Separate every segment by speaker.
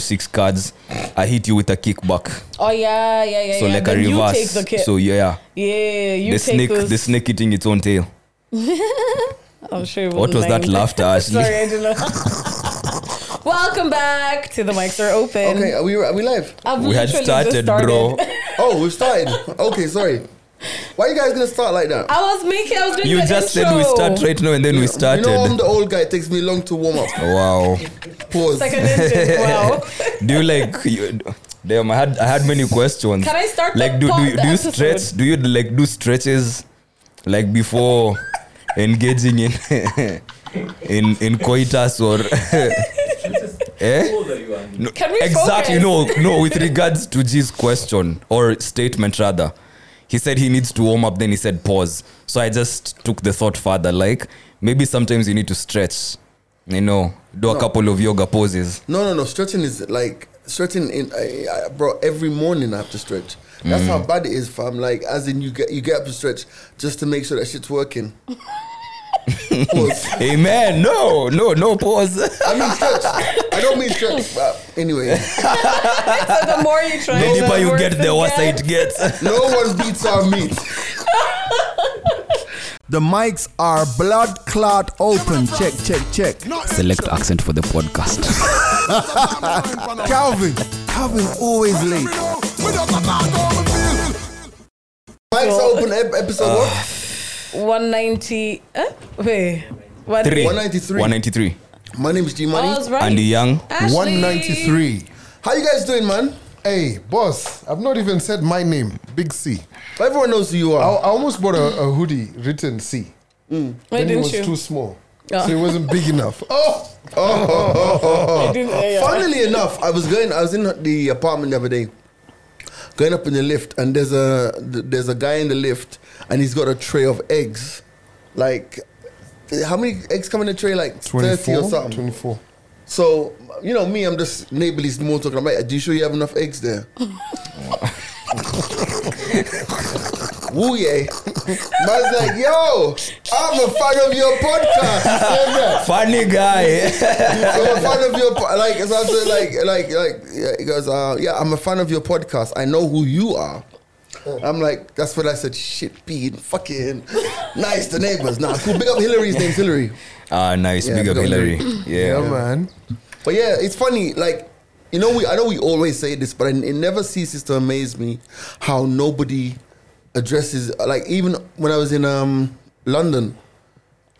Speaker 1: six cards i hit you with a kickback
Speaker 2: Oh yeah, yeah, yeah.
Speaker 1: so
Speaker 2: yeah.
Speaker 1: like
Speaker 2: Then
Speaker 1: a reverse
Speaker 2: You take the kid.
Speaker 1: so yeah
Speaker 2: yeah, you
Speaker 1: the
Speaker 2: take
Speaker 1: snake
Speaker 2: Those.
Speaker 1: the snake eating its own tail
Speaker 2: I'm sure. it
Speaker 1: what was
Speaker 2: wasn't
Speaker 1: that
Speaker 2: mine.
Speaker 1: laughter ashley
Speaker 2: Sorry, I don't know. Welcome back to the mics are open.
Speaker 3: Okay, are we are we live?
Speaker 2: I've
Speaker 1: we had
Speaker 2: literally just
Speaker 1: started bro
Speaker 3: Oh, we've started. Okay, sorry. Why are you guys gonna start like that?
Speaker 2: I was making. I was doing
Speaker 1: you
Speaker 2: the
Speaker 1: just
Speaker 2: intro.
Speaker 1: said we start right now and then we started
Speaker 3: You know I'm the old guy. It takes me long to warm up.
Speaker 1: wow
Speaker 2: It's
Speaker 3: Pause.
Speaker 2: like an intro. Wow.
Speaker 1: do you like you, damn i had i had many questions
Speaker 2: Can I start the
Speaker 1: like do, do,
Speaker 2: pod-
Speaker 1: you,
Speaker 2: the
Speaker 1: do you
Speaker 2: episode?
Speaker 1: stretch do you like do stretches like before engaging in in in coitus or eh no,
Speaker 2: Can we
Speaker 1: exactly
Speaker 2: focus?
Speaker 1: no no with regards to g's question or statement rather he said he needs to warm up then he said pause so i just took the thought further like maybe sometimes you need to stretch you know do a couple of yoga poses
Speaker 3: No, no, no. Stretching is like stretching in, I, I, bro. Every morning I have to stretch. That's how bad it is, fam. Like, as in you get you get up to stretch just to make sure that shit's working. Pause.
Speaker 1: Amen. No, no, no pause.
Speaker 3: I mean stretch. I don't mean stretch. But anyway,
Speaker 2: So the more you try,
Speaker 1: the deeper you
Speaker 2: worse
Speaker 1: get, the worse it gets.
Speaker 3: no one beats our meat. The mics are blood clot open. Check, check, check.
Speaker 1: Select accent for the podcast.
Speaker 3: Calvin. Calvin's always late. Mike's open ep- episode what?
Speaker 2: 190. Uh, wait. What?
Speaker 1: Three.
Speaker 3: 193.
Speaker 1: 193.
Speaker 3: My name is G
Speaker 2: I
Speaker 3: Money.
Speaker 2: was right.
Speaker 1: Andy Young.
Speaker 2: Ashley.
Speaker 4: 193.
Speaker 3: How you guys doing, man?
Speaker 4: Hey, boss, I've not even said my name, Big C.
Speaker 3: Everyone knows who you
Speaker 4: I,
Speaker 3: are.
Speaker 4: I almost bought a, a hoodie written C.
Speaker 2: Why
Speaker 4: then it
Speaker 2: didn't
Speaker 4: was
Speaker 2: you?
Speaker 4: too small.
Speaker 2: Oh.
Speaker 4: So it wasn't big enough. Oh,
Speaker 2: I didn't, yeah, yeah.
Speaker 3: oh, Funnily enough, I was going. I was in the apartment the other day, going up in the lift, and there's a th- there's a guy in the lift, and he's got a tray of eggs. Like, how many eggs come in a tray? Like thirty or
Speaker 4: 24.
Speaker 3: something.
Speaker 4: 24.
Speaker 3: So you know me, I'm just neighborly small talking. I'm like, do you sure you have enough eggs there? Woo yeah. Man's like, yo, I'm a fan of your podcast. Say that.
Speaker 1: Funny guy.
Speaker 3: I'm a fan of your po- like. So I said, like, like, like. Yeah, he goes, uh, yeah, I'm a fan of your podcast. I know who you are. I'm like, that's what I said. Shit, being fucking nice to neighbors. Nah, cool. Big up Hillary's name's Hillary.
Speaker 1: Ah, nice.
Speaker 3: Yeah,
Speaker 1: Big up
Speaker 3: big up
Speaker 1: Hillary.
Speaker 4: Yeah,
Speaker 1: Yeah.
Speaker 4: man.
Speaker 3: But yeah, it's funny. Like, you know, we I know we always say this, but it it never ceases to amaze me how nobody addresses. Like, even when I was in um London,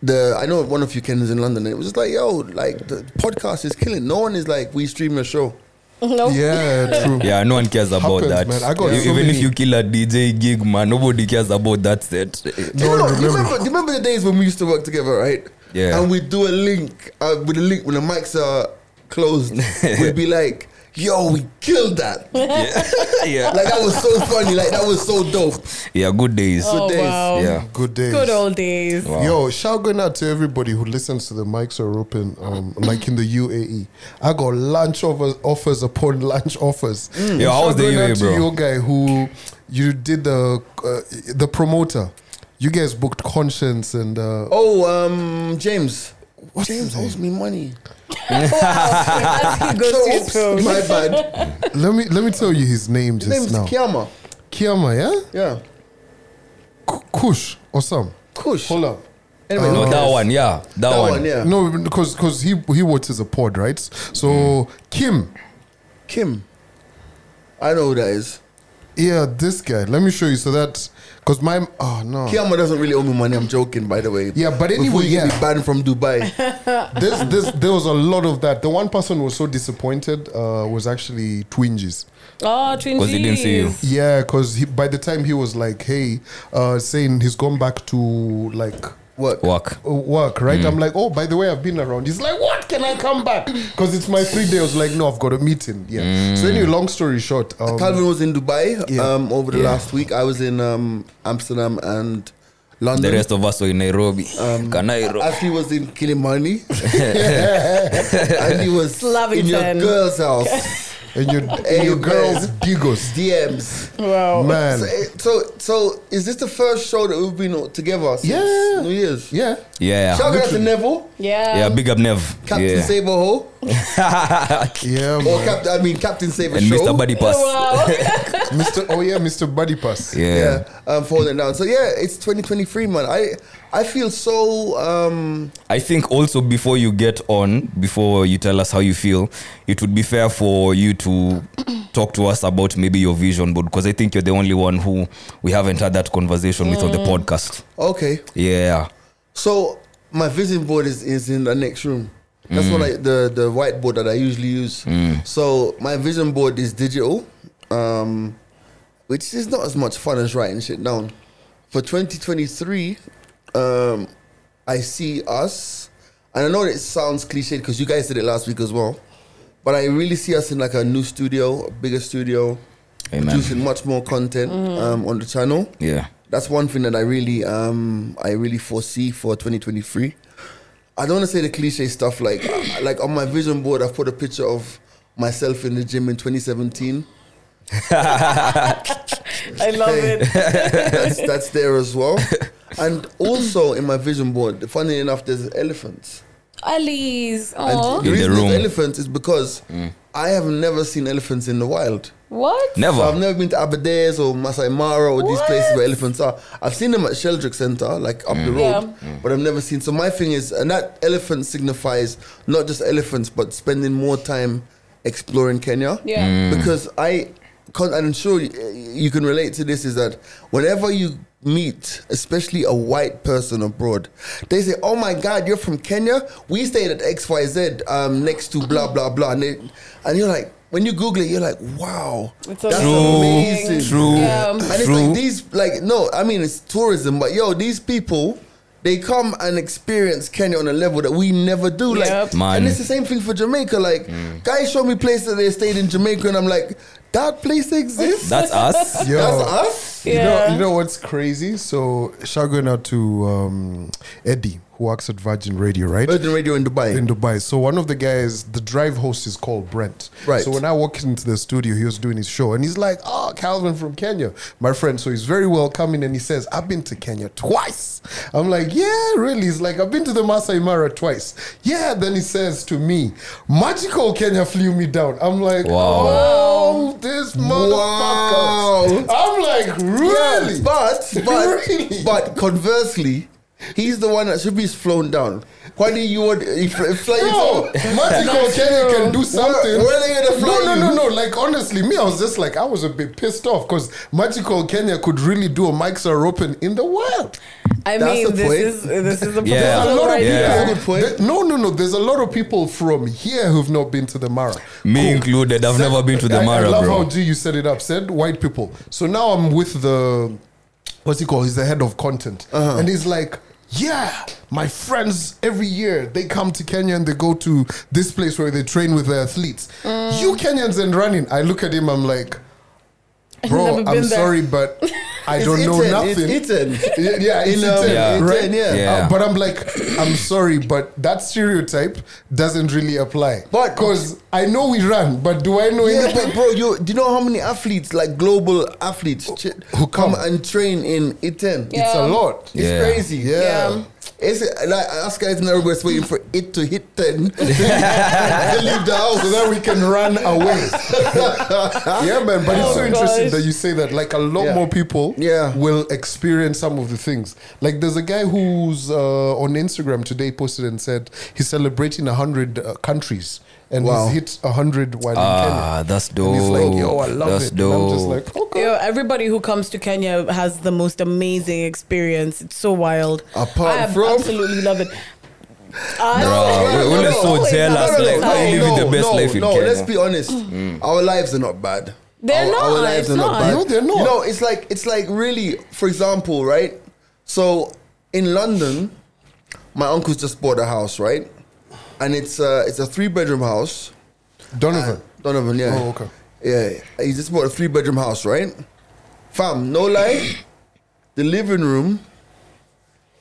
Speaker 3: the I know one of you Ken is in London, and it was just like, yo, like the podcast is killing. No one is like, we stream your show.
Speaker 2: No.
Speaker 4: Yeah, true.
Speaker 1: Yeah, no one cares about
Speaker 4: Happens,
Speaker 1: that.
Speaker 4: man. I got
Speaker 1: E-
Speaker 4: so
Speaker 1: Even if
Speaker 4: many-
Speaker 1: you kill a DJ gig, man, nobody cares about that set.
Speaker 3: Do you,
Speaker 4: No,
Speaker 3: know,
Speaker 4: I
Speaker 3: do you
Speaker 4: remember.
Speaker 3: remember, do you remember the days when we used to work together, right?
Speaker 1: Yeah.
Speaker 3: And we'd do a link uh, with a link when the mics are closed. we'd be like, yo, we killed that. Like
Speaker 1: yeah. yeah.
Speaker 3: that was so funny. Like that was so dope.
Speaker 1: Yeah, good days.
Speaker 2: Oh,
Speaker 3: days.
Speaker 2: wow.
Speaker 1: Yeah.
Speaker 4: Good days.
Speaker 2: Good old days.
Speaker 1: Wow.
Speaker 4: Yo, shout going out to everybody who listens to the mics are open, um, like in the UAE. I got lunch offers, offers upon lunch offers. And
Speaker 1: Mm. Yo, how
Speaker 4: shout
Speaker 1: was the
Speaker 4: going out
Speaker 1: UAE,
Speaker 4: to
Speaker 1: bro?
Speaker 4: Your guy who you did the uh, the promoter. You guys booked conscience and uh,
Speaker 3: Oh, um, James.
Speaker 4: What's
Speaker 3: James
Speaker 4: his name?
Speaker 3: owes me money.
Speaker 2: As he goes to his
Speaker 3: Oops,
Speaker 2: phone.
Speaker 3: my bad.
Speaker 4: let me let me tell you his name
Speaker 3: His
Speaker 4: just
Speaker 3: name's
Speaker 4: now.
Speaker 3: Kiama.
Speaker 4: Kiama, yeah,
Speaker 3: Yeah.
Speaker 4: K- Kush or some.
Speaker 3: Kush.
Speaker 4: Hold up.
Speaker 3: Anyway,
Speaker 1: No,
Speaker 3: who
Speaker 4: Uh,
Speaker 1: that
Speaker 3: cares?
Speaker 1: one. Yeah. That,
Speaker 3: That
Speaker 1: one.
Speaker 3: one, yeah.
Speaker 4: No, because because he he watches a pod, right? So Kim,
Speaker 3: Kim. I know who that is.
Speaker 4: yeah, this guy. Let me show you so that because my oh no.
Speaker 3: Kiama doesn't really owe me money. I'm joking, by the way.
Speaker 4: Yeah, but
Speaker 3: Before
Speaker 4: anyway,
Speaker 3: you get
Speaker 4: yeah.
Speaker 3: me banned from Dubai.
Speaker 4: this, this, there was a lot of that. The one person who was so disappointed uh, was actually Twinges.
Speaker 2: Oh, twinsies.
Speaker 1: Because he didn't see you.
Speaker 4: Yeah, because by the time he was like, hey, uh, saying he's gone back to like
Speaker 3: Work.
Speaker 1: Work.
Speaker 4: uh, work, right? I'm like, oh, by the way, I've been around. He's like, what? Can I come back? Because it's my three day. I was like, no, I've got a meeting. Yeah. So anyway, long story short, um,
Speaker 3: Uh, Calvin was in Dubai
Speaker 4: Yeah.
Speaker 3: um, over the
Speaker 1: Yeah.
Speaker 3: last week. I was in um, Amsterdam and
Speaker 1: The
Speaker 3: London.
Speaker 1: rest of us were in Nairobi. Um, Kanairo.
Speaker 3: Ashley was in Kilimani. and he was
Speaker 2: Slavic
Speaker 3: in your
Speaker 2: then.
Speaker 3: girl's house.
Speaker 4: and your and your girls digos.
Speaker 3: DMs.
Speaker 2: Wow.
Speaker 4: Man.
Speaker 3: So, eh, so, so is this the first show that we've been on together since
Speaker 4: Yeah.
Speaker 3: New Year's?
Speaker 4: Yeah.
Speaker 1: Yeah.
Speaker 3: Shout out to Neville,
Speaker 2: Yeah.
Speaker 1: yeah, big up Nev.
Speaker 3: Captain
Speaker 1: yeah.
Speaker 3: Saber Ho,
Speaker 4: Yeah,
Speaker 3: or
Speaker 4: man.
Speaker 3: Captain, I mean Captain Saber
Speaker 1: and
Speaker 3: Show.
Speaker 1: Mr. Buddy Pass.
Speaker 2: Wow.
Speaker 4: Mr. Oh yeah, Mr. Buddy Pass.
Speaker 1: Yeah.
Speaker 3: Yeah, um, for holding it down. So yeah, it's 2023, man. I I feel so. Um,
Speaker 1: I think also before you get on, before you tell us how you feel, it would be fair for you to talk to us about maybe your vision board because I think you're the only one who we haven't had that conversation with on the podcast.
Speaker 3: okay,
Speaker 1: Yeah.
Speaker 3: so my vision board is, is in the next room. That's what I the the whiteboard that I usually use. So my vision board is digital, um, which is not as much fun as writing shit down. For 2023, um, I see us, and I know it sounds cliche because you guys did it last week as well, but I really see us in like a new studio, a bigger studio,
Speaker 1: Amen.
Speaker 3: producing much more content um, on the channel.
Speaker 1: Yeah.
Speaker 3: That's one thing that I really, um, I really foresee for 2023. I don't want to say the cliche stuff like, uh, like on my vision board, I've put a picture of myself in the gym in 2017.
Speaker 2: I love it.
Speaker 3: That's that's there as well. And also in my vision board, funny enough, there's elephants.
Speaker 2: Ali's.
Speaker 3: And
Speaker 2: Oh.
Speaker 1: In the
Speaker 3: the reason there's
Speaker 1: room. Mm.
Speaker 3: elephants is because I have never seen elephants in the wild.
Speaker 2: What?
Speaker 1: Never.
Speaker 3: So I've never been to Aberdeen or Masai Mara or these places
Speaker 2: What?
Speaker 3: where elephants are. I've seen them at Sheldrick Centre, like up the road,
Speaker 2: Yeah.
Speaker 3: but I've never seen. So my thing is, and that elephant signifies not just elephants, but spending more time exploring Kenya.
Speaker 2: Yeah. Mm.
Speaker 3: Because I, con- and I'm sure you, you can relate to this, is that whenever you meet, especially a white person abroad, they say, "Oh my God, you're from Kenya? We stayed at X Y Z um, next to blah blah blah," and, they, and you're like. When you Google it, you're like, wow,
Speaker 2: It's
Speaker 3: that's
Speaker 2: amazing.
Speaker 3: amazing.
Speaker 1: True.
Speaker 2: Yeah.
Speaker 1: True.
Speaker 3: um, And it's like these, like, no, I mean, it's tourism, but yo, these people, they come and experience Kenya on a level that we never do. Like,
Speaker 2: Yep.
Speaker 1: Man.
Speaker 3: and it's the same thing for Jamaica. Like, guys show me places that they stayed in Jamaica, and I'm like, that place exists?
Speaker 1: That's us.
Speaker 4: Yo.
Speaker 3: That's us?
Speaker 4: You know,
Speaker 2: Yeah.
Speaker 4: you know what's crazy? So shout going out to um, Eddie, who works at Virgin Radio, right?
Speaker 3: Virgin Radio in Dubai.
Speaker 4: in Dubai. So one of the guys, the drive host is called Brent.
Speaker 3: Right.
Speaker 4: So when I walked into the studio, he was doing his show and he's like, Oh, Calvin from Kenya, my friend. So he's very welcoming and he says, I've been to Kenya twice. I'm like, Yeah, really? He's like, I've been to the Masai Mara twice. Yeah. Then he says to me, Magical Kenya flew me down. I'm like,
Speaker 1: Wow.
Speaker 4: Oh, this
Speaker 3: Wow.
Speaker 4: motherfucker. I'm like, Really?
Speaker 3: Yeah, but but
Speaker 4: Really?
Speaker 3: but conversely, he's the one that should be flown down. Why do you want if, if fly
Speaker 4: No,
Speaker 3: no.
Speaker 4: magical Kenya can do something.
Speaker 3: Where- where they gonna fly
Speaker 4: no, no,
Speaker 3: you?
Speaker 4: no, no. Like honestly, me, I was just like, I was a bit pissed off because magical Kenya could really do a mics are open in the wild.
Speaker 2: I
Speaker 3: That's
Speaker 2: mean,
Speaker 3: the
Speaker 2: this
Speaker 3: point.
Speaker 2: is this is the
Speaker 1: Yeah.
Speaker 4: There's a
Speaker 2: proposal
Speaker 4: lot of
Speaker 2: right
Speaker 4: people.
Speaker 1: Yeah.
Speaker 2: here.
Speaker 3: Good point.
Speaker 4: Th- no, no, no. There's a lot of people from here who've not been to the Mara.
Speaker 1: Me included. I've never been to the
Speaker 4: I- I
Speaker 1: Mara,
Speaker 4: love
Speaker 1: bro.
Speaker 4: how G you set it up. Said white people. So now I'm with the what's he called? He's the head of content,
Speaker 3: Uh-huh.
Speaker 4: and he's like. Yeah, my friends every year they come to Kenya and they go to this place where they train with the athletes.
Speaker 3: Mm.
Speaker 4: You Kenyans and running. I look at him, I'm like, bro,
Speaker 2: never
Speaker 4: I'm
Speaker 2: been there."
Speaker 4: sorry, but I
Speaker 3: It's
Speaker 4: don't know
Speaker 3: eaten,
Speaker 4: nothing.
Speaker 3: It's eaten.
Speaker 4: Yeah, yeah,
Speaker 3: In,
Speaker 4: it's
Speaker 3: um,
Speaker 4: eaten,
Speaker 1: Yeah.
Speaker 4: right?
Speaker 3: eaten, yeah.
Speaker 1: Yeah.
Speaker 4: Uh, but I'm like, I'm sorry, but that stereotype doesn't really apply.
Speaker 3: But-
Speaker 4: because I know we run, but do I know
Speaker 3: Yeah,
Speaker 4: anything?
Speaker 3: but bro, you do you know how many athletes, like global athletes, ch-
Speaker 4: who
Speaker 3: who
Speaker 4: come?
Speaker 3: come and train in Iten?
Speaker 2: Yeah.
Speaker 4: It's a lot.
Speaker 3: It's
Speaker 1: Yeah.
Speaker 3: crazy.
Speaker 4: Yeah.
Speaker 2: Yeah.
Speaker 3: It's like us guys now we're just waiting for it to hit ten to leave the house.
Speaker 4: So that we can run away. yeah, man. But it's
Speaker 2: Oh,
Speaker 4: so interesting
Speaker 2: gosh.
Speaker 4: that you say that. Like a lot
Speaker 3: Yeah.
Speaker 4: more people
Speaker 3: Yeah.
Speaker 4: will experience some of the things. Like there's a guy who's uh, on Instagram today posted and said he's celebrating hundred uh, countries and
Speaker 3: Wow.
Speaker 4: he's hit hundred while in Kenya.
Speaker 1: Ah, that's dope.
Speaker 4: And he's like, yo, I love
Speaker 1: that's
Speaker 4: it.
Speaker 1: Dope.
Speaker 4: And I'm just like, okay.
Speaker 2: Yo, everybody who comes to Kenya has the most amazing experience. It's so wild.
Speaker 3: Apart
Speaker 2: I ab-
Speaker 3: from-
Speaker 2: absolutely love it. I
Speaker 1: Bruh,
Speaker 3: No,
Speaker 1: we-
Speaker 3: no,
Speaker 1: we're
Speaker 3: no,
Speaker 1: so
Speaker 3: no,
Speaker 1: jealous.
Speaker 3: no, no,
Speaker 1: like,
Speaker 3: no,
Speaker 1: how you
Speaker 3: no,
Speaker 1: living the best
Speaker 3: no,
Speaker 1: life in
Speaker 3: no,
Speaker 1: Kenya?
Speaker 3: let's be honest. Our lives are not bad.
Speaker 2: Hmm. They're
Speaker 3: our,
Speaker 2: not,
Speaker 3: Our lives
Speaker 2: it's
Speaker 3: are not,
Speaker 2: not.
Speaker 3: bad.
Speaker 4: No, they're not.
Speaker 3: You know, it's like it's like really. For example, right? So in London, my uncle's just bought a house, right? And it's a it's a three bedroom house.
Speaker 4: Donovan.
Speaker 3: Donovan, yeah.
Speaker 4: Oh, okay.
Speaker 3: Yeah, he just bought a three bedroom house, right? Fam, no lie, the living room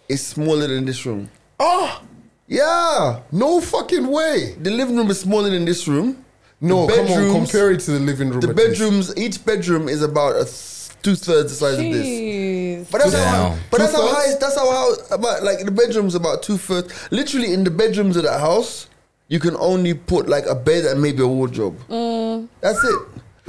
Speaker 3: is smaller than this room.
Speaker 4: Oh,
Speaker 3: Yeah,
Speaker 4: no fucking way.
Speaker 3: the living room is smaller than this room.
Speaker 4: No,
Speaker 3: The
Speaker 4: come on,
Speaker 3: bedrooms-
Speaker 4: compare it to the living room.
Speaker 3: The
Speaker 4: at least.
Speaker 3: bedrooms, each bedroom is about a th- two thirds the size of this.
Speaker 2: Jeez.
Speaker 3: But that's
Speaker 1: Damn.
Speaker 3: how. But that's how
Speaker 4: Two-thirds?
Speaker 3: high. That's how how about like the bedrooms about two thirds. Literally in the bedrooms of that house, you can only put like a bed and maybe a wardrobe. That's it.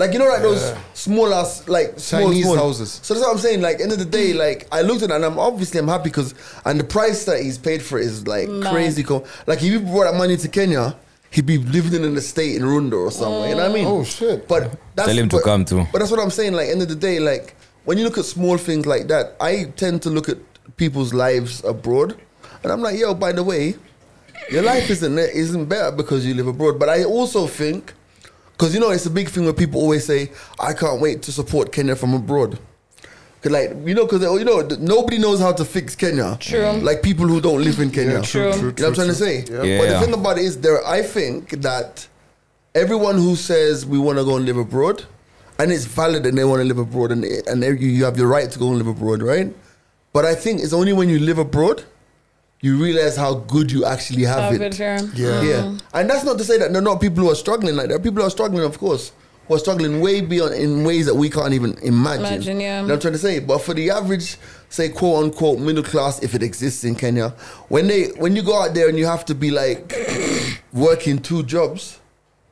Speaker 3: Like you know, like those small ass like small,
Speaker 4: Chinese
Speaker 3: small.
Speaker 4: houses.
Speaker 3: So that's what I'm saying. Like end of the day, like I looked at it and I'm obviously I'm happy because and the price that he's paid for it is like
Speaker 2: Mad.
Speaker 3: crazy. Co- like if you brought that money to Kenya. He'd be living in an estate in Runda or somewhere. You know what I mean?
Speaker 4: Oh, shit.
Speaker 3: But that's,
Speaker 1: Tell him to
Speaker 3: but,
Speaker 1: come too.
Speaker 3: But that's what I'm saying. Like end of the day, like when you look at small things like that, I tend to look at people's lives abroad, and I'm like, yo, by the way, your life isn't isn't better because you live abroad. But I also think, because you know, it's a big thing where people always say, I can't wait to support Kenya from abroad. 'Cause, like you know, because you know, th- nobody knows how to fix Kenya. Mm.
Speaker 2: True.
Speaker 3: Like people who don't live in Kenya.
Speaker 2: true,
Speaker 3: You know
Speaker 2: true,
Speaker 3: what I'm trying to say?
Speaker 1: Yeah.
Speaker 3: But
Speaker 1: Yeah.
Speaker 3: the thing about it is, there. I think that everyone who says we want to go and live abroad, and it's valid and they want to live abroad, and and you you have your right to go and live abroad, right? But I think it's only when you live abroad, you realize how good you actually have
Speaker 2: Have
Speaker 3: it.
Speaker 2: it here.
Speaker 3: Yeah, yeah. And that's not to say that there are not people who are struggling like that. People who are struggling, of course, who are struggling way beyond in ways that we can't even imagine.
Speaker 2: Imagine, yeah.
Speaker 3: You know what I'm trying to say. But for the average, say quote unquote middle class, if it exists in Kenya, when they when you go out there and you have to be like working two jobs.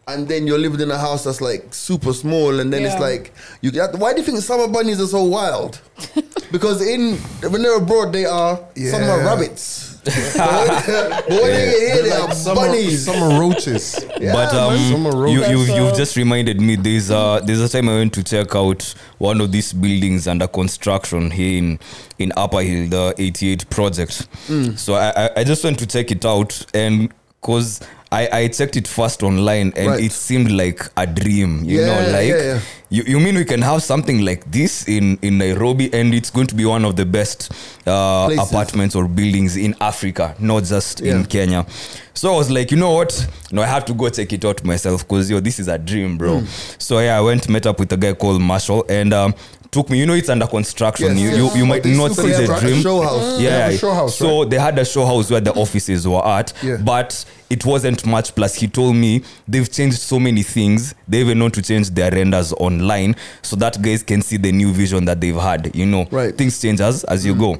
Speaker 3: And then you're living in a house that's like super small, and then it's
Speaker 2: Yeah.
Speaker 3: like you. Why do you think summer bunnies are so wild? because in when they're abroad, they are summer
Speaker 4: Yeah.
Speaker 3: rabbits. but when they get here,
Speaker 4: They're
Speaker 3: they are
Speaker 4: like summer,
Speaker 3: bunnies.
Speaker 4: summer roaches.
Speaker 1: but
Speaker 4: Summer
Speaker 1: um,
Speaker 4: road.
Speaker 1: you, you,
Speaker 2: That's
Speaker 1: you've
Speaker 2: all.
Speaker 1: just reminded me there's a, there's a time I went to check out one of these buildings under construction here in, in Upper Hill, the 88 project.
Speaker 3: Hmm.
Speaker 1: So I, I, I just went to check it out and because I, I checked it first online and
Speaker 3: Right.
Speaker 1: it seemed like a dream, you
Speaker 3: Yeah,
Speaker 1: know,
Speaker 3: yeah,
Speaker 1: like
Speaker 3: yeah.
Speaker 1: You, you mean we can have something like this in, in Nairobi and it's going to be one of the best uh,
Speaker 3: Places.
Speaker 1: apartments apartments or buildings in Africa, not just in
Speaker 3: Yeah.
Speaker 1: Kenya. So I was like, you know what? No, I have to go check it out myself because yo, this is a dream, bro.
Speaker 3: Hmm.
Speaker 1: So yeah, I went met up with a guy called Marshall and um, took me. You know, it's under construction.
Speaker 3: Yes,
Speaker 1: you,
Speaker 3: yes.
Speaker 1: You, you
Speaker 3: Oh,
Speaker 1: might
Speaker 3: they
Speaker 1: not
Speaker 3: still
Speaker 1: see the
Speaker 3: construct a
Speaker 1: dream.
Speaker 3: show house.
Speaker 4: They
Speaker 1: Yeah,
Speaker 4: have a show house,
Speaker 1: so they had a show house where the offices were at,
Speaker 4: Yeah.
Speaker 1: but it wasn't much. Plus, he told me they've changed so many things. They even want to change their renders online so that guys can see the new vision that they've had. You know,
Speaker 3: Right. Hmm.
Speaker 1: things change as as you go.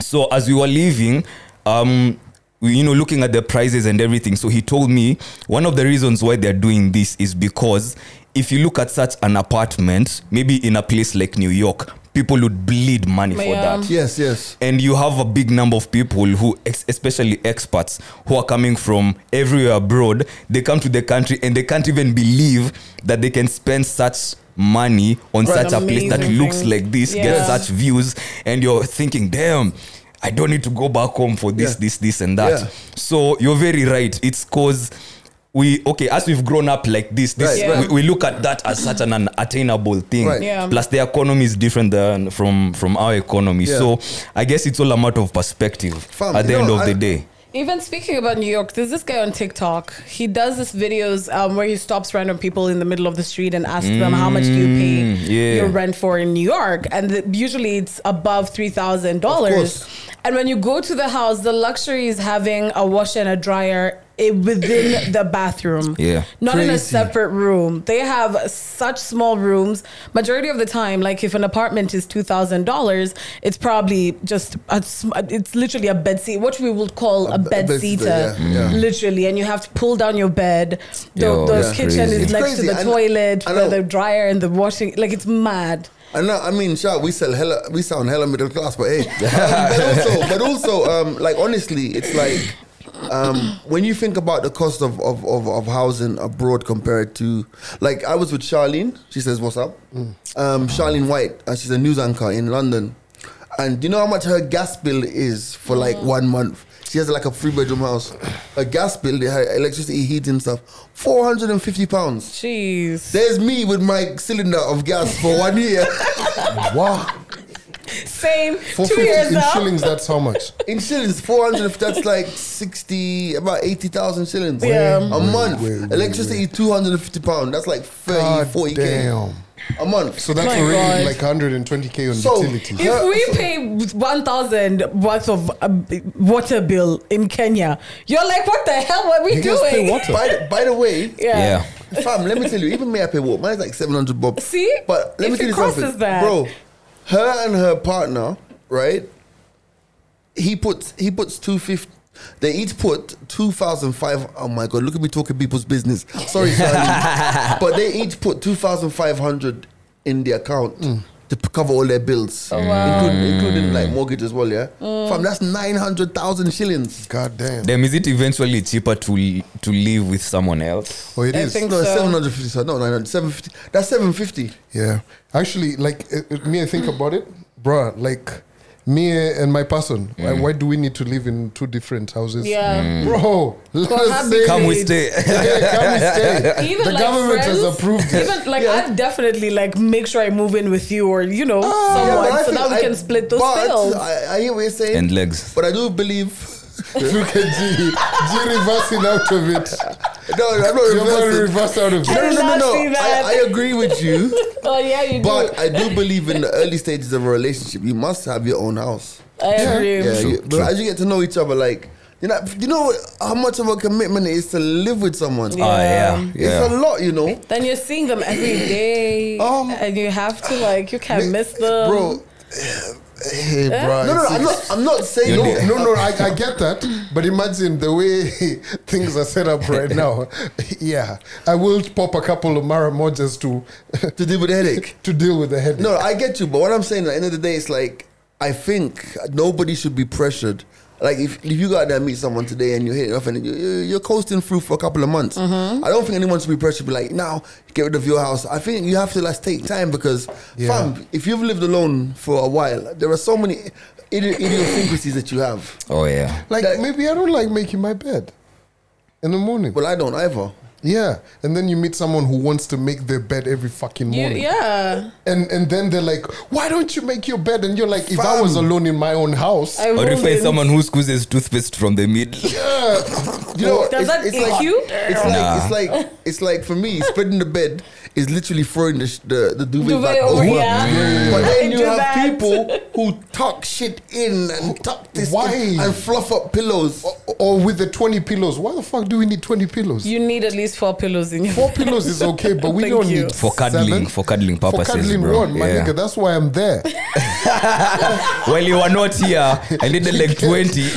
Speaker 1: So as we were leaving, um, we, you know, looking at the prices and everything. So he told me one of the reasons why they're doing this is because if you look at such an apartment, maybe in a place like New York, people would bleed money for
Speaker 2: Yeah.
Speaker 1: that
Speaker 3: Yes, yes.
Speaker 1: and you have a big number of people who ex- especially experts who are coming from everywhere abroad they come to the country and they can't even believe that they can spend such money on
Speaker 3: Right.
Speaker 1: such a place that
Speaker 2: Amazing
Speaker 1: looks
Speaker 2: thing.
Speaker 1: like this get
Speaker 2: Yeah.
Speaker 1: such views and you're thinking damn i don't need to go back home for this
Speaker 3: Yeah.
Speaker 1: this this and that
Speaker 3: Yeah.
Speaker 1: so you're very right it's cause we okay as we've grown up like this this
Speaker 3: Right,
Speaker 2: Yeah.
Speaker 1: we,
Speaker 2: right.
Speaker 1: we look at that as such an unattainable thing
Speaker 3: Right.
Speaker 2: Yeah.
Speaker 1: plus the economy is different than from from our economy
Speaker 3: Yeah.
Speaker 1: so I guess it's all a matter of perspective
Speaker 3: Fam,
Speaker 1: at the
Speaker 3: you
Speaker 1: end
Speaker 3: know,
Speaker 1: of the
Speaker 3: I-
Speaker 1: day.
Speaker 2: Even speaking about New York, there's this guy on TikTok. He does these videos um, where he stops random people in the middle of the street and asks them how much do you pay
Speaker 1: Mm, yeah.
Speaker 2: your rent for in New York, and th- usually it's above three thousand dollars. And when you go to the house, the luxury is having a washer and a dryer i- within the bathroom.
Speaker 1: Yeah.
Speaker 2: not in a
Speaker 3: Crazy.
Speaker 2: separate room. They have such small rooms. Majority of the time, like if an apartment is two thousand dollars, it's probably just a, sm- it's literally a bed seat, what we would call a,
Speaker 3: b-
Speaker 2: bed,
Speaker 3: bed
Speaker 2: seater,
Speaker 3: seater, yeah, yeah.
Speaker 2: literally. And you have to pull down your bed. The,
Speaker 1: Yo,
Speaker 2: the
Speaker 1: that's
Speaker 2: kitchen
Speaker 1: crazy.
Speaker 2: is
Speaker 1: It's
Speaker 2: next
Speaker 3: crazy.
Speaker 2: to the
Speaker 3: I know-
Speaker 2: toilet,
Speaker 3: I
Speaker 2: where
Speaker 3: know.
Speaker 2: the dryer and the washing. Like it's mad.
Speaker 3: And now, I mean, sure, we sell hella, we sound hella middle class, but hey. Um, but also, but also, um, like honestly, it's like um, when you think about the cost of, of, of, of housing abroad compared to, like, I was with Charlene. She says, "What's up?" Um, Charlene White. Uh, she's a news anchor in London, and do you know how much her gas bill is for like one month? She has like a three bedroom house. Her gas bill, her electricity, heating stuff, four hundred and fifty pounds.
Speaker 2: Jeez.
Speaker 3: There's me with my cylinder of gas for one year
Speaker 4: Wow.
Speaker 2: Same.
Speaker 4: For
Speaker 2: Two
Speaker 4: 50
Speaker 2: years
Speaker 4: in
Speaker 2: up.
Speaker 4: shillings, that's how much?
Speaker 3: in shillings. Four hundred. That's like sixty, about eighty thousand shillings
Speaker 2: Yeah.
Speaker 3: a month.
Speaker 4: wait, wait,
Speaker 3: Electricity two hundred and fifty pound. That's like 30,
Speaker 4: God
Speaker 3: 40 k
Speaker 4: damn.
Speaker 3: a month.
Speaker 4: So that's
Speaker 2: My
Speaker 4: already
Speaker 2: God.
Speaker 4: like 120k on
Speaker 3: So-
Speaker 4: utilities.
Speaker 3: Yeah.
Speaker 2: If we pay one thousand worth of uh, water bill in Kenya, you're like, what the hell were we
Speaker 4: You guys
Speaker 2: doing?
Speaker 4: pay water?
Speaker 3: by, the, by the way,
Speaker 2: Yeah.
Speaker 1: Yeah.
Speaker 3: Fam, let me tell you, even me, I pay what? Mine's like 700 bob.
Speaker 2: See?
Speaker 3: But let me
Speaker 2: If
Speaker 3: tell
Speaker 2: it
Speaker 3: you something.
Speaker 2: crosses that.
Speaker 3: Bro, her and her partner, right? He puts he puts 250 they each put 2005 oh my god look at me talking people's business sorry Charlie. but they each put 2500 in the account to p- cover all their bills including, including like mortgage as well yeah
Speaker 2: Mm.
Speaker 3: fam that's 900,000 shillings
Speaker 4: God damn.
Speaker 1: Them is it eventually cheaper to li- to live with someone else?
Speaker 4: Oh, it
Speaker 2: I
Speaker 4: is.
Speaker 2: think-
Speaker 3: no
Speaker 2: So-
Speaker 3: 750 sorry, no 900 750 that's 750
Speaker 4: Yeah. Actually, like uh, uh, me, I think about it, bruh, like me and my person, why, why do we need to live in two different houses?
Speaker 2: Yeah. Mm.
Speaker 4: Bro, let
Speaker 2: Well,
Speaker 4: us
Speaker 2: happy-
Speaker 4: stay.
Speaker 1: Come we
Speaker 2: Indeed.
Speaker 1: stay.
Speaker 4: Yeah, come and stay.
Speaker 2: Even
Speaker 4: the
Speaker 2: like
Speaker 4: government
Speaker 2: friends,
Speaker 4: has approved it.
Speaker 2: Even like
Speaker 3: Yeah. Ah,
Speaker 2: I'd definitely like make sure I move in with you or you know someone
Speaker 3: Yeah, but I
Speaker 2: so
Speaker 3: think
Speaker 2: that we
Speaker 3: I-
Speaker 2: can split those
Speaker 3: but uh,
Speaker 2: bills.
Speaker 3: I, I hear what you're saying
Speaker 1: and legs.
Speaker 3: but I do believe
Speaker 4: Look at G. G reversing out of it.
Speaker 3: no I'm not
Speaker 4: You're going to
Speaker 3: reversing
Speaker 4: reverse out of
Speaker 3: no
Speaker 4: it.
Speaker 3: no no no,
Speaker 2: not
Speaker 3: no.
Speaker 2: see that.
Speaker 3: I, I agree with you
Speaker 2: oh yeah, you
Speaker 3: But
Speaker 2: do.
Speaker 3: I do believe in the early stages of a relationship, you must have your own house.
Speaker 2: I agree.
Speaker 3: Yeah,
Speaker 1: True,
Speaker 3: you- but
Speaker 1: true.
Speaker 3: as you get to know each other, like you know, you know how much of a commitment it is to live with someone.
Speaker 1: Oh yeah,
Speaker 2: Yeah.
Speaker 1: yeah.
Speaker 3: It's a lot, you know.
Speaker 2: Then you're seeing them every day,
Speaker 4: Um,
Speaker 2: and you have to like you can't miss them,
Speaker 4: Bro. Hey, bro.
Speaker 3: Eh? No, no, no I'm not. I'm not saying
Speaker 4: No,
Speaker 3: no.
Speaker 4: no, no. I, I get that, but imagine the way things are set up right now. yeah, I will pop a couple of maramojas to
Speaker 3: to deal with the headache.
Speaker 4: to deal with the headache.
Speaker 3: No, I get you, but what I'm saying, at the end of the day, it's like I think nobody should be pressured. Like if, if you go out there and meet someone today and you hit it off and you, you- you're coasting through for a couple of months, I don't think anyone should be pressured. to Be like, now get rid of your house. I think you have to like take time because,
Speaker 4: Yeah.
Speaker 3: fam, if you've lived alone for a while, there are so many idi- idiosyncrasies that you have.
Speaker 1: Oh yeah.
Speaker 4: like
Speaker 3: that-
Speaker 4: maybe I don't like making my bed in the morning.
Speaker 3: Well, I don't either.
Speaker 4: yeah, and then you meet someone who wants to make their bed every fucking
Speaker 2: you,
Speaker 4: morning.
Speaker 2: yeah,
Speaker 4: And and then they're like, "Why don't you make your bed?" And you're like, "If I was
Speaker 3: Fam.
Speaker 4: alone in my own house,
Speaker 2: I
Speaker 1: Or if I
Speaker 2: wouldn't.
Speaker 1: someone who squeezes toothpaste from the middle.
Speaker 3: You know,
Speaker 2: Does that
Speaker 3: like,
Speaker 2: EQ?
Speaker 3: It's like it's like it's like for me, spreading the bed is literally throwing the sh- the, the duvet,
Speaker 2: Duvet
Speaker 3: back
Speaker 2: over,
Speaker 3: over.
Speaker 2: yeah. Mm.
Speaker 3: But
Speaker 2: I
Speaker 3: then you
Speaker 2: do
Speaker 3: have
Speaker 2: that.
Speaker 3: people who tuck shit in and tuck this in
Speaker 4: Why? Oh,
Speaker 3: and fluff up pillows.
Speaker 4: or with the twenty pillows. Why the fuck do we need twenty pillows?
Speaker 2: you need at least four pillows in your
Speaker 4: Four pillows is okay, but we
Speaker 2: Thank
Speaker 4: don't
Speaker 2: you.
Speaker 4: need
Speaker 1: For cuddling-
Speaker 4: seven.
Speaker 1: for cuddling
Speaker 4: For
Speaker 1: purposes,
Speaker 4: cuddling
Speaker 1: bro.
Speaker 4: one, my
Speaker 1: Yeah.
Speaker 4: nigga. That's why I'm there.
Speaker 1: While you were not here, I needed like twenty.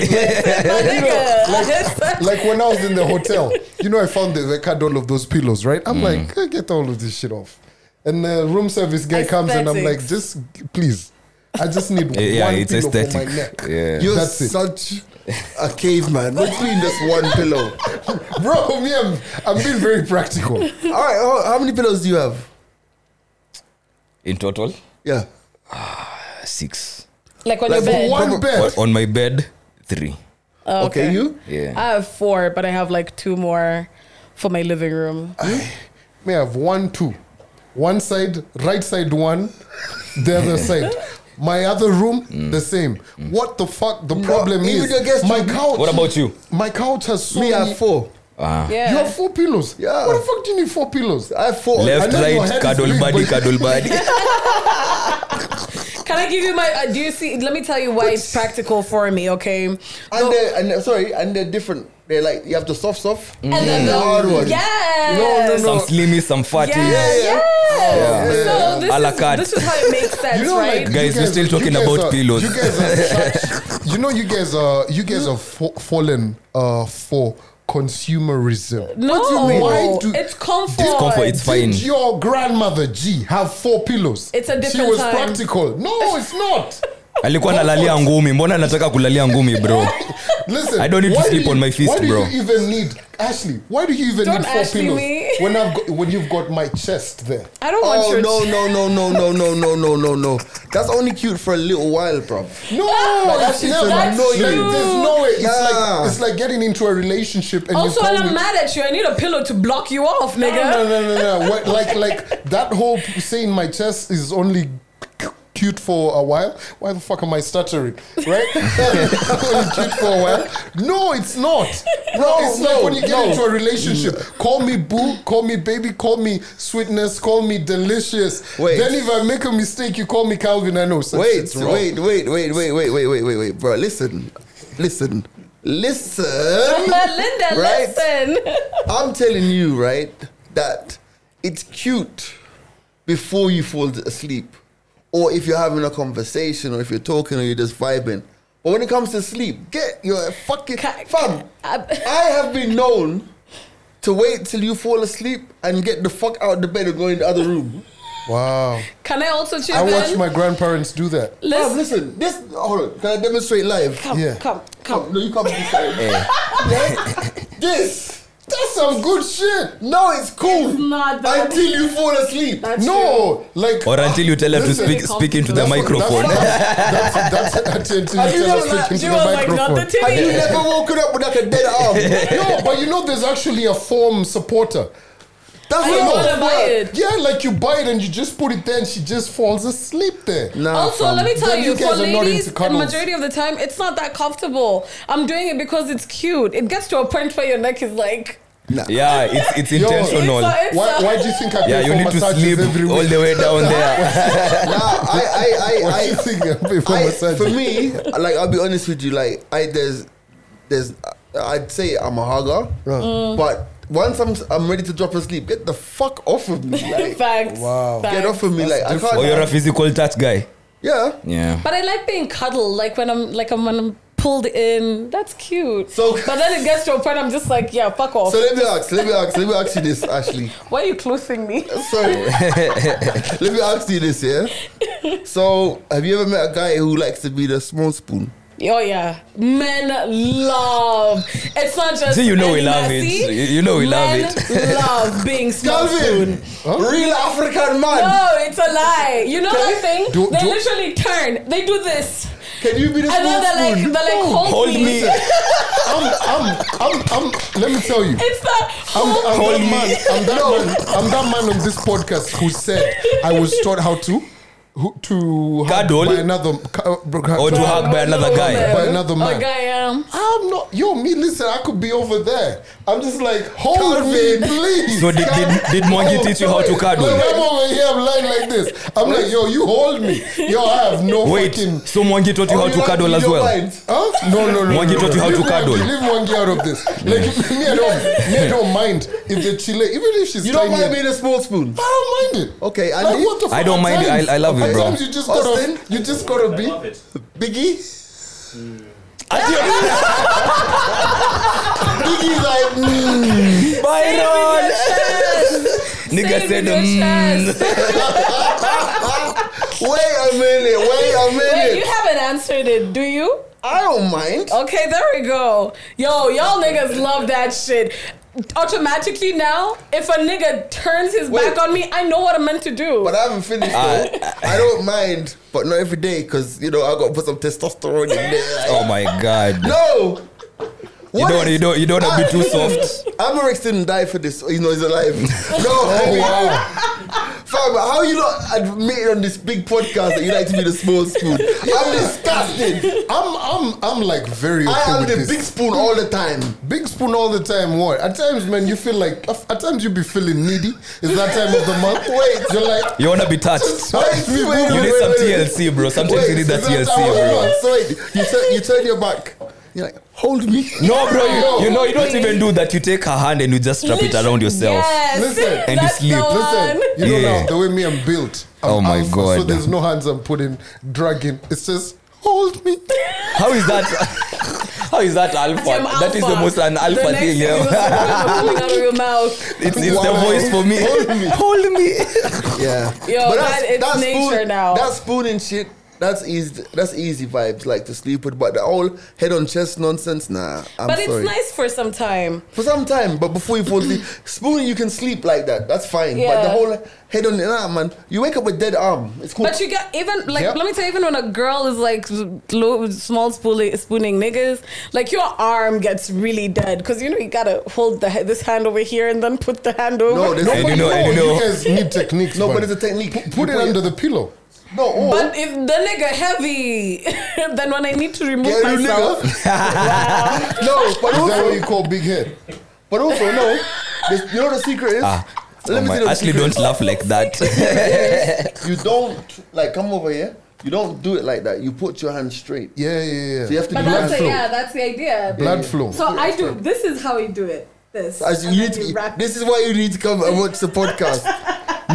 Speaker 2: My nigga,
Speaker 4: like when I was in the hotel, you know, I found the, I cut all of those pillows, right?
Speaker 1: Mm.
Speaker 4: I'm like, "Eh, get all of this shit off. And the room service guy comes and I'm like, just please, I just need
Speaker 1: yeah,
Speaker 4: one
Speaker 1: it's
Speaker 4: pillow for
Speaker 1: aesthetic.
Speaker 4: my neck.
Speaker 1: Yeah.
Speaker 3: You're
Speaker 4: That's it.
Speaker 3: such a caveman. Not doing just one pillow.
Speaker 4: Bro, me, I'm, I'm being very practical.
Speaker 3: All right, how, how many pillows do you have?
Speaker 1: In total,
Speaker 3: Yeah,
Speaker 1: six.
Speaker 2: like on
Speaker 3: Like
Speaker 2: your bed.
Speaker 4: One
Speaker 3: Double-
Speaker 4: bed.
Speaker 1: But on my bed, three.
Speaker 2: Oh,
Speaker 3: Okay, you?
Speaker 1: Yeah.
Speaker 2: I have four, but I have like two more for my living room.
Speaker 3: Uh,
Speaker 4: Me, I have one, two. One side, right side one, the other side. My other room,
Speaker 1: Mm.
Speaker 4: the same. What the fuck? The problem
Speaker 3: even
Speaker 4: is
Speaker 3: your guest
Speaker 4: my
Speaker 3: room-
Speaker 4: couch.
Speaker 1: What about you?
Speaker 4: my couch has so
Speaker 3: me, I
Speaker 4: many.
Speaker 3: have four.
Speaker 1: Ah.
Speaker 2: Yeah.
Speaker 4: You have four pillows.
Speaker 3: Yeah.
Speaker 4: What the fuck do you need four pillows?
Speaker 3: I have four.
Speaker 1: Left,
Speaker 4: know your head
Speaker 1: right,
Speaker 4: is
Speaker 1: cuddle
Speaker 4: big,
Speaker 1: body,
Speaker 4: but-
Speaker 1: cuddle body.
Speaker 2: Can I give you my? Uh, do you see? Let me tell you why it's practical for me. Okay. And
Speaker 3: And they're, and they're, sorry, and they're different. They're like you have the soft, soft,
Speaker 2: and then
Speaker 3: and the hard one.
Speaker 2: Yes.
Speaker 3: No, no, no.
Speaker 1: Some slimy, some fatty.
Speaker 2: Yes. yes.
Speaker 3: Yeah.
Speaker 1: A
Speaker 2: So
Speaker 1: la
Speaker 2: this
Speaker 1: carte.
Speaker 2: is, this is how it makes sense, right?
Speaker 4: like,
Speaker 1: Guys, we're still
Speaker 4: you
Speaker 1: talking
Speaker 4: guys
Speaker 1: about
Speaker 4: are-
Speaker 1: pillows.
Speaker 4: You guys are such- You know, you guys are you guys are fa- fallen uh, for consumerism.
Speaker 2: no.
Speaker 4: What do you mean? Why do-
Speaker 2: it's comfort.
Speaker 1: It's comfort, it's fine.
Speaker 4: Did your grandmother G have four pillows?
Speaker 2: It's a
Speaker 4: She
Speaker 2: different
Speaker 4: was
Speaker 2: time.
Speaker 4: practical. No, it's not.
Speaker 1: alikuwa
Speaker 4: Oh.
Speaker 1: nalalia ngumi mbona nataka kulalia ngumi bro
Speaker 4: Listen,
Speaker 1: I don't need to
Speaker 4: why
Speaker 1: sleep
Speaker 4: do you-
Speaker 1: on my fist,
Speaker 4: why do
Speaker 1: bro.
Speaker 4: you even need Ashley? Why do you even
Speaker 2: Don't
Speaker 4: need four
Speaker 2: Ashley
Speaker 4: pillows
Speaker 2: me.
Speaker 4: when I've got, when you've got my chest there?
Speaker 2: I don't want
Speaker 3: Oh
Speaker 2: your.
Speaker 3: no no no no no no no no no no! That's only cute for a little while, bro.
Speaker 4: No,
Speaker 2: Ah,
Speaker 4: that's
Speaker 3: that's
Speaker 4: never.
Speaker 3: That's
Speaker 4: no,
Speaker 3: true.
Speaker 4: there's no way. It's
Speaker 3: Nah.
Speaker 4: like it's like getting into a relationship and
Speaker 2: Also,
Speaker 4: you
Speaker 2: when
Speaker 4: call
Speaker 2: I'm
Speaker 4: me-
Speaker 2: mad at you, I need a pillow to block you off,
Speaker 4: No,
Speaker 2: nigga.
Speaker 4: no, no, no, no. What, like like that whole saying my chest is only c- cute for a while. Why the fuck am I stuttering? Right? only cute for a while. No, it's not. No, it's
Speaker 3: no,
Speaker 4: like when you get
Speaker 3: no.
Speaker 4: into a relationship. Call me boo, call me baby, call me sweetness, call me delicious.
Speaker 3: Wait.
Speaker 4: Then if I make a mistake, you call me Calvin. I know. such
Speaker 3: Wait,
Speaker 4: shit's wrong.
Speaker 3: wait, wait, wait, wait, wait, wait, wait, wait, wait, bro. Listen, listen, listen.
Speaker 2: But Linda,
Speaker 3: Right?
Speaker 2: listen.
Speaker 3: I'm telling you, right? that it's cute before you fall asleep, or if you're having a conversation, or if you're talking, or you're just vibing. But when it comes to sleep, get your fucking
Speaker 2: Ca-
Speaker 3: fam.
Speaker 2: ca- uh, I-
Speaker 3: I have been known to wait till you fall asleep and get the fuck out of the bed and go in the other room.
Speaker 4: Wow.
Speaker 2: Can I also
Speaker 4: I
Speaker 2: chip
Speaker 4: watched
Speaker 2: in?
Speaker 4: my grandparents do that.
Speaker 2: Let's-
Speaker 3: Fam, listen, this hold on. Can I demonstrate live?
Speaker 2: come,
Speaker 4: Yeah.
Speaker 2: come,
Speaker 3: Come,
Speaker 2: come.
Speaker 3: no, you come this side.
Speaker 1: Eh.
Speaker 3: This.
Speaker 4: That's some good shit.
Speaker 3: No, it's cool.
Speaker 2: It's not that-
Speaker 3: until you fall asleep.
Speaker 2: That's
Speaker 4: No, like
Speaker 1: Or until you tell her to
Speaker 4: Listen,
Speaker 1: speak
Speaker 2: Listen.
Speaker 1: speak into the
Speaker 4: that's what-
Speaker 1: microphone.
Speaker 4: That's, that's, that's until
Speaker 3: Have
Speaker 4: you
Speaker 3: you
Speaker 4: tell
Speaker 3: never
Speaker 4: us to
Speaker 3: like-
Speaker 4: speak
Speaker 2: She
Speaker 4: into the
Speaker 2: was like, not
Speaker 4: microphone.
Speaker 2: the
Speaker 3: Have you
Speaker 2: TV.
Speaker 3: never woken up with like a dead arm?
Speaker 4: no, but you know, there's actually a form supporter.
Speaker 3: That's
Speaker 2: I
Speaker 3: what
Speaker 2: don't
Speaker 3: I'm
Speaker 2: wanna buy
Speaker 3: saying.
Speaker 2: it.
Speaker 4: Yeah, like you buy it and you just put it there, and she just falls asleep there.
Speaker 3: Nah,
Speaker 2: also,
Speaker 3: fam.
Speaker 2: let me tell
Speaker 4: Then
Speaker 2: you,
Speaker 4: you
Speaker 2: for
Speaker 4: guys are not
Speaker 2: ladies,
Speaker 4: into
Speaker 2: the
Speaker 4: cuddles.
Speaker 2: majority of the time, it's not that comfortable. I'm doing it because it's cute. It gets to a point where your neck is like,
Speaker 1: Yeah, it's it's
Speaker 4: Yo.
Speaker 1: intentional.
Speaker 2: It's a- it's
Speaker 4: Why, why do you think I pay
Speaker 1: Yeah,
Speaker 4: for
Speaker 1: you need to
Speaker 4: massages
Speaker 1: sleep
Speaker 4: every
Speaker 1: all
Speaker 4: week?
Speaker 1: the way down there.
Speaker 3: Nah, I, I,
Speaker 4: Why do
Speaker 3: I,
Speaker 4: you
Speaker 3: I,
Speaker 4: think I pay for
Speaker 3: I,
Speaker 4: massages?
Speaker 3: for me, like I'll be honest with you, like I there's there's I'd say I'm a hugger,
Speaker 4: Right.
Speaker 3: but once I'm I'm ready to drop asleep, get the fuck off of me, like
Speaker 2: facts.
Speaker 4: Wow.
Speaker 2: facts.
Speaker 3: get off of me, like I can't.
Speaker 1: or Oh, you're a physical touch guy.
Speaker 3: yeah.
Speaker 1: Yeah.
Speaker 2: But I like being cuddled, like when I'm like I'm when I'm pulled in. That's cute.
Speaker 3: So-
Speaker 2: but then it gets to a point I'm just like, yeah, fuck off.
Speaker 3: So let me ask, let me ask, let me ask you this, Ashley.
Speaker 2: Why are you closing me?
Speaker 3: Sorry. let me ask you this, yeah. So have you ever met a guy who likes to be the small spoon?
Speaker 2: Oh yeah, men love. It's not just.
Speaker 1: See, you know
Speaker 2: any
Speaker 1: we love it.
Speaker 2: messy.
Speaker 1: You- you know we love
Speaker 2: Men
Speaker 1: it.
Speaker 2: love being small
Speaker 3: Calvin,
Speaker 2: spoon.
Speaker 3: real African man.
Speaker 2: No, it's a lie. You know that thing?
Speaker 4: do-
Speaker 2: they
Speaker 4: do-
Speaker 2: literally turn. They do this,
Speaker 3: Can you be the
Speaker 2: and
Speaker 3: small
Speaker 2: then they're like,
Speaker 4: Oh,
Speaker 3: spoon?
Speaker 2: they're like, hold,
Speaker 1: Hold
Speaker 2: me.
Speaker 1: me.
Speaker 4: I'm, I'm, I'm, I'm, let me tell you.
Speaker 2: It's that
Speaker 4: I'm,
Speaker 2: hold
Speaker 4: I'm
Speaker 1: Hold
Speaker 4: that
Speaker 1: me.
Speaker 4: man. I'm that man. I'm that man on this podcast who said I was taught how to, who, to hug
Speaker 1: Cuddle.
Speaker 4: by another, uh, cu-
Speaker 1: Or to hug by another guy.
Speaker 4: By another man.
Speaker 2: A guy, um,
Speaker 4: I'm not. Yo, me. Listen, I could be over there. I'm just like, hold me, please.
Speaker 1: So did, did, did Mwangi teach you how to
Speaker 4: Like,
Speaker 1: cuddle?
Speaker 4: I'm over here. I'm lying like this. I'm like, yo, you hold me. Yo, I have no
Speaker 1: Wait,
Speaker 4: fucking.
Speaker 1: so Mwangi taught you how
Speaker 3: Oh,
Speaker 1: to
Speaker 3: like
Speaker 1: cuddle as
Speaker 3: video
Speaker 1: well?
Speaker 3: lines?
Speaker 4: Huh? No, no, no.
Speaker 1: Mwangi
Speaker 4: no,
Speaker 1: taught you
Speaker 4: no.
Speaker 1: how to
Speaker 4: Leave Mwangi-
Speaker 1: cuddle.
Speaker 4: Leave one out of this. Like me, I don't. Me, I don't mind if they chill. Even if she's
Speaker 3: You don't
Speaker 4: tiny.
Speaker 3: mind being a small spoon?
Speaker 4: I don't mind it.
Speaker 3: Okay, and
Speaker 4: like,
Speaker 3: you-
Speaker 4: what the fuck
Speaker 1: I don't
Speaker 4: at
Speaker 1: mind it. I-
Speaker 4: times-
Speaker 1: I love it,
Speaker 4: at
Speaker 1: bro.
Speaker 4: times You just gotta.
Speaker 3: Austin?
Speaker 4: You just gotta be.
Speaker 5: Love it.
Speaker 3: Biggie?
Speaker 1: Adios.
Speaker 3: Biggie's like, mm,
Speaker 1: Byron. Nigga
Speaker 2: save
Speaker 1: said,
Speaker 2: in your
Speaker 1: mm.
Speaker 2: chest.
Speaker 3: wait a minute, wait
Speaker 2: Wait,
Speaker 3: a minute.
Speaker 2: you haven't answered it, do you?
Speaker 3: I don't mind.
Speaker 2: Okay, there we go. Yo, y'all niggas love that shit. Automatically now, if a nigga turns his
Speaker 3: Wait.
Speaker 2: back on me, I know what I'm meant to do.
Speaker 3: But I haven't finished though. I don't mind, but not every day because you know I got to put some testosterone in there.
Speaker 1: Oh my god.
Speaker 3: No.
Speaker 1: You
Speaker 3: What
Speaker 1: don't, you
Speaker 3: is-
Speaker 1: don't, you don't want to be too
Speaker 3: Ah,
Speaker 1: soft.
Speaker 3: Amarex didn't die for this. You know he's alive. No, I
Speaker 1: Oh,
Speaker 3: mean, fam, how you not admitted on this big podcast that you like to be the small spoon? I'm disgusted.
Speaker 4: I'm. I'm. I'm like very.
Speaker 3: I
Speaker 4: okay
Speaker 3: am
Speaker 4: with
Speaker 3: the
Speaker 4: this.
Speaker 3: big spoon all the time.
Speaker 4: Big spoon all the time. What? At times, man, you feel like at times you be feeling needy. It's that time of the month.
Speaker 3: Wait.
Speaker 4: you're like
Speaker 1: You want to be touched.
Speaker 4: touch
Speaker 3: wait,
Speaker 4: me, boo.
Speaker 1: You
Speaker 3: wait,
Speaker 1: need
Speaker 3: wait,
Speaker 1: some
Speaker 3: wait.
Speaker 1: TLC, bro. Sometimes you need
Speaker 4: Wait,
Speaker 1: that
Speaker 4: so that's
Speaker 1: TLC,
Speaker 4: how it
Speaker 1: bro.
Speaker 4: works.
Speaker 3: So wait, you turn you turn your back. You're like, hold me.
Speaker 1: No, bro, you, you know, you don't
Speaker 2: Please.
Speaker 1: even do that. You take her hand and you just strap it around yourself.
Speaker 2: Yes.
Speaker 4: Listen,
Speaker 1: and you
Speaker 2: That's
Speaker 1: sleep.
Speaker 2: the
Speaker 4: Listen,
Speaker 2: one.
Speaker 4: you know
Speaker 1: Yeah.
Speaker 4: now the way me I'm built. I'm
Speaker 1: Oh my
Speaker 4: alpha, So
Speaker 1: God.
Speaker 4: there's no hands I'm putting, dragging. It's just hold me.
Speaker 1: How is that? How is that alpha?
Speaker 2: That's your
Speaker 1: That is the
Speaker 2: alpha.
Speaker 1: most an
Speaker 2: The
Speaker 1: alpha
Speaker 2: next
Speaker 1: thing.
Speaker 2: is
Speaker 1: Yeah.
Speaker 2: coming out of your mouth.
Speaker 1: It's, it's the
Speaker 4: Wow.
Speaker 1: voice for me.
Speaker 4: Hold me.
Speaker 1: Hold me.
Speaker 3: Yeah.
Speaker 2: Yo, that is nature
Speaker 3: spoon,
Speaker 2: now.
Speaker 3: That spooning shit, that's easy. That's easy vibes, like to sleep with. But the whole head on chest nonsense, nah. I'm
Speaker 2: But
Speaker 3: sorry.
Speaker 2: it's nice for some time.
Speaker 3: for some time. But before you fall asleep, spooning you can sleep like that. That's fine. But
Speaker 2: Yeah.
Speaker 3: the whole head on nah, man. You wake up with dead arm. It's cool.
Speaker 2: But you get even like
Speaker 4: Yep.
Speaker 2: let me tell you, even when a girl is like low, small spooning, spooning niggas, like your arm gets really dead because you know you gotta hold the he- this hand over here and then put the hand over.
Speaker 3: there's-
Speaker 4: But
Speaker 1: And you know, and you know.
Speaker 4: guys need techniques.
Speaker 3: no, but
Speaker 4: man.
Speaker 3: it's a technique. You
Speaker 4: put it under the pillow.
Speaker 3: No, oh, or
Speaker 2: But if the nigga heavy, then when I need to remove
Speaker 3: Yeah, you
Speaker 2: myself,
Speaker 3: no, but
Speaker 4: Is that what you
Speaker 3: also,
Speaker 4: call big head?
Speaker 3: but also no. There's- You know what the secret is.
Speaker 1: Ah,
Speaker 3: Let
Speaker 1: oh
Speaker 3: me
Speaker 1: my,
Speaker 3: tell you the
Speaker 1: Ashley,
Speaker 3: secret.
Speaker 1: don't laugh like that.
Speaker 3: You don't like come over here. You don't do it like that. You put your hand straight.
Speaker 4: Yeah, yeah, yeah.
Speaker 3: So you have to
Speaker 2: but
Speaker 3: do
Speaker 2: that's
Speaker 3: that.
Speaker 2: the,
Speaker 4: flow.
Speaker 2: yeah, that's the idea.
Speaker 4: Blood flow.
Speaker 2: So I do. This is how we do it. this.
Speaker 3: As you
Speaker 2: and then
Speaker 3: need to-
Speaker 2: you wrap-
Speaker 3: this is why you need to come and watch the podcast.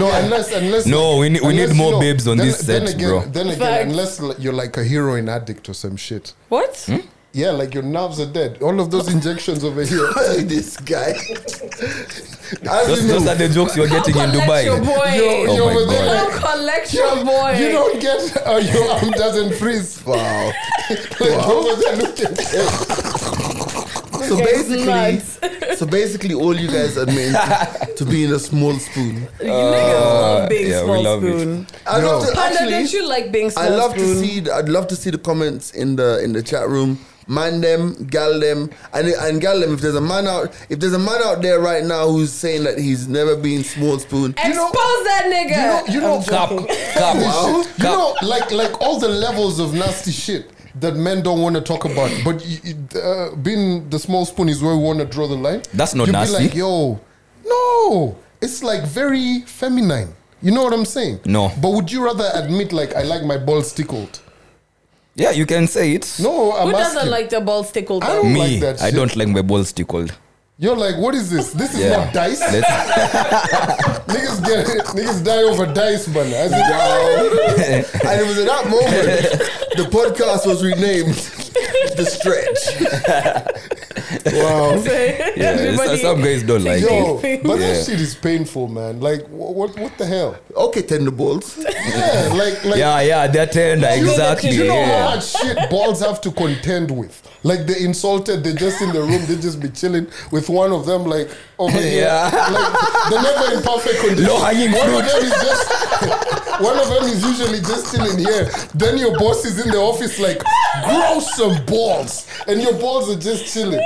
Speaker 4: No, unless unless
Speaker 1: No, we need- we need
Speaker 4: unless,
Speaker 1: more babes on this set,
Speaker 4: again,
Speaker 1: bro.
Speaker 4: Then again,
Speaker 2: Facts.
Speaker 4: unless like, you're like a heroin addict or some shit.
Speaker 2: What?
Speaker 1: Hmm?
Speaker 4: Yeah, like your nerves are dead. All of those injections over here.
Speaker 3: this guy. As
Speaker 1: Those,
Speaker 3: you
Speaker 1: those
Speaker 3: know,
Speaker 1: are the jokes you're
Speaker 2: Come
Speaker 1: getting in
Speaker 2: collect Your
Speaker 1: Dubai.
Speaker 2: boy.
Speaker 4: Yo,
Speaker 1: Oh
Speaker 4: yo,
Speaker 1: my
Speaker 4: but
Speaker 1: God.
Speaker 4: then,
Speaker 2: Come
Speaker 4: like,
Speaker 2: collect your boy.
Speaker 4: You don't get uh, your arm doesn't freeze.
Speaker 3: wow.
Speaker 4: Like, over there, look at it.
Speaker 3: So
Speaker 2: This guy's
Speaker 3: basically, so basically, all you guys are meant to, to be in a small spoon.
Speaker 2: Niggas love being
Speaker 1: uh, yeah, we
Speaker 2: small
Speaker 1: love it.
Speaker 2: spoon.
Speaker 3: I love to
Speaker 2: Panda, don't
Speaker 3: actually.
Speaker 2: you like being small
Speaker 3: I love
Speaker 2: spoon?
Speaker 3: to see. the- I'd love to see the comments in the in the chat room. Man them, gal them, and and gal them. If there's a man out, if there's a man out there right now who's saying that he's never been small spoon,
Speaker 2: Expose that nigga.
Speaker 4: You know, you know,
Speaker 2: I'm
Speaker 1: Cap,
Speaker 2: joking.
Speaker 1: cap,
Speaker 4: you
Speaker 1: cap.
Speaker 4: know, like like all the levels of nasty shit that men don't want to talk about. But you, you- uh, being the small spoon is where we want to draw the line.
Speaker 1: That's not
Speaker 4: You'd
Speaker 1: nasty.
Speaker 4: Be like, Yo, no, it's like very feminine. You know what I'm saying?
Speaker 1: No.
Speaker 4: But would you rather admit like I like my balls tickled?
Speaker 1: Yeah, you can say it.
Speaker 4: No, I'm
Speaker 2: Who
Speaker 4: asking.
Speaker 2: doesn't like the ball tickled?
Speaker 4: I don't-
Speaker 1: Me,
Speaker 4: like that
Speaker 1: I
Speaker 4: shit.
Speaker 1: don't like my balls tickled.
Speaker 4: You're like, what is this? This is
Speaker 1: Yeah.
Speaker 4: not dice.
Speaker 1: Let's-
Speaker 4: niggas get niggas die over dice, man. I said,
Speaker 3: and it was at that moment the podcast was renamed the Stretch.
Speaker 4: wow.
Speaker 1: yeah, so- some guys don't like
Speaker 4: Yo,
Speaker 1: it.
Speaker 4: but
Speaker 1: Yeah.
Speaker 4: that shit is painful, man. Like, wha- what, what the hell?
Speaker 3: Okay, tender balls.
Speaker 4: Yeah, like, like,
Speaker 1: Yeah, yeah, they're tender,
Speaker 4: you know-
Speaker 1: exactly.
Speaker 4: You know how
Speaker 1: yeah.
Speaker 4: much shit balls have to contend with. Like, they're insulted. They're just in the room. They just be chilling with one of them, like over here.
Speaker 1: Yeah.
Speaker 4: Like, they're never in perfect condition.
Speaker 1: Low hanging
Speaker 4: One of
Speaker 1: fruit.
Speaker 4: them is just. One of them is usually just still in here. Then your boss is in the office like, grow some balls, and your balls are just chilling.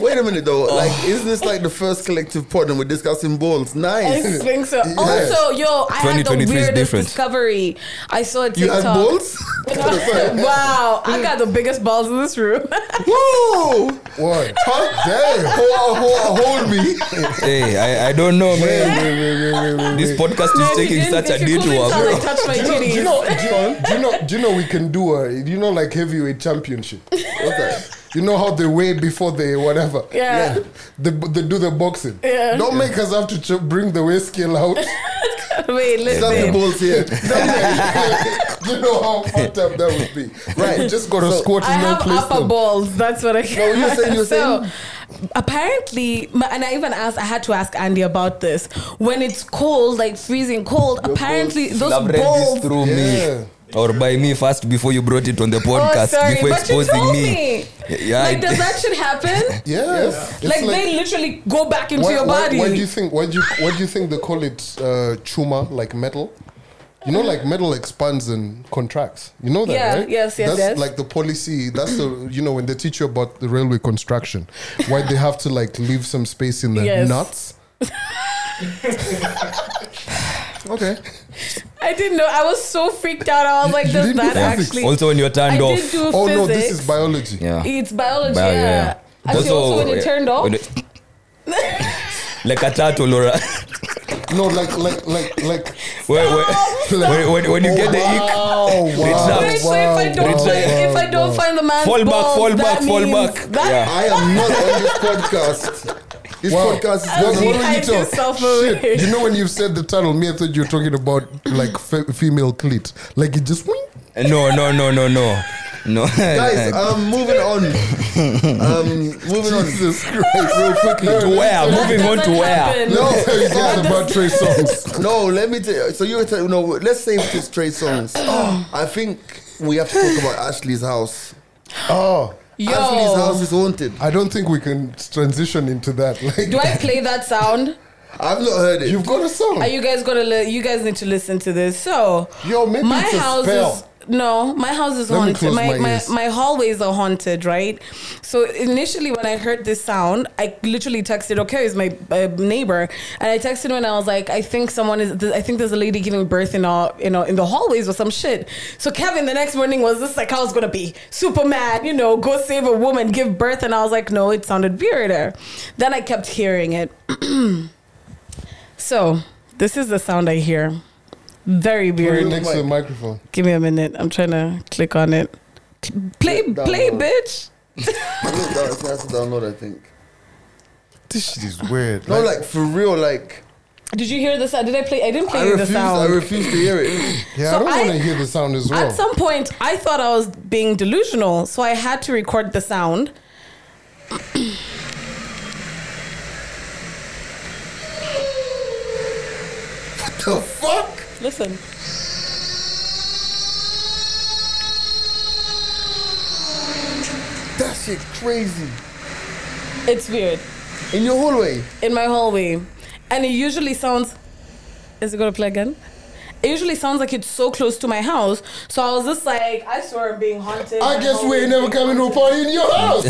Speaker 3: Wait a minute though. Like, isn't this like the first collective pod and we're discussing balls?
Speaker 2: I
Speaker 3: Nice.
Speaker 2: think so. Also, yo, I had the
Speaker 1: 2023 is
Speaker 2: weirdest
Speaker 1: different.
Speaker 2: discovery. I saw a TikTok.
Speaker 3: You had balls?
Speaker 2: wow, I got the biggest balls in this room.
Speaker 3: Woo!
Speaker 4: What? Damn.
Speaker 3: Hold, hold, hold me.
Speaker 1: Hey, I, I don't know, man.
Speaker 4: Wait, wait, wait, wait, wait.
Speaker 1: This podcast is
Speaker 2: If you
Speaker 1: taking
Speaker 2: didn't-
Speaker 1: such a
Speaker 2: if you couldn't
Speaker 1: detour,
Speaker 2: tell, I
Speaker 1: bro.
Speaker 2: touched my
Speaker 4: Do you know- do you
Speaker 2: titties.
Speaker 4: know? Do you know? Do you know? Do you know? We can do a. You know, like heavyweight championship.
Speaker 3: Okay.
Speaker 4: You know how they weigh before they whatever.
Speaker 2: Yeah.
Speaker 4: They, they do the boxing.
Speaker 2: Yeah.
Speaker 4: Don't make us have to ch- bring the weigh scale out.
Speaker 2: Wait,
Speaker 3: Stop the
Speaker 2: listen.
Speaker 3: balls here.
Speaker 4: you know how fucked up that would be. Right. You just got to
Speaker 3: So-
Speaker 4: squat
Speaker 2: I
Speaker 4: in no
Speaker 2: have
Speaker 4: place.
Speaker 2: upper
Speaker 4: them.
Speaker 2: balls. That's what I can.
Speaker 3: you were saying- you were
Speaker 2: so, apparently, my- and I even asked. I had to ask Andy about this. When it's cold, like freezing cold, apparently those
Speaker 1: Elaborate this
Speaker 2: balls.
Speaker 1: through
Speaker 4: Yeah.
Speaker 1: me. Or by me first before you brought it on the podcast,
Speaker 2: Oh, sorry,
Speaker 1: before
Speaker 2: but you
Speaker 1: exposing
Speaker 2: told
Speaker 1: me.
Speaker 2: me.
Speaker 1: Yeah,
Speaker 2: like,
Speaker 1: I-
Speaker 2: does that shit happen?
Speaker 4: Yes. It's
Speaker 2: like, they literally go back into
Speaker 4: why,
Speaker 2: your
Speaker 4: why-
Speaker 2: body.
Speaker 4: Why, do you think? Why do you? Why do you think they call it uh, chuma, like metal? You know, like metal expands and contracts. You know that,
Speaker 2: Yeah,
Speaker 4: right?
Speaker 2: yes, yes,
Speaker 4: That's
Speaker 2: yes.
Speaker 4: like the policy. That's the you know when they teach you about the railway construction, why they have to like leave some space in the
Speaker 2: Yes.
Speaker 4: nuts. okay.
Speaker 2: I didn't know. I was so freaked out. I was like,
Speaker 4: you
Speaker 2: does
Speaker 4: didn't do
Speaker 2: that
Speaker 4: physics?
Speaker 2: actually?
Speaker 1: also, when you're
Speaker 2: I
Speaker 1: turned off.
Speaker 2: did do
Speaker 4: Oh
Speaker 2: physics.
Speaker 4: no, this is biology.
Speaker 1: yeah.
Speaker 2: It's biology.
Speaker 1: Bio-
Speaker 2: yeah. Actually, also, when it turned off.
Speaker 1: when it- like a turtle, or a-
Speaker 4: No, like like like like.
Speaker 1: when, when, when, when, when you get the ick,
Speaker 2: Oh,
Speaker 4: wow, oh, wow,
Speaker 2: Wait, so if I don't,
Speaker 1: Wow,
Speaker 2: find, if I don't find the man's
Speaker 1: fall back,
Speaker 2: balls,
Speaker 1: fall back,
Speaker 2: that
Speaker 1: fall
Speaker 2: means
Speaker 1: back.
Speaker 2: That
Speaker 1: yeah.
Speaker 3: I am not on this podcast. This
Speaker 4: Wow.
Speaker 3: podcast is
Speaker 2: I'll
Speaker 3: not
Speaker 2: be
Speaker 3: on
Speaker 4: What were you
Speaker 2: hiding
Speaker 4: talking-
Speaker 2: yourself away.
Speaker 4: Shit. You know when you said the title, me, I thought you were talking about like fe- female clit. Like it just wing.
Speaker 1: No, no, no, no, no. No.
Speaker 3: Guys, um, moving on. Um, moving on.
Speaker 4: Jesus Christ. Real quickly.
Speaker 1: to where?
Speaker 2: That
Speaker 1: Moving on to
Speaker 2: doesn't
Speaker 1: where?
Speaker 2: happen.
Speaker 4: No,
Speaker 3: No,
Speaker 4: it's not about Trey songs.
Speaker 3: No, let me tell you. So you were telling no. Let's save this Trey songs. I think we have to talk about Ashley's house.
Speaker 4: Oh,
Speaker 3: Ashley's house
Speaker 2: Yo,
Speaker 3: is haunted.
Speaker 4: I don't think we can transition into that. Like,
Speaker 2: do I play that sound?
Speaker 3: I've not heard it.
Speaker 4: you've got a song.
Speaker 2: Are you guys gonna? Li- you guys need to listen to this. So,
Speaker 4: Yo, maybe
Speaker 2: my
Speaker 4: it's a
Speaker 2: house is
Speaker 4: spell.
Speaker 2: no, my house is
Speaker 4: Let me
Speaker 2: haunted.
Speaker 4: close
Speaker 2: My
Speaker 4: my
Speaker 2: my,
Speaker 4: ears.
Speaker 2: my hallways are haunted, right? So initially, when I heard this sound, I literally texted, "Okay, it's my uh, neighbor," and I texted him and I was like, "I think someone is. I think there's a lady giving birth in our you know in the hallways or some shit." So Kevin, the next morning was this like I was gonna be super mad, you know, go save a woman, give birth, and I was like, "No, it sounded weirder." Then I kept hearing it. so this is the sound I hear. Very
Speaker 4: Put
Speaker 2: weird.
Speaker 4: it next to the microphone.
Speaker 2: Give me a minute. I'm trying to click on it. Play,
Speaker 3: Download.
Speaker 2: play, bitch.
Speaker 3: I think that- it has to download. I think.
Speaker 4: This shit is weird.
Speaker 3: No, like for real, like
Speaker 2: Did you hear the sound? Did I play? I didn't play
Speaker 3: I
Speaker 2: you
Speaker 3: refuse.
Speaker 2: the
Speaker 3: I
Speaker 2: sound.
Speaker 3: refuse to hear it.
Speaker 4: yeah,
Speaker 2: so
Speaker 4: I don't want
Speaker 2: I-
Speaker 4: to hear the sound as well.
Speaker 2: At some point, I thought I was being delusional, so I had to record the sound.
Speaker 3: the fuck?
Speaker 2: Listen.
Speaker 3: That shit crazy.
Speaker 2: It's weird.
Speaker 3: In your hallway.
Speaker 2: In my hallway. And it usually sounds. Is it going to play again? It usually sounds like it's so close to my house. So I was just like, I swear I'm being haunted.
Speaker 4: I
Speaker 2: My
Speaker 4: guess we
Speaker 2: hallway
Speaker 4: ain't
Speaker 2: is
Speaker 4: never
Speaker 2: being
Speaker 4: coming to a
Speaker 2: haunted.
Speaker 4: party in your house.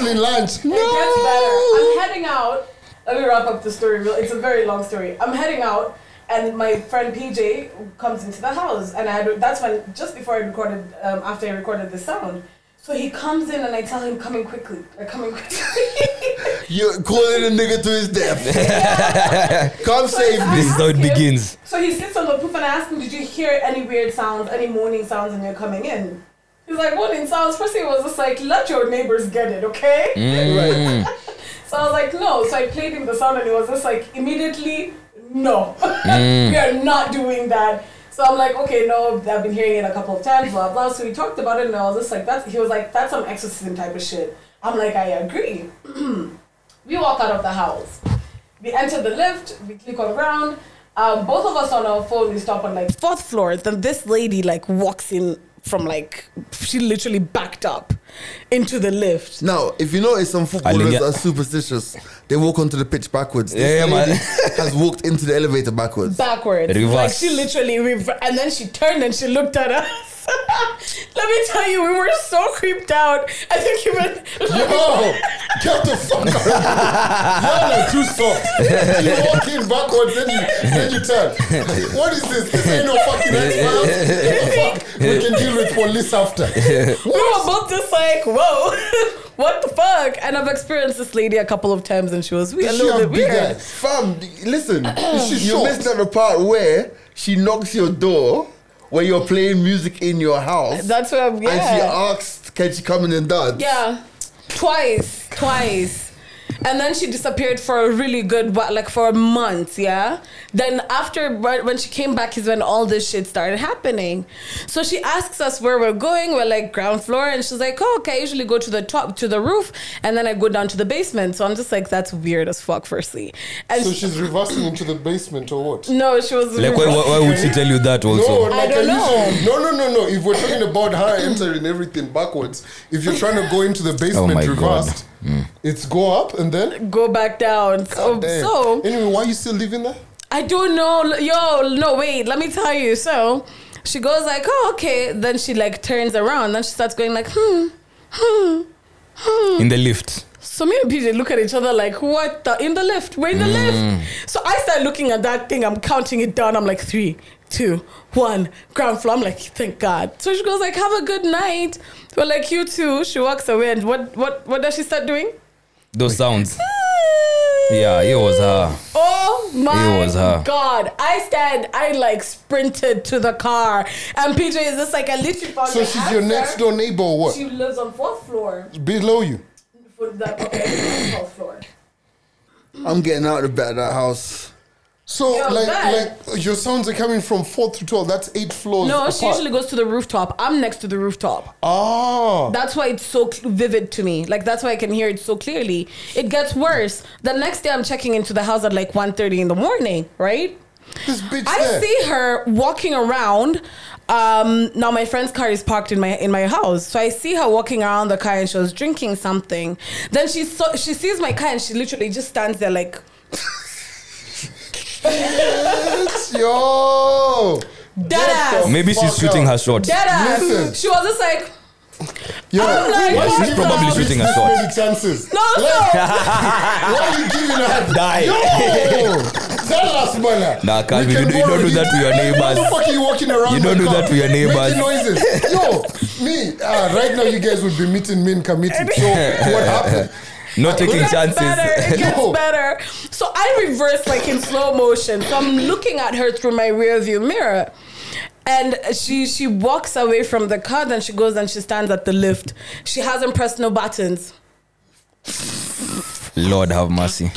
Speaker 2: It
Speaker 4: Ashley Lunch. No.
Speaker 2: gets better. I'm heading out. Let me wrap up the story. real- It's a very long story. I'm heading out, and my friend PJ comes into the house, and I had, that's when just before I recorded, um, after I recorded the sound. So he comes in, and I tell him, "Coming quickly, uh, coming quickly."
Speaker 3: You're calling a nigga to his death. Come save
Speaker 2: So I
Speaker 3: me.
Speaker 1: This is how it
Speaker 2: ask him-
Speaker 1: begins.
Speaker 2: So he sits on the poof and I ask him, Did you hear any weird sounds, any moaning sounds when you're coming in? He's like, Moaning sounds? First he was just like, Let your neighbors get it, okay?
Speaker 1: Mm.
Speaker 2: So I was like, No. So I played him the sound and he was just like, Immediately, no. we are not doing that. So I'm like, okay, no, I've been hearing it a couple of times, blah blah. So we talked about it, and I was just like, that's. He was like, that's some exorcism type of shit. I'm like, I agree. we walk out of the house. We enter the lift, we click on ground. Um, both of us on our phone, we stop on like fourth floor. Then this lady like walks in from like she literally backed up into the lift.
Speaker 3: Now, if you notice, some footballers
Speaker 1: Alinga-
Speaker 3: are superstitious. They walk onto the pitch backwards. This
Speaker 1: Yeah, yeah, man.
Speaker 3: lady has walked into the elevator backwards.
Speaker 2: Backwards.
Speaker 1: Reverse.
Speaker 2: Like she literally rever- and then she turned and she looked at us. Let me tell you, we were so creeped out. I think even
Speaker 4: Yo, Oh, get the fuck out of here. Y'all are too soft. You walk in backwards, then you, then you turn. What is this? This ain't no fucking X-Files. What the fuck? We can deal with police after.
Speaker 2: we were both just like, whoa, what the fuck? And I've experienced this lady a couple of times and she was weird, a
Speaker 4: Does she
Speaker 2: little
Speaker 4: have
Speaker 2: bit
Speaker 4: big
Speaker 2: weird.
Speaker 4: eyes?
Speaker 3: Fam, listen,
Speaker 4: She's
Speaker 3: you
Speaker 4: short.
Speaker 3: missed out the part where she knocks your door when you're playing music in your house.
Speaker 2: That's what I'm yeah.
Speaker 3: And she asked, can she come in and dance?
Speaker 2: yeah. Twice. Twice. And then she disappeared for a really good while, like for a month, yeah? Then after, right when she came back is when all this shit started happening. So she asks us where we're going. We're like ground floor. And she's like, oh, okay, I usually go to the top, to the roof. And then I go down to the basement. So I'm just like, that's weird as fuck, firstly. And
Speaker 4: So she's reversing into the basement or what?
Speaker 2: no, she was
Speaker 1: Like, why, why, why would she tell you that
Speaker 4: No,
Speaker 1: also?
Speaker 4: like
Speaker 2: I don't know.
Speaker 4: usually- no, no, no, no. If we're talking about her entering everything backwards, if you're trying to go into the
Speaker 2: Oh.
Speaker 4: basement
Speaker 1: Oh my God.
Speaker 4: reversed, it's go up and then.
Speaker 2: go back down. So,
Speaker 4: Damn.
Speaker 2: so
Speaker 4: anyway, why are you still living there?
Speaker 2: I don't know. L- Yo, no, wait, let me tell you. So she goes like, oh, okay. Then she like turns around. Then she starts going like, hmm, hmm.
Speaker 1: In the lift.
Speaker 2: So me and PJ look at each other like, what the? In the lift. We're in the lift. So I start looking at that thing. I'm counting it down. I'm like, three, two, one. Ground floor. I'm like, thank God. So she goes like, have a good night. We're like, you too. She walks away. And what, what, what does she start doing?
Speaker 1: Those sounds. Yeah, it was her.
Speaker 2: Oh my
Speaker 1: It was her.
Speaker 2: god! I stand. I like sprinted to the car, and PJ is just like I literally found.
Speaker 4: So
Speaker 2: an
Speaker 4: she's
Speaker 2: answer.
Speaker 4: your next door neighbor or what?
Speaker 2: She lives on fourth floor.
Speaker 4: Below you.
Speaker 2: For the okay, fourth floor.
Speaker 3: I'm getting out of the back of that house.
Speaker 4: So
Speaker 2: Yo,
Speaker 4: like
Speaker 2: that-
Speaker 4: like your sounds are coming from fourth to twelve. That's eight floors.
Speaker 2: No,
Speaker 4: apart.
Speaker 2: she usually goes to the rooftop. I'm next to the rooftop.
Speaker 4: Ah,
Speaker 2: That's why it's so cl- vivid to me. Like that's why I can hear it so clearly. It gets worse. The next day, I'm checking into the house at like 1.30 in the morning. Right.
Speaker 4: this bitch
Speaker 2: I
Speaker 4: there.
Speaker 2: see her walking around. Um, now my friend's car is parked in my in my house, so I see her walking around the car and she was drinking something. Then she saw, she sees my car and she literally just stands there like
Speaker 4: Bitch, Yo,
Speaker 2: dead ass,
Speaker 1: Maybe she's
Speaker 4: Fuck
Speaker 1: shooting
Speaker 4: up.
Speaker 1: her shot.
Speaker 2: dead ass.
Speaker 4: Listen.
Speaker 2: She was just like
Speaker 4: yo,
Speaker 2: I'm like,
Speaker 4: why
Speaker 2: Yeah,
Speaker 4: you
Speaker 2: she's
Speaker 4: giving
Speaker 1: probably
Speaker 4: her
Speaker 1: shooting
Speaker 4: this
Speaker 1: a shot.
Speaker 4: Many chances.
Speaker 2: no, no.
Speaker 4: Why are you giving her?
Speaker 1: Die.
Speaker 4: Yo, tell us, man.
Speaker 1: Nah, Calvin,
Speaker 4: We
Speaker 1: you
Speaker 4: can
Speaker 1: don't- you don't
Speaker 4: borrow
Speaker 1: do
Speaker 4: this.
Speaker 1: that to your
Speaker 4: Why the
Speaker 1: neighbors.
Speaker 4: fuck are you walking around?
Speaker 1: You don't
Speaker 4: my
Speaker 1: do
Speaker 4: car
Speaker 1: that to your neighbors.
Speaker 4: Making noises. Yo, me. Uh, right now, you guys would be meeting me in committee. So what happened?
Speaker 1: Not taking
Speaker 2: It gets better. It
Speaker 1: chances.
Speaker 2: gets
Speaker 4: No.
Speaker 2: better. So I reverse like in slow motion. So I'm looking at her through my rear view mirror. And she she walks away from the car, then she goes and she stands at the lift. She hasn't pressed no buttons.
Speaker 1: Lord have mercy.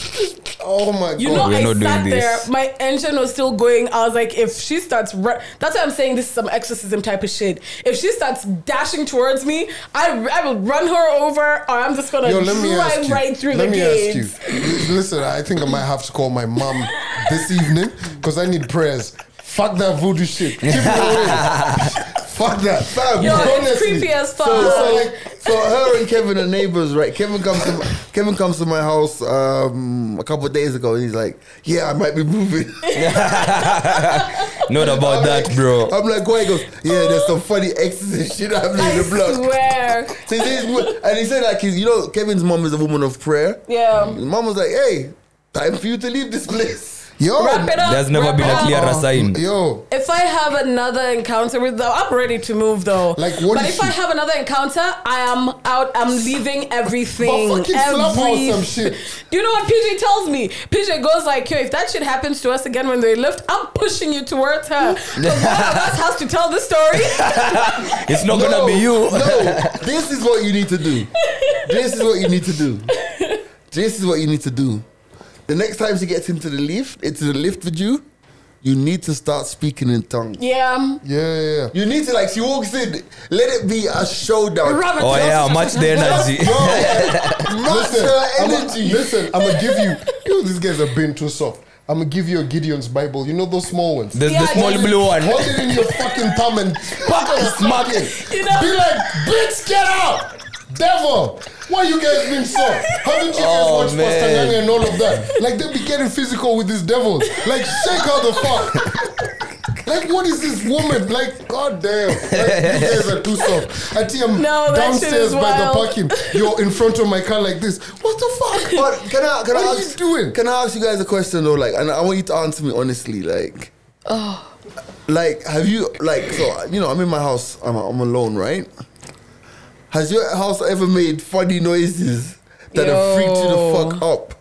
Speaker 3: Oh my
Speaker 2: You
Speaker 3: god.
Speaker 2: know,
Speaker 1: we're
Speaker 2: I
Speaker 1: not doing
Speaker 2: sat there.
Speaker 1: this.
Speaker 2: My engine was still going. I was like, if she starts, ru- that's why I'm saying this is some exorcism type of shit. If she starts dashing towards me, I, I will run her over, or I'm just gonna
Speaker 4: Yo, let me ask
Speaker 2: drive
Speaker 4: you.
Speaker 2: right through
Speaker 4: let
Speaker 2: the
Speaker 4: me
Speaker 2: gates.
Speaker 4: ask you. L- Listen, I think I might have to call my mom this evening because I need prayers. Fuck that voodoo shit. Keep it away. Fuck that. Fam,
Speaker 2: Yo, it's
Speaker 4: honestly.
Speaker 2: creepy as fuck.
Speaker 3: So, so, like, so her and Kevin are neighbors, right? Kevin comes to my, Kevin comes to my house um, a couple of days ago, and he's like, "Yeah, I might be moving."
Speaker 1: Not about that, bro.
Speaker 3: I'm like, "Why?" He goes, "Yeah, there's some funny exes and shit happening in
Speaker 2: I
Speaker 3: the block."
Speaker 2: swear.
Speaker 3: So he says- and he said, like, his, you know, Kevin's mom is a woman of prayer.
Speaker 2: Yeah.
Speaker 3: His mom was like, "Hey, time for you to leave this place."
Speaker 4: Yo,
Speaker 2: Wrap it up.
Speaker 1: There's never
Speaker 2: wrap
Speaker 1: been
Speaker 2: it
Speaker 1: a
Speaker 2: up.
Speaker 1: clear-
Speaker 4: uh,
Speaker 1: sign.
Speaker 4: Yo,
Speaker 2: If I have another encounter with them, I'm ready to move though.
Speaker 4: Like, what
Speaker 2: but
Speaker 4: is
Speaker 2: if I
Speaker 4: she-
Speaker 2: have another encounter, I am out. I'm leaving everything.
Speaker 4: But fucking slap her or
Speaker 2: Everyth-
Speaker 4: some shit.
Speaker 2: Do you know what PJ tells me? PJ goes like, "Yo, if that shit happens to us again when they lift, I'm pushing you towards her." 'Cause one of us has to tell the story.
Speaker 1: It's not gonna be you.
Speaker 3: no, this is what you need to do. This is what you need to do. This is what you need to do. The next time she gets into the lift, into the lift with you, you need to start speaking in tongues.
Speaker 2: yeah.
Speaker 4: yeah, yeah, yeah.
Speaker 3: You need to like she walks in, let it be a showdown.
Speaker 2: Robert
Speaker 1: Oh
Speaker 2: tells
Speaker 1: yeah,
Speaker 2: us-
Speaker 1: match the energy.
Speaker 3: Match her energy.
Speaker 4: I'm listen, I'm gonna give you. You know, these guys are being too soft. I'm gonna give you a Gideon's Bible. You know those small ones.
Speaker 1: There's the
Speaker 2: Yeah,
Speaker 1: small
Speaker 2: this-
Speaker 1: blue one.
Speaker 4: Hold it in your fucking thumb and fuck and smack it.
Speaker 2: You know-
Speaker 4: Be like, bitch, get out! Devil! Why you guys being soft? Haven't you guys
Speaker 1: Oh,
Speaker 4: watched
Speaker 1: man.
Speaker 4: Pastor Nyanga and all of that? Like they be getting physical with these devils. Like shake her the fuck. Like what is this woman? Like god damn! Like, you guys are too soft. I think I'm
Speaker 2: No, that shit
Speaker 4: downstairs
Speaker 2: is
Speaker 4: by
Speaker 2: wild.
Speaker 4: the parking. You're in front of my car like this. What the fuck?
Speaker 3: But can I can I
Speaker 4: What are you
Speaker 3: ask,
Speaker 4: doing?
Speaker 3: Can I ask you guys a question though? Like, and I want you to answer me honestly. Like, like have you like so you know I'm in my house. I'm I'm alone, right? Has your house ever made funny noises that have freaked you the
Speaker 2: Yo.
Speaker 3: fuck up?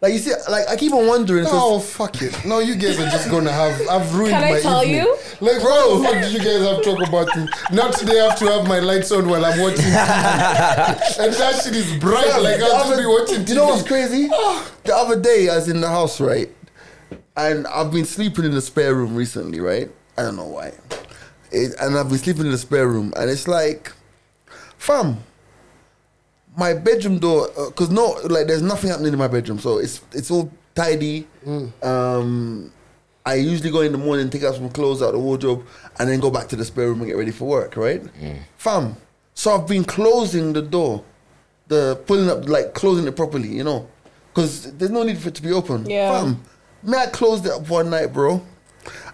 Speaker 3: Like you see, like I keep on wondering. 'cause-
Speaker 4: Oh fuck it! No, you guys are just gonna have. I've ruined
Speaker 2: Can I
Speaker 4: my
Speaker 2: tell
Speaker 4: evening.
Speaker 2: you?
Speaker 4: Like, bro, what did you guys have to talk about? Not today. I have to have my lights on while I'm watching, TV. and that shit is bright.
Speaker 3: Yeah,
Speaker 4: like
Speaker 3: the
Speaker 4: I'll
Speaker 3: other-
Speaker 4: just be watching. TV.
Speaker 3: You know what's crazy? the other day, I was in the house, right? And I've been sleeping in the spare room recently, right? I don't know why. It, and I've been sleeping in the spare room, and it's like, fam, my bedroom door, because no, like, there's nothing happening in my bedroom, so it's it's all tidy. Um, I usually go in the morning, take out some clothes out of the wardrobe, and then go back to the spare room and get ready for work, right? Fam, so I've been closing the door, the pulling up, like closing it properly, you know, because there's no need for it to be open.
Speaker 2: Yeah.
Speaker 3: Fam, me, I closed it up one night, bro.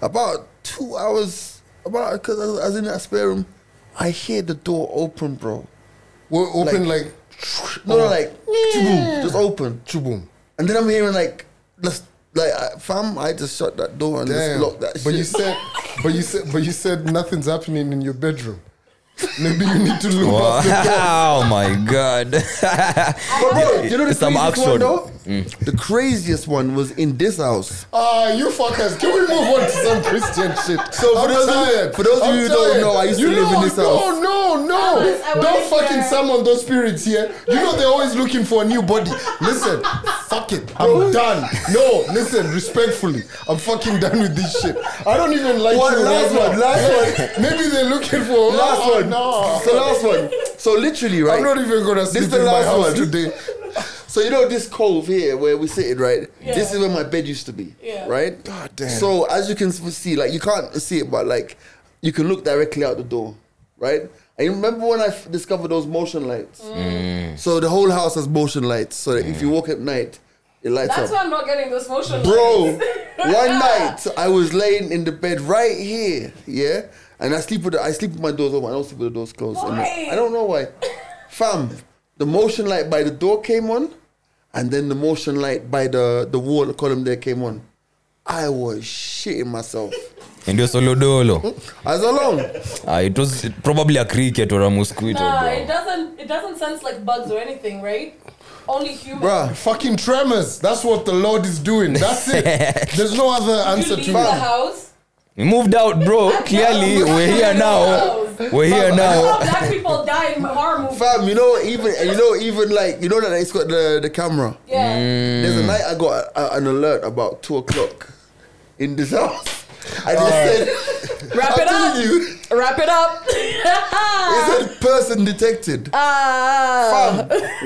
Speaker 3: About two hours, about because I, was- I was in that spare room, I hear the door open, bro.
Speaker 4: We're open like,
Speaker 3: No,
Speaker 4: Oh.
Speaker 3: no, like, boom, just open.
Speaker 4: chuboom.
Speaker 3: And then I'm hearing like, let's, like, I- fam, I just shut that door and just
Speaker 4: Damn.
Speaker 3: locked that
Speaker 4: but
Speaker 3: shit.
Speaker 4: you said, but you said, but you said nothing's happening in your bedroom. Maybe you need to look up. the-
Speaker 1: Wow. Oh my god.
Speaker 3: But bro, you know the
Speaker 1: It's some
Speaker 3: craziest
Speaker 1: action.
Speaker 3: one though? The craziest one was in this house.
Speaker 4: Ah, you fuckers! Can we move on to some Christian shit?
Speaker 3: So for
Speaker 4: I'm
Speaker 3: those of-
Speaker 4: tired.
Speaker 3: for those of
Speaker 4: I'm
Speaker 3: you who don't
Speaker 4: tired.
Speaker 3: know, I used to
Speaker 4: You
Speaker 3: live in
Speaker 4: know,
Speaker 3: this house.
Speaker 4: No, no,
Speaker 2: I was- I
Speaker 4: no!
Speaker 2: was
Speaker 4: Don't
Speaker 2: there.
Speaker 4: fucking summon those spirits here. You know they're always looking for a new body. Listen, fuck it. I'm done. No, listen, respectfully, I'm fucking done with this shit. I don't even like
Speaker 3: One
Speaker 4: you.
Speaker 3: last
Speaker 4: right
Speaker 3: one,
Speaker 4: now.
Speaker 3: last one.
Speaker 4: Maybe they're looking for
Speaker 3: Last
Speaker 4: oh,
Speaker 3: one.
Speaker 4: No,
Speaker 3: So last one. So literally, right?
Speaker 4: I'm not even gonna
Speaker 3: is
Speaker 4: sleep
Speaker 3: the
Speaker 4: in my
Speaker 3: last
Speaker 4: house
Speaker 3: one.
Speaker 4: today.
Speaker 3: So you know this cove here where we sitting, right?
Speaker 2: Yeah.
Speaker 3: This is where my bed used to be,
Speaker 2: Yeah.
Speaker 3: right?
Speaker 4: God damn.
Speaker 3: So as you can see, like you can't see it, but like you can look directly out the door, right? And you remember when I f- discovered those motion lights?
Speaker 4: Mm.
Speaker 3: So the whole house has motion lights, so that if you walk at night, it lights
Speaker 2: That's
Speaker 3: up.
Speaker 2: why I'm not getting this motion.
Speaker 3: Bro,
Speaker 2: lights.
Speaker 3: one night I was laying in the bed right here, yeah, and I sleep with the, I sleep with my doors open. I don't sleep with the doors closed. And uh,
Speaker 2: Why?
Speaker 3: I don't know why. Fam, the motion light by the door came on, and then the motion light by the the wall column there came on. I was shitting myself.
Speaker 1: Ndio solodolo.
Speaker 3: I was alone.
Speaker 1: Ah, it was probably a cricket or a mosquito,
Speaker 2: Nah,
Speaker 1: bro.
Speaker 2: it doesn't. It doesn't sense like bugs or anything, right? Only humans.
Speaker 3: Bruh.
Speaker 4: Fucking tremors. That's what the Lord is doing. That's it. There's no other
Speaker 2: You
Speaker 4: answer
Speaker 2: leave
Speaker 4: to
Speaker 2: the
Speaker 4: it.
Speaker 2: house.
Speaker 1: We moved out, bro. Clearly, we're here now. We're here
Speaker 3: Mama,
Speaker 1: now.
Speaker 2: How black people die like horror movie.
Speaker 3: Fam, you know even you know even like you know that it's got the the camera.
Speaker 2: Yeah.
Speaker 3: There's
Speaker 4: Mm.
Speaker 3: a night I got a, a- an alert about two o'clock in this house. I just said,
Speaker 2: Wrap
Speaker 3: I'm
Speaker 2: it up.
Speaker 3: telling You,
Speaker 2: Wrap it up.
Speaker 3: it said person detected.
Speaker 2: Ah.
Speaker 3: Fam,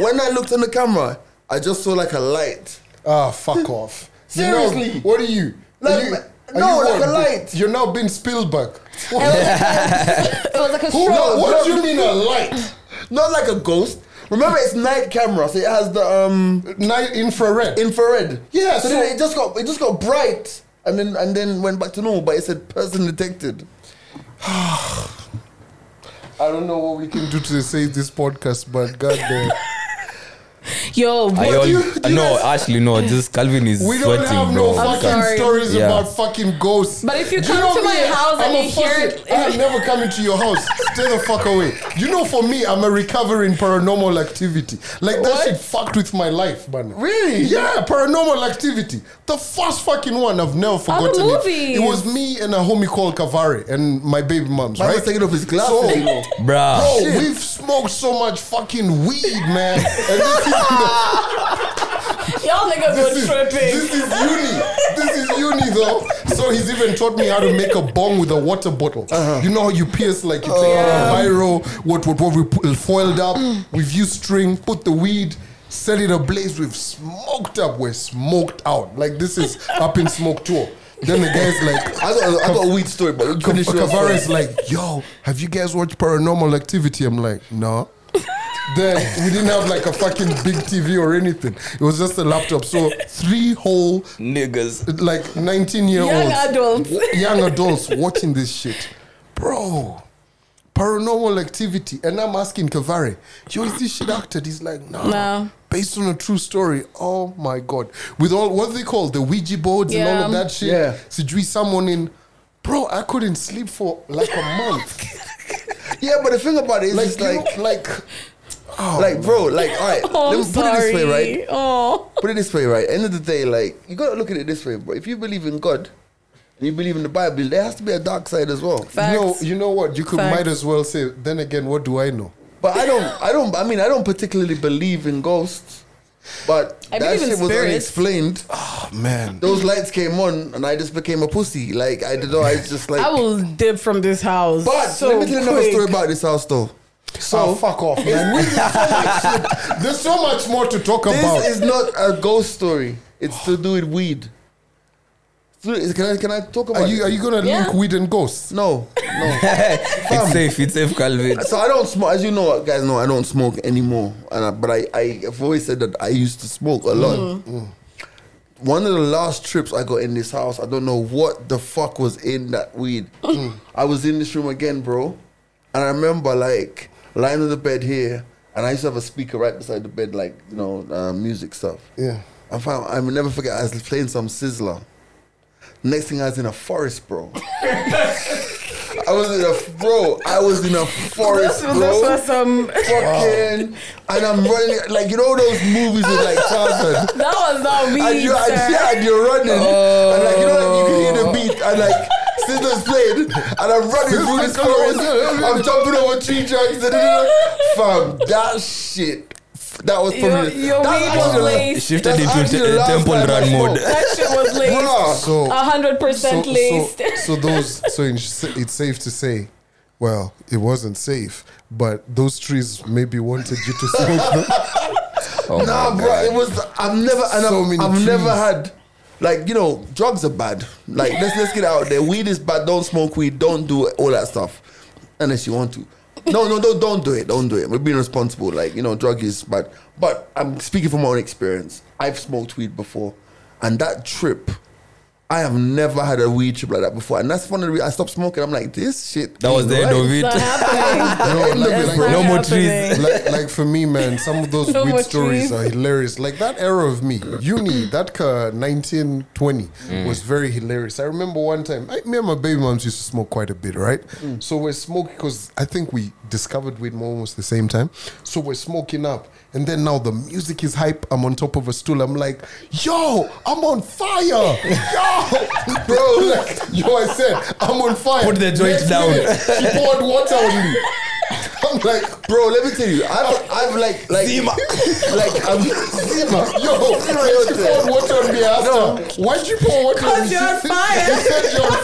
Speaker 3: when I looked on the camera, I just saw like a light.
Speaker 4: Ah, fuck off. You know-
Speaker 3: Seriously?
Speaker 4: what are you? Are
Speaker 3: Like,
Speaker 4: you- are
Speaker 3: no,
Speaker 4: you
Speaker 3: like
Speaker 4: what?
Speaker 3: a light.
Speaker 4: You're now being Spielberg. What,
Speaker 2: it was like a
Speaker 4: who-
Speaker 2: strobe.
Speaker 4: what do you mean a light?
Speaker 3: Not like a ghost. Remember, it's night camera, so it has the um
Speaker 4: Night infrared.
Speaker 3: infrared.
Speaker 4: Yeah,
Speaker 3: So, then
Speaker 4: so-
Speaker 3: it just got it just got bright, and then and then went back to normal. But it said person detected.
Speaker 4: I don't know what we can do to save this podcast, but goddamn,
Speaker 2: Yo,
Speaker 1: I
Speaker 2: what
Speaker 1: all-
Speaker 2: do you,
Speaker 4: you- do you
Speaker 1: no,
Speaker 4: guys-
Speaker 1: actually, no. This Calvin is
Speaker 4: we don't
Speaker 1: sweating,
Speaker 4: have
Speaker 1: bro.
Speaker 4: no
Speaker 2: I'm
Speaker 4: fucking
Speaker 2: sorry.
Speaker 4: stories
Speaker 1: Yeah.
Speaker 4: about fucking ghosts.
Speaker 2: But if you
Speaker 4: Do
Speaker 2: come
Speaker 4: know
Speaker 2: to my
Speaker 4: me?
Speaker 2: house and
Speaker 4: I'm a
Speaker 2: you hear
Speaker 4: fucking-
Speaker 2: it-
Speaker 4: I'm never coming to your house. Stay the fuck away. You know, for me, I'm a recovering paranormal activity. Like that shit fucked with my life, man.
Speaker 3: Really?
Speaker 4: Yeah, paranormal activity. The first fucking one I've never forgotten. it.
Speaker 2: movies.
Speaker 4: It. was me and a homie called Kavari and my baby mom's.
Speaker 3: Man was
Speaker 4: right?
Speaker 3: taking off his glasses,
Speaker 4: So-
Speaker 3: you know.
Speaker 1: Bruh.
Speaker 2: Ah,
Speaker 4: Bro, we've smoked so much fucking weed, man. And this is
Speaker 2: y'all niggas were tripping.
Speaker 4: This is uni. This is uni, though. So he's even taught me how to make a bong with a water bottle. You know how you pierce like you take a biro, what what what we put, foiled up. We've used string, put the weed, set it ablaze. We've smoked up. We're smoked out. Like this is up in smoke tour. Then the guy's like,
Speaker 3: I got, I got a weed story, but
Speaker 4: Kav-
Speaker 3: finish yours
Speaker 4: Kavara
Speaker 3: first.
Speaker 4: is like, yo, have you guys watched Paranormal Activity? I'm like, no. then we didn't have like a fucking big TV or anything. It was just a laptop. So three whole
Speaker 1: Niggas.
Speaker 4: like 19 year
Speaker 2: Young
Speaker 4: olds,
Speaker 2: adults.
Speaker 4: w- young adults watching this shit, bro. Paranormal activity, and I'm asking Kavari, yo, is this shit acted? He's like, no,
Speaker 2: No.
Speaker 4: based on a true story. Oh my god, with all what do they call the Ouija boards and all of
Speaker 2: Yeah.
Speaker 4: that shit.
Speaker 3: Yeah.
Speaker 4: Sijui someone in, bro, I couldn't sleep for like a month.
Speaker 3: Yeah, but the thing about it is,
Speaker 4: like,
Speaker 3: it's
Speaker 4: you
Speaker 3: like,
Speaker 4: know, like, oh,
Speaker 3: like, bro, like, all right,
Speaker 2: Oh,
Speaker 3: let
Speaker 2: I'm
Speaker 3: me put it
Speaker 2: sorry.
Speaker 3: this way, right?
Speaker 2: Oh.
Speaker 3: Put it this way, right? End of the day, like, you gotta look at it this way, bro. If you believe in God, and you believe in the Bible, there has to be a dark side as well.
Speaker 2: Facts.
Speaker 4: you know, you know what? You could
Speaker 2: Facts.
Speaker 4: might as well say. Then again, what do I know?
Speaker 3: But I don't, I don't, I mean, I don't particularly believe in ghosts, but
Speaker 2: I
Speaker 3: that
Speaker 2: believe in
Speaker 3: shit was
Speaker 2: spirits.
Speaker 3: unexplained.
Speaker 4: Oh man,
Speaker 3: Those lights came on, and I just became a pussy. Like, I don't know, I just like.
Speaker 2: I will dip from this house.
Speaker 3: but
Speaker 2: so
Speaker 3: let me tell you another
Speaker 2: quick.
Speaker 3: story about this house, though. So,
Speaker 4: oh, fuck off, man. There's so much shit- There's so much more to talk
Speaker 3: This
Speaker 4: about.
Speaker 3: is not a ghost story. It's to do with weed. So, is- Can I, can I talk about
Speaker 4: Are you
Speaker 3: it?
Speaker 4: are you gonna
Speaker 2: Yeah.
Speaker 4: link weed and ghosts?
Speaker 3: No, no.
Speaker 1: it's safe. It's safe, Calvin.
Speaker 3: so I don't smoke. As you know, guys know I don't smoke anymore. And I, but I, I, I've always said that I used to smoke a lot. One of the last trips I got in this house, I don't know what the fuck was in that weed. I was in this room again, bro, and I remember like lying on the bed here, and I used to have a speaker right beside the bed, like you know, uh, music stuff.
Speaker 4: Yeah.
Speaker 3: I found I will never forget I was playing some Sizzler. Next thing I was in a forest, bro. I was in a bro. I was in a forest,
Speaker 2: This was, this
Speaker 3: bro.
Speaker 2: was some.
Speaker 3: Fucking, and I'm running like you know those movies with like
Speaker 2: That
Speaker 3: Tarzan.
Speaker 2: was not me.
Speaker 3: And you, and,
Speaker 2: sir.
Speaker 3: yeah, and you're running, and like you know, like, you can hear the beat, and like Scissor's playing, and I'm running through this forest. I'm jumping over tree trunks, da, da, da, da. fam. That shit, that was
Speaker 2: Your-
Speaker 3: probably
Speaker 2: your
Speaker 3: that's
Speaker 2: weed
Speaker 3: actually
Speaker 2: was
Speaker 3: the-
Speaker 2: laced.
Speaker 1: Shifted
Speaker 3: That's
Speaker 1: into
Speaker 3: actually
Speaker 1: te-
Speaker 3: the last
Speaker 1: temple
Speaker 3: time I
Speaker 1: run
Speaker 3: smoked.
Speaker 1: mode.
Speaker 2: That shit was
Speaker 3: Bruh.
Speaker 2: laced.
Speaker 4: So
Speaker 2: A hundred
Speaker 4: so,
Speaker 2: percent
Speaker 4: so,
Speaker 2: laced.
Speaker 4: so those so in- it's safe to say, well, it wasn't safe, but those trees maybe wanted you to smoke them.
Speaker 1: Oh my
Speaker 3: Nah, bro,
Speaker 1: God.
Speaker 3: it was. I've never, and
Speaker 4: So
Speaker 3: I've,
Speaker 4: many
Speaker 3: I've
Speaker 4: trees.
Speaker 3: never had, like you know, drugs are bad. Like let's let's get out there. Weed is bad. Don't smoke weed. Don't do all that stuff, unless you want to. No, no, don't don't do it. Don't do it. We're being responsible. Like you know, drug is bad. But I'm speaking from my own experience. I've smoked weed before, and that trip. I have never had a weed trip like that before, and that's one of the reasons I stopped smoking. I'm like, this shit.
Speaker 1: That was the
Speaker 3: ain't
Speaker 1: end of
Speaker 3: right.
Speaker 2: It's not
Speaker 1: it.
Speaker 2: happening.
Speaker 4: No, like,
Speaker 2: That's
Speaker 4: like,
Speaker 2: not
Speaker 1: No more trees.
Speaker 2: happening.
Speaker 4: like, like for me, man, some of those
Speaker 2: No
Speaker 4: weird
Speaker 2: more
Speaker 4: stories
Speaker 2: trees.
Speaker 4: are hilarious. Like that era of me, uni, that uh, 1920
Speaker 1: Mm.
Speaker 4: was very hilarious. I remember one time, I, me and my baby moms used to smoke quite a bit, right?
Speaker 1: Mm.
Speaker 4: So we're smoking because I think we discovered weed almost the same time. So we're smoking up. And then now the music is hype. I'm on top of a stool. I'm like, yo, I'm on fire. Yo, bro, like, yo, I said, I'm on fire.
Speaker 1: Put the joint
Speaker 4: Next
Speaker 1: down.
Speaker 4: minute, she poured water on me. I'm I'm like,
Speaker 3: Bro, let me tell you,
Speaker 4: Oh.
Speaker 3: I've, I've like, like,
Speaker 1: Zima.
Speaker 3: like, I'm Zima.
Speaker 4: yo, why'd you pour water on me after? Why'd you pour water on me?
Speaker 2: Cause you're on fire.
Speaker 4: you said you're on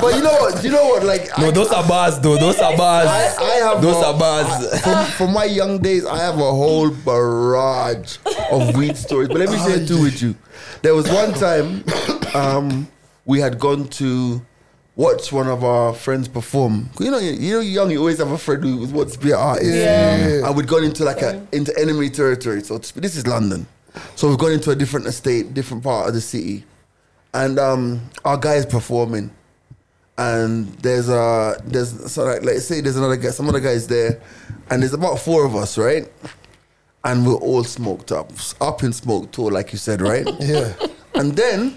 Speaker 3: But you know what? You know what? Like,
Speaker 1: No,
Speaker 3: I,
Speaker 1: those are bars, though. Those are
Speaker 3: I,
Speaker 1: bars.
Speaker 3: I have
Speaker 1: Those
Speaker 3: a-
Speaker 1: are bars.
Speaker 3: I- from, from my young days, I have a whole barrage of weed stories. But let me share two with you. There was one time um, we had gone to watch one of our friends perform. You know, you, you know, you're young, you always have a friend who wants to be an artist.
Speaker 4: Yeah.
Speaker 3: And we'd gone into like a into enemy territory. So to speak. this is London. So we've gone into a different estate, different part of the city, and um, our guy is performing and there's a there's so like let's say there's another guy, some other guys there, and there's about four of us, right? And we're all smoked up, up in smoke too, like you said, right?
Speaker 4: Yeah.
Speaker 3: and then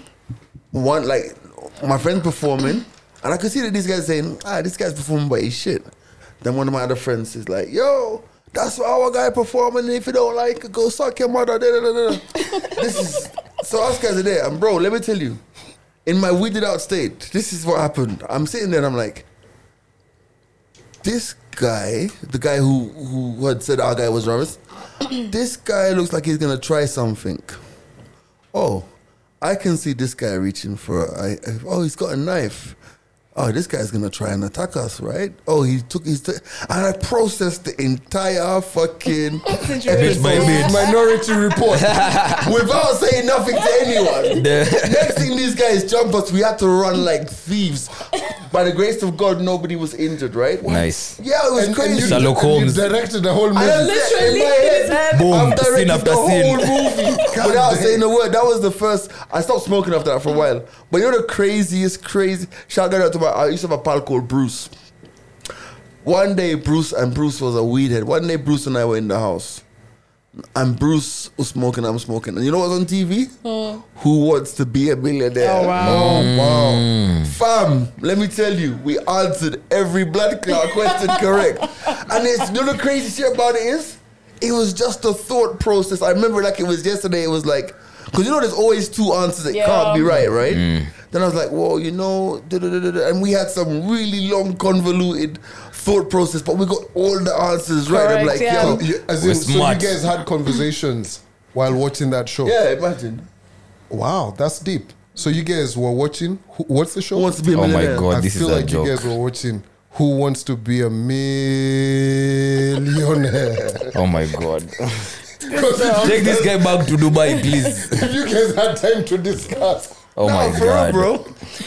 Speaker 3: one like my friend performing, and I could see that this guy's saying, "Ah, this guy's performing, but he's shit." Then one of my other friends is like, "Yo." That's our guy performing. If you don't like it, go suck your mother. Da, da, da, da. this is so us guys are there. And bro, let me tell you, in my weeded out state, this is what happened. I'm sitting there and I'm like, this guy, the guy who, who had said our guy was nervous, this guy looks like he's gonna try something. Oh, I can see this guy reaching for. A, I, I- oh, he's got a knife. Oh, this guy's gonna try and attack us, right? Oh, he took his. and I processed the entire fucking
Speaker 1: Bit by
Speaker 3: episode,
Speaker 1: bit.
Speaker 3: Minority Report without saying nothing to anyone.
Speaker 1: The-
Speaker 3: Next thing these guys jumped us, we had to run like thieves. By the grace of God, nobody was injured, right?
Speaker 1: Nice.
Speaker 3: Yeah, it was
Speaker 4: And, and,
Speaker 3: crazy.
Speaker 4: you,
Speaker 1: Sherlock
Speaker 4: and you
Speaker 1: Holmes.
Speaker 4: directed the whole
Speaker 3: I
Speaker 4: movie.
Speaker 2: Literally,
Speaker 3: in my head.
Speaker 2: it's-
Speaker 1: Boom.
Speaker 3: I've directed
Speaker 1: Scene after
Speaker 3: the whole
Speaker 1: scene.
Speaker 3: movie
Speaker 4: God
Speaker 3: without
Speaker 4: damn.
Speaker 3: saying a word. That was the first. I stopped smoking after that for a while. But you know the craziest, crazy. Shout out to my. I used to have a pal called Bruce. One day, Bruce and Bruce was a weedhead. One day, Bruce and I were in the house, and Bruce was smoking. I'm smoking, and you know what's on TV? Who wants to be a millionaire?
Speaker 2: Oh, wow.
Speaker 3: Oh, wow. Fam, let me tell you, we answered every blood clot question correct. And it's you know the crazy shit about it is, it was just a thought process. I remember like it was yesterday, it was like, because you know there's always two answers that
Speaker 2: Yeah.
Speaker 3: can't be right, right? Then I was like, well, you know, da, da, da, da, da. and we had some really long, convoluted thought process, but we got all the answers right.
Speaker 2: Correct,
Speaker 3: I'm like,
Speaker 2: yeah.
Speaker 3: yo,
Speaker 4: So you- as
Speaker 1: We're
Speaker 4: in, so you
Speaker 1: smart.
Speaker 4: guys had conversations while watching that show.
Speaker 3: yeah, imagine.
Speaker 4: Wow, that's deep. So you guys were watching. Who, what's the show?
Speaker 3: Who wants to be a
Speaker 1: Oh my
Speaker 3: millionaire?
Speaker 1: God.
Speaker 4: I
Speaker 1: this is
Speaker 4: feel
Speaker 1: a
Speaker 4: like
Speaker 1: joke.
Speaker 4: you guys were watching. Who wants to be a millionaire?
Speaker 1: Oh my god.
Speaker 4: 'Cause if you-
Speaker 1: Take this guy back to Dubai, please.
Speaker 4: if you guys had time to discuss.
Speaker 1: Oh my
Speaker 3: for real,
Speaker 1: god.
Speaker 3: bro.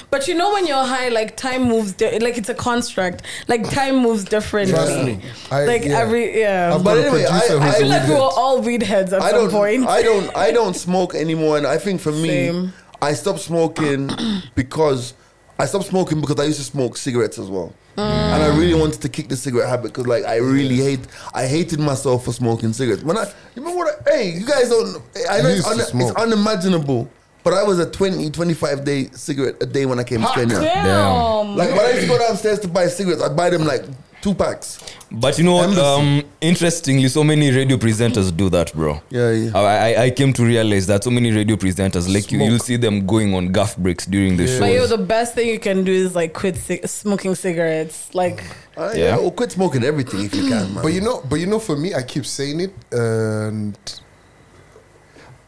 Speaker 2: But you know when you're high, like time moves, di- like it's a construct. Like time moves differently.
Speaker 4: Trust me. I-
Speaker 2: like
Speaker 4: yeah.
Speaker 2: every yeah.
Speaker 4: I've
Speaker 2: But
Speaker 4: got
Speaker 3: But
Speaker 4: a
Speaker 3: anyway,
Speaker 4: producer
Speaker 3: I-
Speaker 2: I
Speaker 4: who's a
Speaker 2: feel like we were
Speaker 4: weedhead.
Speaker 2: all weed heads at
Speaker 3: I
Speaker 2: some
Speaker 3: don't.
Speaker 2: point.
Speaker 3: I don't. I don't smoke anymore, and I think for me,
Speaker 2: Same.
Speaker 3: I stopped smoking because I stopped smoking because I used to smoke cigarettes as well,
Speaker 2: Mm.
Speaker 3: and I really wanted to kick the cigarette habit because like I really hate. I hated myself for smoking cigarettes. When I you remember what? I, hey, you guys don't. I know
Speaker 4: You
Speaker 3: it's,
Speaker 4: used to
Speaker 3: un,
Speaker 4: smoke.
Speaker 3: it's unimaginable, but I was a 20, 25 day cigarette a day when I came to Kenya.
Speaker 2: Damn.
Speaker 3: Like when I used to go downstairs to buy cigarettes, I'd buy them like two packs.
Speaker 1: But you know what?
Speaker 3: Embassy.
Speaker 1: Um, interestingly, so many radio presenters do that, bro.
Speaker 3: Yeah, yeah.
Speaker 1: I, I- I came to realize that so many radio presenters, like you,
Speaker 4: Smoke.
Speaker 1: you'll see them going on gaff breaks during the show.
Speaker 2: But yo, the best thing you can do is like quit c- smoking cigarettes. Like
Speaker 3: I,
Speaker 1: Yeah.
Speaker 3: yeah. Or quit smoking everything if you can, man.
Speaker 4: But you know, but you know, for me, I keep saying it, and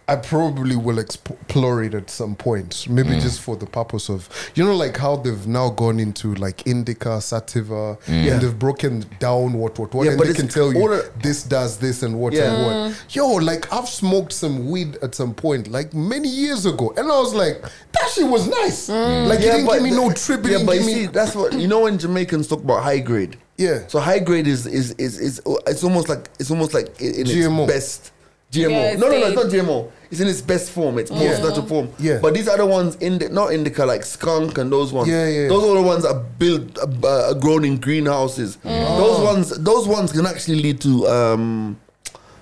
Speaker 4: I probably will exp- explore it at some point. Maybe just for the purpose of, you know, like how they've now gone into like indica, sativa, and they've broken down what, what, what,
Speaker 3: Yeah,
Speaker 4: and
Speaker 3: but
Speaker 4: they
Speaker 3: it's
Speaker 4: can tell you
Speaker 3: all a-
Speaker 4: this does this and what
Speaker 3: Yeah.
Speaker 4: and what. Yo, like I've smoked some weed at some point, like many years ago, and I was like, that shit was nice. Like it didn't
Speaker 3: Mm. but
Speaker 4: give me
Speaker 3: the-
Speaker 4: no trip. It
Speaker 3: Yeah,
Speaker 4: didn't
Speaker 3: but
Speaker 4: give
Speaker 3: you
Speaker 4: me
Speaker 3: see, that's what you know when Jamaicans talk about high grade.
Speaker 4: Yeah.
Speaker 3: So high grade is is is, is it's almost like it's almost like i- in
Speaker 4: GMO.
Speaker 3: its best GMO.
Speaker 2: Yeah, it's
Speaker 3: no, no, no, it's
Speaker 2: the-
Speaker 3: not GMO. It's in its best form. It's most
Speaker 4: Yeah.
Speaker 3: natural form.
Speaker 4: Yeah.
Speaker 3: But these other ones in the not indica like skunk and those ones.
Speaker 4: Yeah, yeah.
Speaker 3: Those are the ones that are built uh, uh, grown in greenhouses. Those ones those ones can actually lead to um,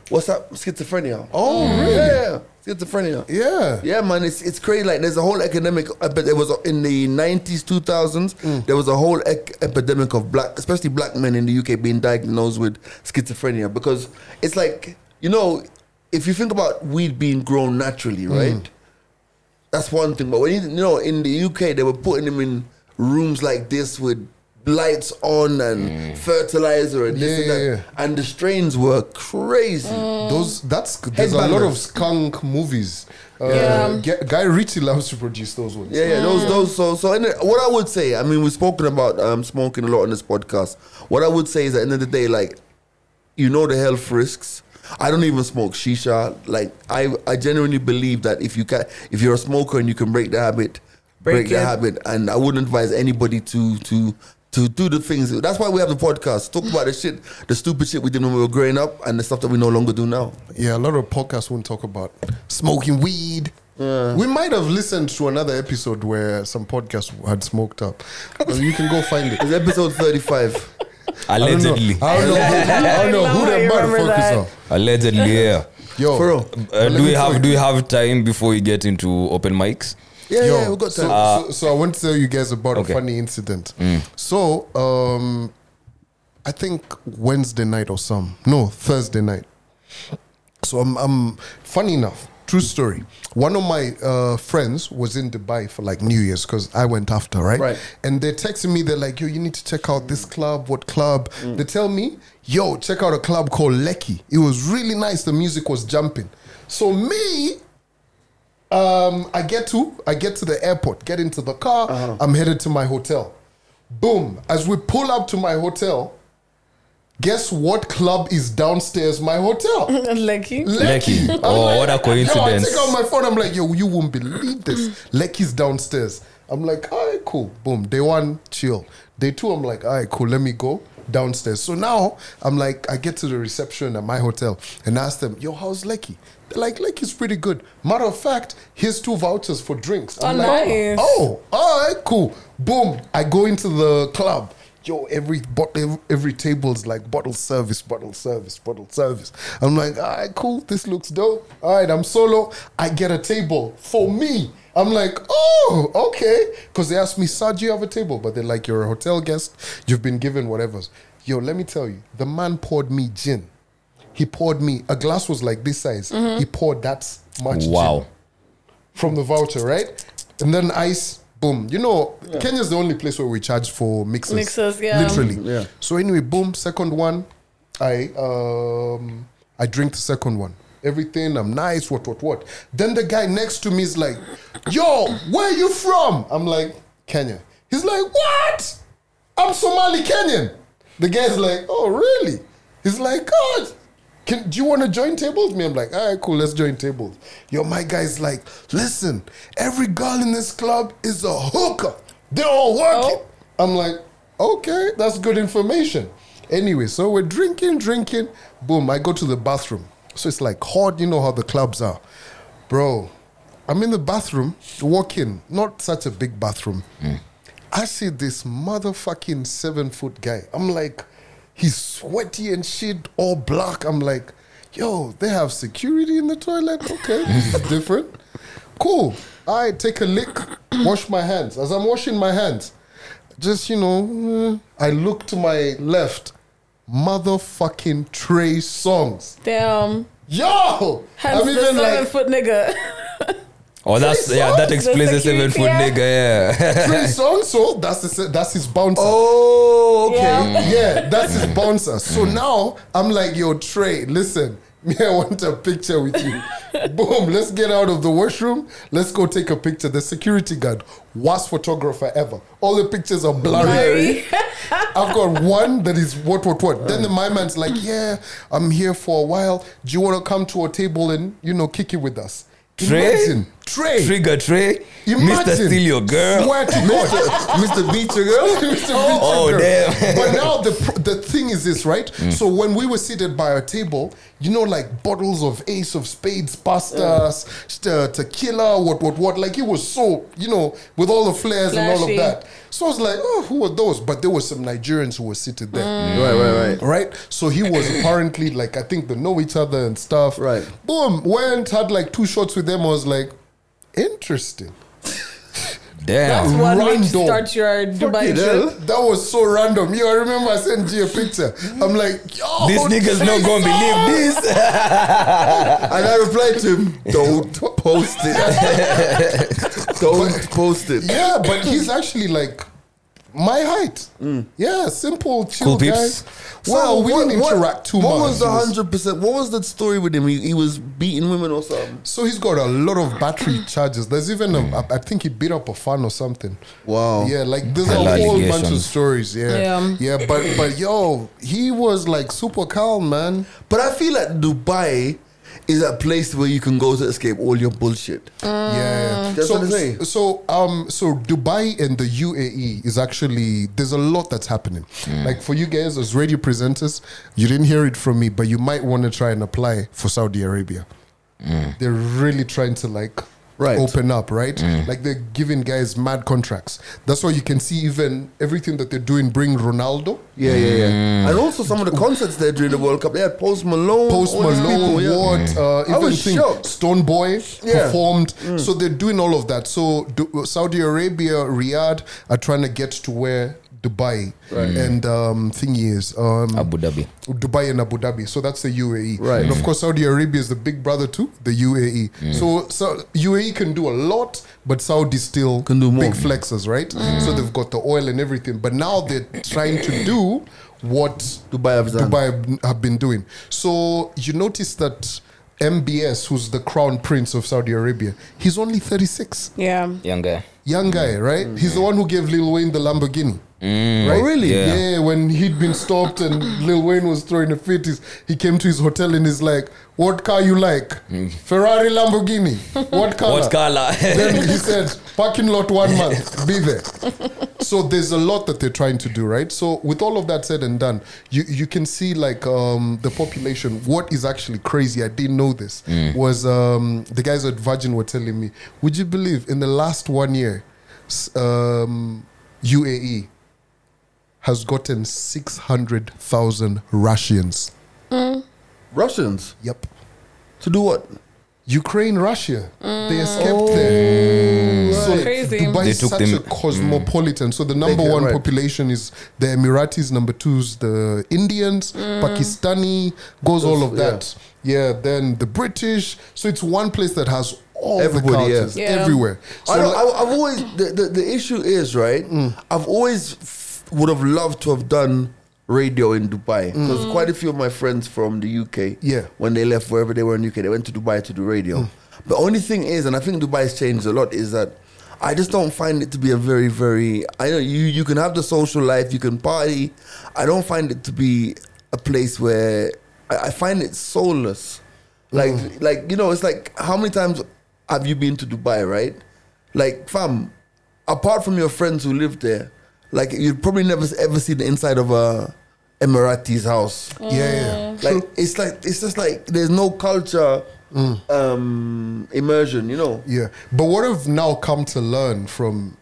Speaker 3: what's that schizophrenia?
Speaker 4: Oh, really?
Speaker 3: Yeah, schizophrenia.
Speaker 4: yeah.
Speaker 3: Yeah, man, it's it's crazy. Like, there's a whole academic. uh, But there was a- in the nineties, two thousands.
Speaker 4: Mm.
Speaker 3: There was a whole ec- epidemic of black, especially black men in the UK, being diagnosed with schizophrenia because it's like you know, if you think about weed being grown naturally,
Speaker 4: Mm.
Speaker 3: right? That's one thing. But when you, you know, in the UK, they were putting them in rooms like this with lights on and fertilizer and this
Speaker 4: Mm.
Speaker 3: and
Speaker 4: Yeah,
Speaker 3: that.
Speaker 4: yeah, yeah.
Speaker 3: And the strains were crazy.
Speaker 4: Those that's there's a lot
Speaker 3: Headbangers.
Speaker 4: of skunk movies. Uh,
Speaker 2: Yeah.
Speaker 4: Ge- Guy Ritchie loves to produce those ones.
Speaker 3: Yeah, yeah, those, those. So, so, and what I would say, I mean, we've spoken about um, smoking a lot on this podcast. What I would say is, at the end of the day, like, you know, the health risks. I don't even smoke shisha. Like, I, I genuinely believe that if you can, if you're a smoker and you can break the habit, break,
Speaker 2: Break
Speaker 3: the
Speaker 2: it.
Speaker 3: habit. And I wouldn't advise anybody to to to do the things. That's why we have the podcast. Talk about the shit, the stupid shit we did when we were growing up, and the stuff that we no longer do now.
Speaker 4: Yeah, a lot of podcasts won't talk about smoking weed. We might have listened to another episode where some podcast had smoked up. Well, you can go find it.
Speaker 3: It's episode thirty-five.
Speaker 1: Allegedly.
Speaker 4: I don't know. I don't know who,
Speaker 2: I
Speaker 4: I don't know
Speaker 2: remember
Speaker 4: who the
Speaker 2: that.
Speaker 4: motherfuckers are.
Speaker 1: Allegedly, yeah.
Speaker 4: Yo,
Speaker 3: For real.
Speaker 1: Uh,
Speaker 4: let
Speaker 1: do
Speaker 4: me
Speaker 1: we
Speaker 4: tell
Speaker 1: have
Speaker 4: you.
Speaker 1: do we have time before we get into open mics?
Speaker 3: Yeah,
Speaker 4: Yo,
Speaker 3: yeah, we got
Speaker 4: so, uh,
Speaker 3: time.
Speaker 4: so, so I want to tell you guys about
Speaker 1: Okay. Mm.
Speaker 4: a funny incident. So, um, I think Wednesday night or some no Thursday night. So I'm, I'm funny enough. True story. One of my uh, friends was in Dubai for like New Year's because I went after, right?
Speaker 3: Right.
Speaker 4: And they're texting me. They're like, "Yo, you need to check out this club. What club?" They tell me, "Yo, check out a club called Lecky. It was really nice. The music was jumping." So me, um, I get to I get to the airport, get into the car, I'm headed to my hotel. Boom! As we pull up to my hotel, guess what club is downstairs my hotel?
Speaker 2: Lucky.
Speaker 4: Lecky.
Speaker 1: Lecky.
Speaker 4: I'm
Speaker 1: Oh, what a
Speaker 4: Yo, I
Speaker 1: coincidence.
Speaker 4: take out my phone. I'm like, yo, you won't believe this. Lecky's downstairs. I'm like, all right, cool. Boom. Day one, chill. Day two, I'm like, all right, cool. Let me go downstairs. So now I'm like, I get to the reception at my hotel and ask them, yo, how's Lecky? They're like, Lecky's pretty good. Matter of fact, here's two vouchers for drinks. I'm
Speaker 2: Oh,
Speaker 4: like,
Speaker 2: nice.
Speaker 4: oh, all right, cool. Boom. I go into the club. Yo, every bot- every, every table's like bottle service, bottle service, bottle service. I'm like, all right, cool. This looks dope. All right, I'm solo. I get a table for me. I'm like, oh, okay. Because they asked me, sir, do you have a table? But they're like, you're a hotel guest. You've been given whatever's. Yo, let me tell you, the man poured me gin. He poured me, a glass was like this size. He poured that much gin
Speaker 1: Wow.
Speaker 4: from the voucher, right? And then ice, boom. You know, Kenya's the only place where we charge for mixes.
Speaker 2: Mixers, yeah.
Speaker 4: Literally.
Speaker 3: Yeah.
Speaker 4: So anyway, boom, second one. I um I drink the second one. Everything, I'm nice, what, what, what. Then the guy next to me is like, Yo, where you from? I'm like, Kenya. He's like, What? I'm Somali Kenyan. The guy's like, Oh, really? He's like, God, can, do you want to join tables? Me, I'm like, all right, cool, let's join tables. Yo, my guy's like, listen, every girl in this club is a hooker. They're all working. I'm like, okay, that's good information. Anyway, so we're drinking, drinking. Boom, I go to the bathroom. So it's like hot, you know how the clubs are. Bro, I'm in the bathroom, walk in, not such a big bathroom. I see this motherfucking seven foot guy. I'm like, he's sweaty and shit, all black. I'm like, yo, they have security in the toilet? Okay, this is different. Cool. I take a lick, wash my hands. As I'm washing my hands, just, you know, eh, I look to my left. Motherfucking Trey songs.
Speaker 2: Damn.
Speaker 4: Yo!
Speaker 2: Hence the seven foot nigga.
Speaker 1: Oh, that's yeah. That
Speaker 4: songs,
Speaker 1: explains the
Speaker 2: that's a
Speaker 1: seven
Speaker 2: cute-
Speaker 1: foot
Speaker 2: yeah.
Speaker 1: nigga. Yeah.
Speaker 4: Trey Songz, so that's his, that's his bouncer.
Speaker 3: oh, okay.
Speaker 2: Yeah.
Speaker 4: Yeah, that's his bouncer. So now I'm like, yo, Trey, listen, me, I want a picture with you. Boom, let's get out of the washroom. Let's go take a picture. The security guard, worst photographer ever. All the pictures are blurry.
Speaker 2: Blurry.
Speaker 4: I've got one that is what, what, what. Then the my man's like, yeah, I'm here for a while. Do you want to come to a table and, you know, kick it with us?
Speaker 1: Trey?
Speaker 4: Imagine, Trey.
Speaker 1: Trigger Trey. Mr.
Speaker 4: Imagine.
Speaker 1: Steal Your Girl.
Speaker 4: Swear to God.
Speaker 3: Mr. Beat your girl.
Speaker 4: Mr.
Speaker 1: Oh,
Speaker 4: Beatrice.
Speaker 1: damn. Mm.
Speaker 4: But now the pr- the thing is this, right? So when we were seated by our table, you know, like bottles of Ace of Spades, pastas, st-
Speaker 1: Mm.
Speaker 4: uh, tequila, what, what, what. Like it was so, you know, with all the flares and all of
Speaker 2: Flashy.
Speaker 4: that. So I was like, oh, who are those? But there were some Nigerians who were seated there.
Speaker 1: Mm.
Speaker 3: Right, right, right.
Speaker 4: Right? So he was apparently like, I think they know each other and stuff.
Speaker 3: Right.
Speaker 4: Boom, went, had like two shots with them. I was like, interesting.
Speaker 2: That's
Speaker 1: Damn.
Speaker 2: what
Speaker 4: Random.
Speaker 2: makes you start your Dubai
Speaker 4: Fucking
Speaker 2: trip.
Speaker 4: hell. That was so random. Yo, I remember I sent you a picture. I'm like, yo,
Speaker 1: These niggas not gonna believe this.
Speaker 3: And I replied to him, don't post it. don't post it.
Speaker 4: Yeah, but he's actually like my height. Yeah, simple, chill
Speaker 1: Cool
Speaker 4: guys.
Speaker 1: peeps.
Speaker 4: Well, we
Speaker 3: Mm. what-
Speaker 4: didn't
Speaker 3: what-
Speaker 4: interact too
Speaker 3: what
Speaker 4: much.
Speaker 3: was the
Speaker 4: It was-
Speaker 3: hundred percent? What was that story with him? He, he was beating women or something.
Speaker 4: So he's got a lot of battery charges. There's even a, I I think he beat up a fan or something.
Speaker 3: Wow.
Speaker 4: Yeah, like there's
Speaker 1: Hell,
Speaker 4: a whole bunch of
Speaker 1: allegations.
Speaker 4: stories. Yeah.
Speaker 2: Yeah.
Speaker 4: Yeah, but but yo, he was like super calm, man.
Speaker 3: But I feel like Dubai is a place where you can go to escape all your bullshit.
Speaker 4: Yeah.
Speaker 3: That's
Speaker 4: so,
Speaker 3: what I'm saying.
Speaker 4: So um so Dubai and the UAE is actually there's a lot that's happening.
Speaker 3: Mm.
Speaker 4: Like for you guys as radio presenters, you didn't hear it from me, but you might want to try and apply for Saudi Arabia. They're really trying to like
Speaker 3: Mm. Right. Mm.
Speaker 4: open up, right? Like they're giving guys mad contracts. That's why you can see even everything that they're doing bring Ronaldo.
Speaker 3: Yeah, yeah, yeah. And also some of the concerts there during the World Cup, they had Post Malone,
Speaker 4: Post
Speaker 3: all these
Speaker 4: Malone,
Speaker 3: people, yeah.
Speaker 4: Ward, uh,
Speaker 3: I
Speaker 4: even
Speaker 3: was
Speaker 4: thing,
Speaker 3: shocked.
Speaker 4: Stone Boy
Speaker 3: Yeah. Mm.
Speaker 4: performed. So they're doing all of that. So Du- Saudi Arabia, Riyadh are trying to get to where Dubai and um, thing is um,
Speaker 1: Abu Dhabi.
Speaker 4: Dubai and Abu Dhabi. So that's the UAE.
Speaker 3: Right. Mm.
Speaker 4: And of course, Saudi Arabia is the big brother to the UAE. So, so UAE can do a lot, but Saudi still
Speaker 3: Can do more. Mm.
Speaker 4: big flexes, right? So they've got the oil and everything. But now they're trying to do what
Speaker 3: Dubai have done.
Speaker 4: Dubai have- have been doing. So you notice that MBS, who's the crown prince of Saudi Arabia, he's only 36.
Speaker 2: Yeah.
Speaker 1: Young guy.
Speaker 4: Young guy, right? He's the one who gave Lil Wayne the Lamborghini. Right?
Speaker 3: Oh, really?
Speaker 4: Yeah.
Speaker 1: Yeah.
Speaker 4: when he'd been stopped and Lil Wayne was throwing a fit, he's- he came to his hotel and he's like, What car you like? Ferrari, Lamborghini. What color?
Speaker 1: What color?
Speaker 4: then he said, parking lot one month, be there. So there's a lot that they're trying to do, right? So with all of that said and done, you, you can see like um, the population. What is actually crazy, I didn't know this, was um, the guys at Virgin were telling me, would you believe in the last one year, s- um, UAE has gotten 600,000 Russians.
Speaker 3: Russians
Speaker 4: Yep.
Speaker 3: to do what?
Speaker 4: Ukraine, Russia. They escaped there. So
Speaker 2: Mm. Oh. Crazy.
Speaker 4: Dubai
Speaker 1: They
Speaker 4: is
Speaker 1: took
Speaker 4: such
Speaker 1: them-
Speaker 4: a cosmopolitan. So the number
Speaker 3: can-
Speaker 4: one
Speaker 3: Mm. right.
Speaker 4: population is the Emiratis, number two is the Indians,
Speaker 2: Mm.
Speaker 4: Pakistani, goes all of
Speaker 3: yeah.
Speaker 4: that. Yeah. then the British. So it's one place that has all
Speaker 3: Everybody,
Speaker 4: the
Speaker 3: yeah.
Speaker 4: cultures
Speaker 2: Yeah.
Speaker 4: everywhere. So
Speaker 3: I don't,
Speaker 4: like- Mm.
Speaker 3: I, I've always the, the, the issue is right. I've always f- would have loved to have done radio in Dubai because quite a few of my friends from the UK,
Speaker 4: Mm. Yeah.
Speaker 3: when they left wherever they were in UK, they went to Dubai to do radio. The only thing is, and I think Dubai's changed a lot, is that I just don't find it to be a very very. I know you you can have the social life, you can party. I don't find it to be a place where I, I find it soulless. Like like you know, it's like how many times have you been to Dubai, right? Like, fam, apart from your friends who live there, like you'd probably never s- ever see the inside of a Emirati's house.
Speaker 2: Mm.
Speaker 4: yeah, yeah.
Speaker 3: Like it's like it's just like there's no culture
Speaker 4: Mm.
Speaker 3: um immersion, you know.
Speaker 4: Yeah, but what I've now come to learn from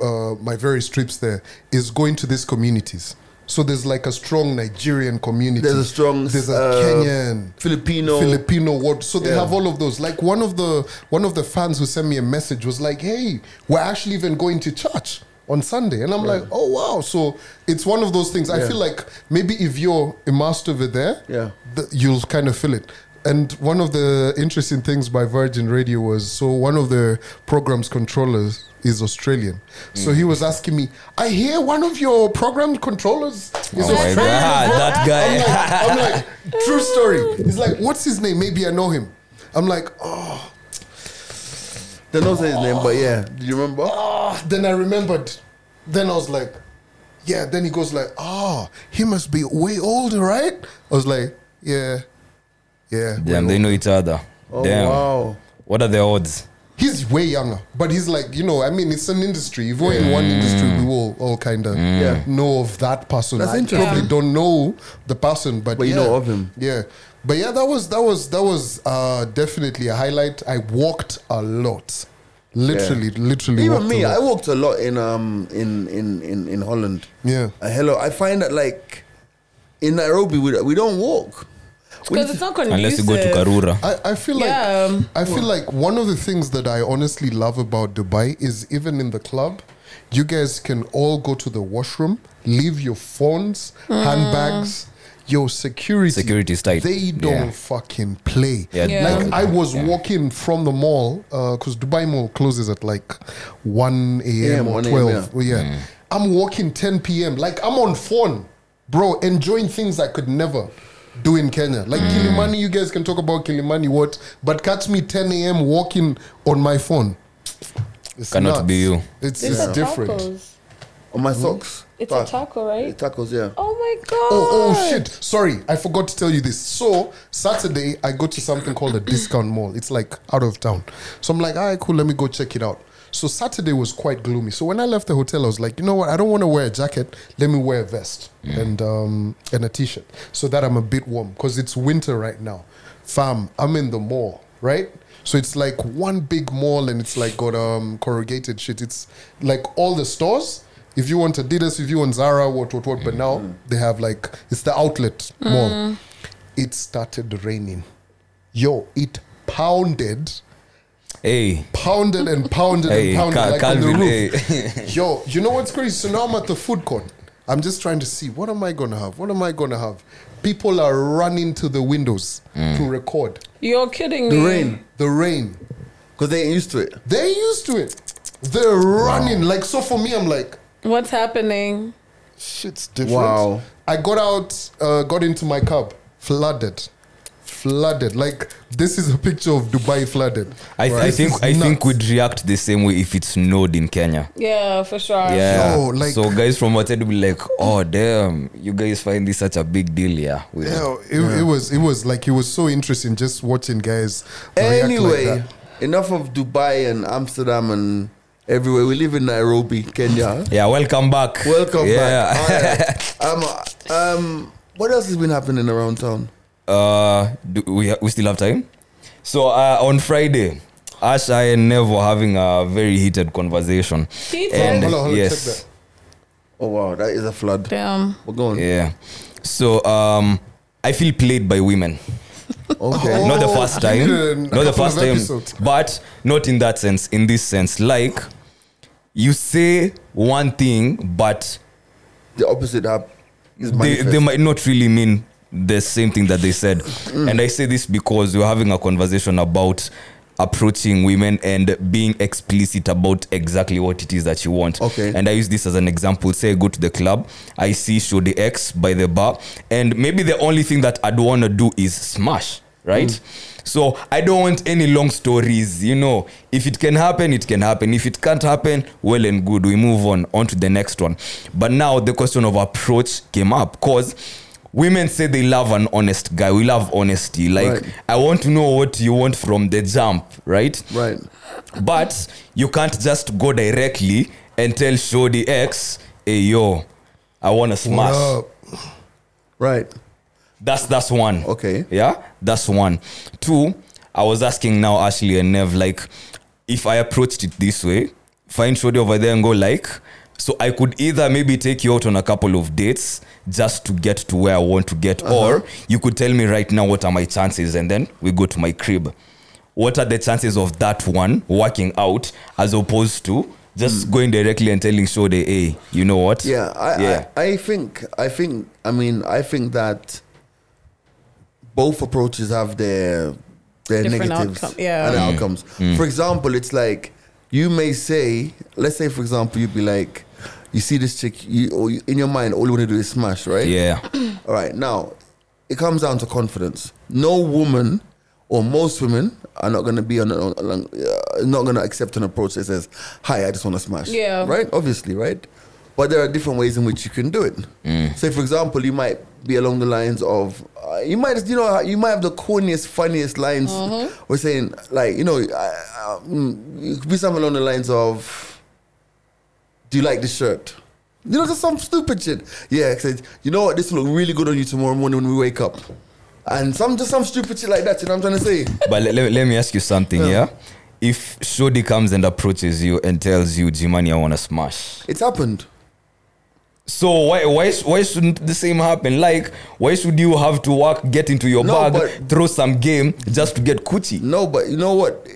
Speaker 4: uh, my various trips there is going to these communities. So there's like a strong Nigerian community.
Speaker 3: There's a strong
Speaker 4: There's a
Speaker 3: uh,
Speaker 4: Kenyan.
Speaker 3: Filipino
Speaker 4: Filipino what so they
Speaker 3: Yeah.
Speaker 4: have all of those. Like one of the one of the fans who sent me a message was like, "Hey, we're actually even going to church on Sunday," and I'm like, "Oh wow!" So it's one of those things. I
Speaker 3: Yeah.
Speaker 4: feel like maybe if you're immersed over there,
Speaker 3: Yeah.
Speaker 4: th- you'll kind of feel it. And one of the interesting things by Virgin Radio was so one of the program's controllers is Australian. So
Speaker 3: Mm.
Speaker 4: he was asking me, I hear one of your program controllers is Oh
Speaker 1: Oh my
Speaker 4: Australian.
Speaker 1: God, that
Speaker 4: I'm
Speaker 1: guy.
Speaker 4: like, I'm like, true story. He's like, what's his name? Maybe I know him. I'm like, oh,
Speaker 3: they don't say his name, but yeah. Do you remember?
Speaker 4: ah. Then I remembered. Then I was like, yeah. Then he goes like, ah, he must be way older, right? I was like, yeah, yeah. way
Speaker 1: Damn, they
Speaker 4: old."
Speaker 1: know each other.
Speaker 3: Oh
Speaker 1: Damn.
Speaker 3: wow.
Speaker 1: What are the odds?
Speaker 4: He's way younger, but he's like, you know, I mean, it's an industry. If we're in one industry, we will all kind of
Speaker 3: Mm. Yeah.
Speaker 4: know of that person.
Speaker 3: That's
Speaker 4: I
Speaker 3: interesting.
Speaker 4: probably don't know the person, but
Speaker 3: But you
Speaker 4: yeah.
Speaker 3: know of him.
Speaker 4: Yeah, but yeah, that was that was that was uh, definitely a highlight. I walked a lot, literally, literally.
Speaker 3: Even
Speaker 4: walked
Speaker 3: me,
Speaker 4: a
Speaker 3: I
Speaker 4: lot.
Speaker 3: walked a lot in um in in in, in Holland.
Speaker 4: Yeah.
Speaker 3: Uh, hello, I find that like in Nairobi we, we don't walk. We need
Speaker 2: Because
Speaker 3: to-
Speaker 2: it's not conducive.
Speaker 1: Unless you go to Karura.
Speaker 4: I, I feel like
Speaker 2: Yeah.
Speaker 4: I feel like one of the things that I honestly love about Dubai is even in the club, you guys can all go to the washroom, leave your phones, handbags. yo, security.
Speaker 1: Security is tight.
Speaker 4: They don't
Speaker 1: Yeah.
Speaker 4: fucking play.
Speaker 1: Yeah, Yeah.
Speaker 4: Like,
Speaker 1: no,
Speaker 4: I was
Speaker 1: yeah.
Speaker 4: walking from the mall, because Dubai Mall closes at like 1 a.m. or
Speaker 3: 1 a.m.,
Speaker 4: 12.
Speaker 3: yeah.
Speaker 4: Well, yeah. I'm walking 10 p.m. Like I'm on phone, bro, enjoying things I could never do in Kenya. Like
Speaker 1: Mm.
Speaker 4: Kilimani, you guys can talk about Kilimani, what? But catch me 10 a.m. walking on my phone. It's
Speaker 1: Cannot
Speaker 4: nuts.
Speaker 1: be you.
Speaker 4: It's, it's
Speaker 5: These are
Speaker 4: different.
Speaker 5: tacos.
Speaker 3: On
Speaker 4: Mm-hmm.
Speaker 3: my socks.
Speaker 5: It's
Speaker 3: Ta-
Speaker 5: a taco, right?
Speaker 3: Tacos, yeah.
Speaker 5: Oh my god.
Speaker 4: Oh, oh shit. Sorry, I forgot to tell you this. So Saturday I go to something called a discount mall. It's like out of town. So I'm like, all right, cool, let me go check it out. So Saturday was quite gloomy. So when I left the hotel, I was like, you know what? I don't want to wear a jacket. Let me wear a vest and um and a t-shirt so that I'm a bit warm because it's winter right now. Fam, I'm in the mall, right? So it's like one big mall and it's like got um corrugated shit. It's like all the stores if you want Adidas, if you want Zara, what, what, what. But now
Speaker 1: Mm-hmm.
Speaker 4: they have like, it's the outlet mall. It started raining. Yo, it pounded,
Speaker 1: Hey,
Speaker 4: pounded, and pounded,
Speaker 1: hey,
Speaker 4: and pounded
Speaker 1: Cal-
Speaker 4: like on
Speaker 1: Calvin.
Speaker 4: the roof.
Speaker 1: Hey.
Speaker 4: Yo, you know what's crazy? So now I'm at the food court. I'm just trying to see what am I gonna have? What am I gonna have? People are running to the windows
Speaker 1: Mm.
Speaker 4: to record
Speaker 2: You're kidding
Speaker 3: The
Speaker 2: me.
Speaker 3: rain.
Speaker 4: the rain.
Speaker 3: Because they ain't used to it.
Speaker 4: They're used to it. They're running like so. For me, I'm like,
Speaker 2: What's happening?
Speaker 4: Shit's different.
Speaker 3: Wow.
Speaker 4: I got out, uh, got into my cab, flooded. Flooded. Like, this is a picture of Dubai flooded.
Speaker 1: I,
Speaker 4: Right?
Speaker 1: I
Speaker 4: This
Speaker 1: think
Speaker 4: is
Speaker 1: I think
Speaker 4: nuts.
Speaker 1: we'd react the same way if it snowed in Kenya.
Speaker 2: Yeah, for sure.
Speaker 1: Yeah.
Speaker 4: Yo, like-
Speaker 1: so guys from Wated will be like, oh damn, you guys find this such a big deal, yeah. We
Speaker 4: Yeah, it, it was it was like it was so interesting just watching guys. react like
Speaker 3: Anyway,
Speaker 4: that.
Speaker 3: enough of Dubai and Amsterdam and everywhere. We live in Nairobi, Kenya.
Speaker 1: Yeah, welcome back.
Speaker 3: Welcome
Speaker 1: yeah.
Speaker 3: back. All right. um, um, what else has been happening around town?
Speaker 1: uh, do we we still have time. So uh, on Friday, Ash I and Nev were having a very heated conversation.
Speaker 2: Heated?
Speaker 1: And
Speaker 4: Hold on, hold on, check
Speaker 1: yes,
Speaker 4: that.
Speaker 3: Oh wow, that is a flood.
Speaker 2: Damn.
Speaker 3: We're going.
Speaker 1: yeah. So um, I feel played by women.
Speaker 3: Okay.
Speaker 1: not the
Speaker 4: Oh,
Speaker 1: first
Speaker 4: I
Speaker 1: time
Speaker 4: did it in a
Speaker 1: not the
Speaker 4: couple
Speaker 1: first
Speaker 4: of
Speaker 1: time
Speaker 4: episodes.
Speaker 1: but not in that sense in this sense like you say one thing but
Speaker 3: The opposite up is
Speaker 1: they,
Speaker 3: manifest.
Speaker 1: they might not really mean the same thing that they said and i say this because we we're having a conversation about approaching women and being explicit about exactly what it is that you want
Speaker 3: Okay.
Speaker 1: and i use this as an example say i go to the club i see shodi x by the bar and maybe the only thing that i'd want to do is smash right so i don't want any long stories you know if it can happen it can happen if it can't happen well and good we move on on to the next one but now the question of approach came up because women say they love an honest guy we love honesty like
Speaker 3: Right.
Speaker 1: i want to know what you want from the jump right
Speaker 3: right.
Speaker 1: but you can't just go directly and tell Shodi X, hey yo, I wanna smash.
Speaker 4: What up?
Speaker 3: Right.
Speaker 1: That's that's one.
Speaker 3: Okay.
Speaker 1: Yeah, that's one. Two, I was asking now Ashley and Nev like, if I approached it this way, find Shodi over there and go like, so I could either maybe take you out on a couple of dates just to get to where I want to get,
Speaker 3: Uh-huh.
Speaker 1: or you could tell me right now what are my chances, and then we go to my crib. What are the chances of that one working out as opposed to just going directly and telling Shodi, hey, you know what?
Speaker 3: Hmm. Yeah. I,
Speaker 1: yeah.
Speaker 3: I, I think. I think. I mean. I think that both approaches have their their
Speaker 2: Different
Speaker 3: negatives
Speaker 2: outcome, yeah.
Speaker 3: and outcomes. For example, it's like you may say, let's say, for example, you'd be like, you see this chick, you, or you in your mind, all you want to do is smash, right?
Speaker 1: yeah.
Speaker 3: All right, now it comes down to confidence. No woman or most women are not going to be on, on, on uh, not going to accept an approach that says, "Hi, I just want to smash."
Speaker 2: Yeah.
Speaker 3: right. Obviously, right. But there are different ways in which you can do it. Say, for example, you might be along the lines of, uh, you might, you know, you might have the corniest, funniest lines. We're saying, like, you know, uh, um, it could be something along the lines of, do you like this shirt? You know, just some stupid shit. Yeah, I said, you know what, this will look really good on you tomorrow morning when we wake up. And some just some stupid shit like that, you know what I'm trying to say?
Speaker 1: but let, let, let me ask you something, yeah? If Shodi comes and approaches you and tells you, Jimani, I want to smash.
Speaker 3: It's happened.
Speaker 1: So why, why sh- why shouldn't the same happen? Like, why should you have to work, get into your
Speaker 3: No,
Speaker 1: bag,
Speaker 3: but-
Speaker 1: throw some game just to get coochie?
Speaker 3: No, but you know what?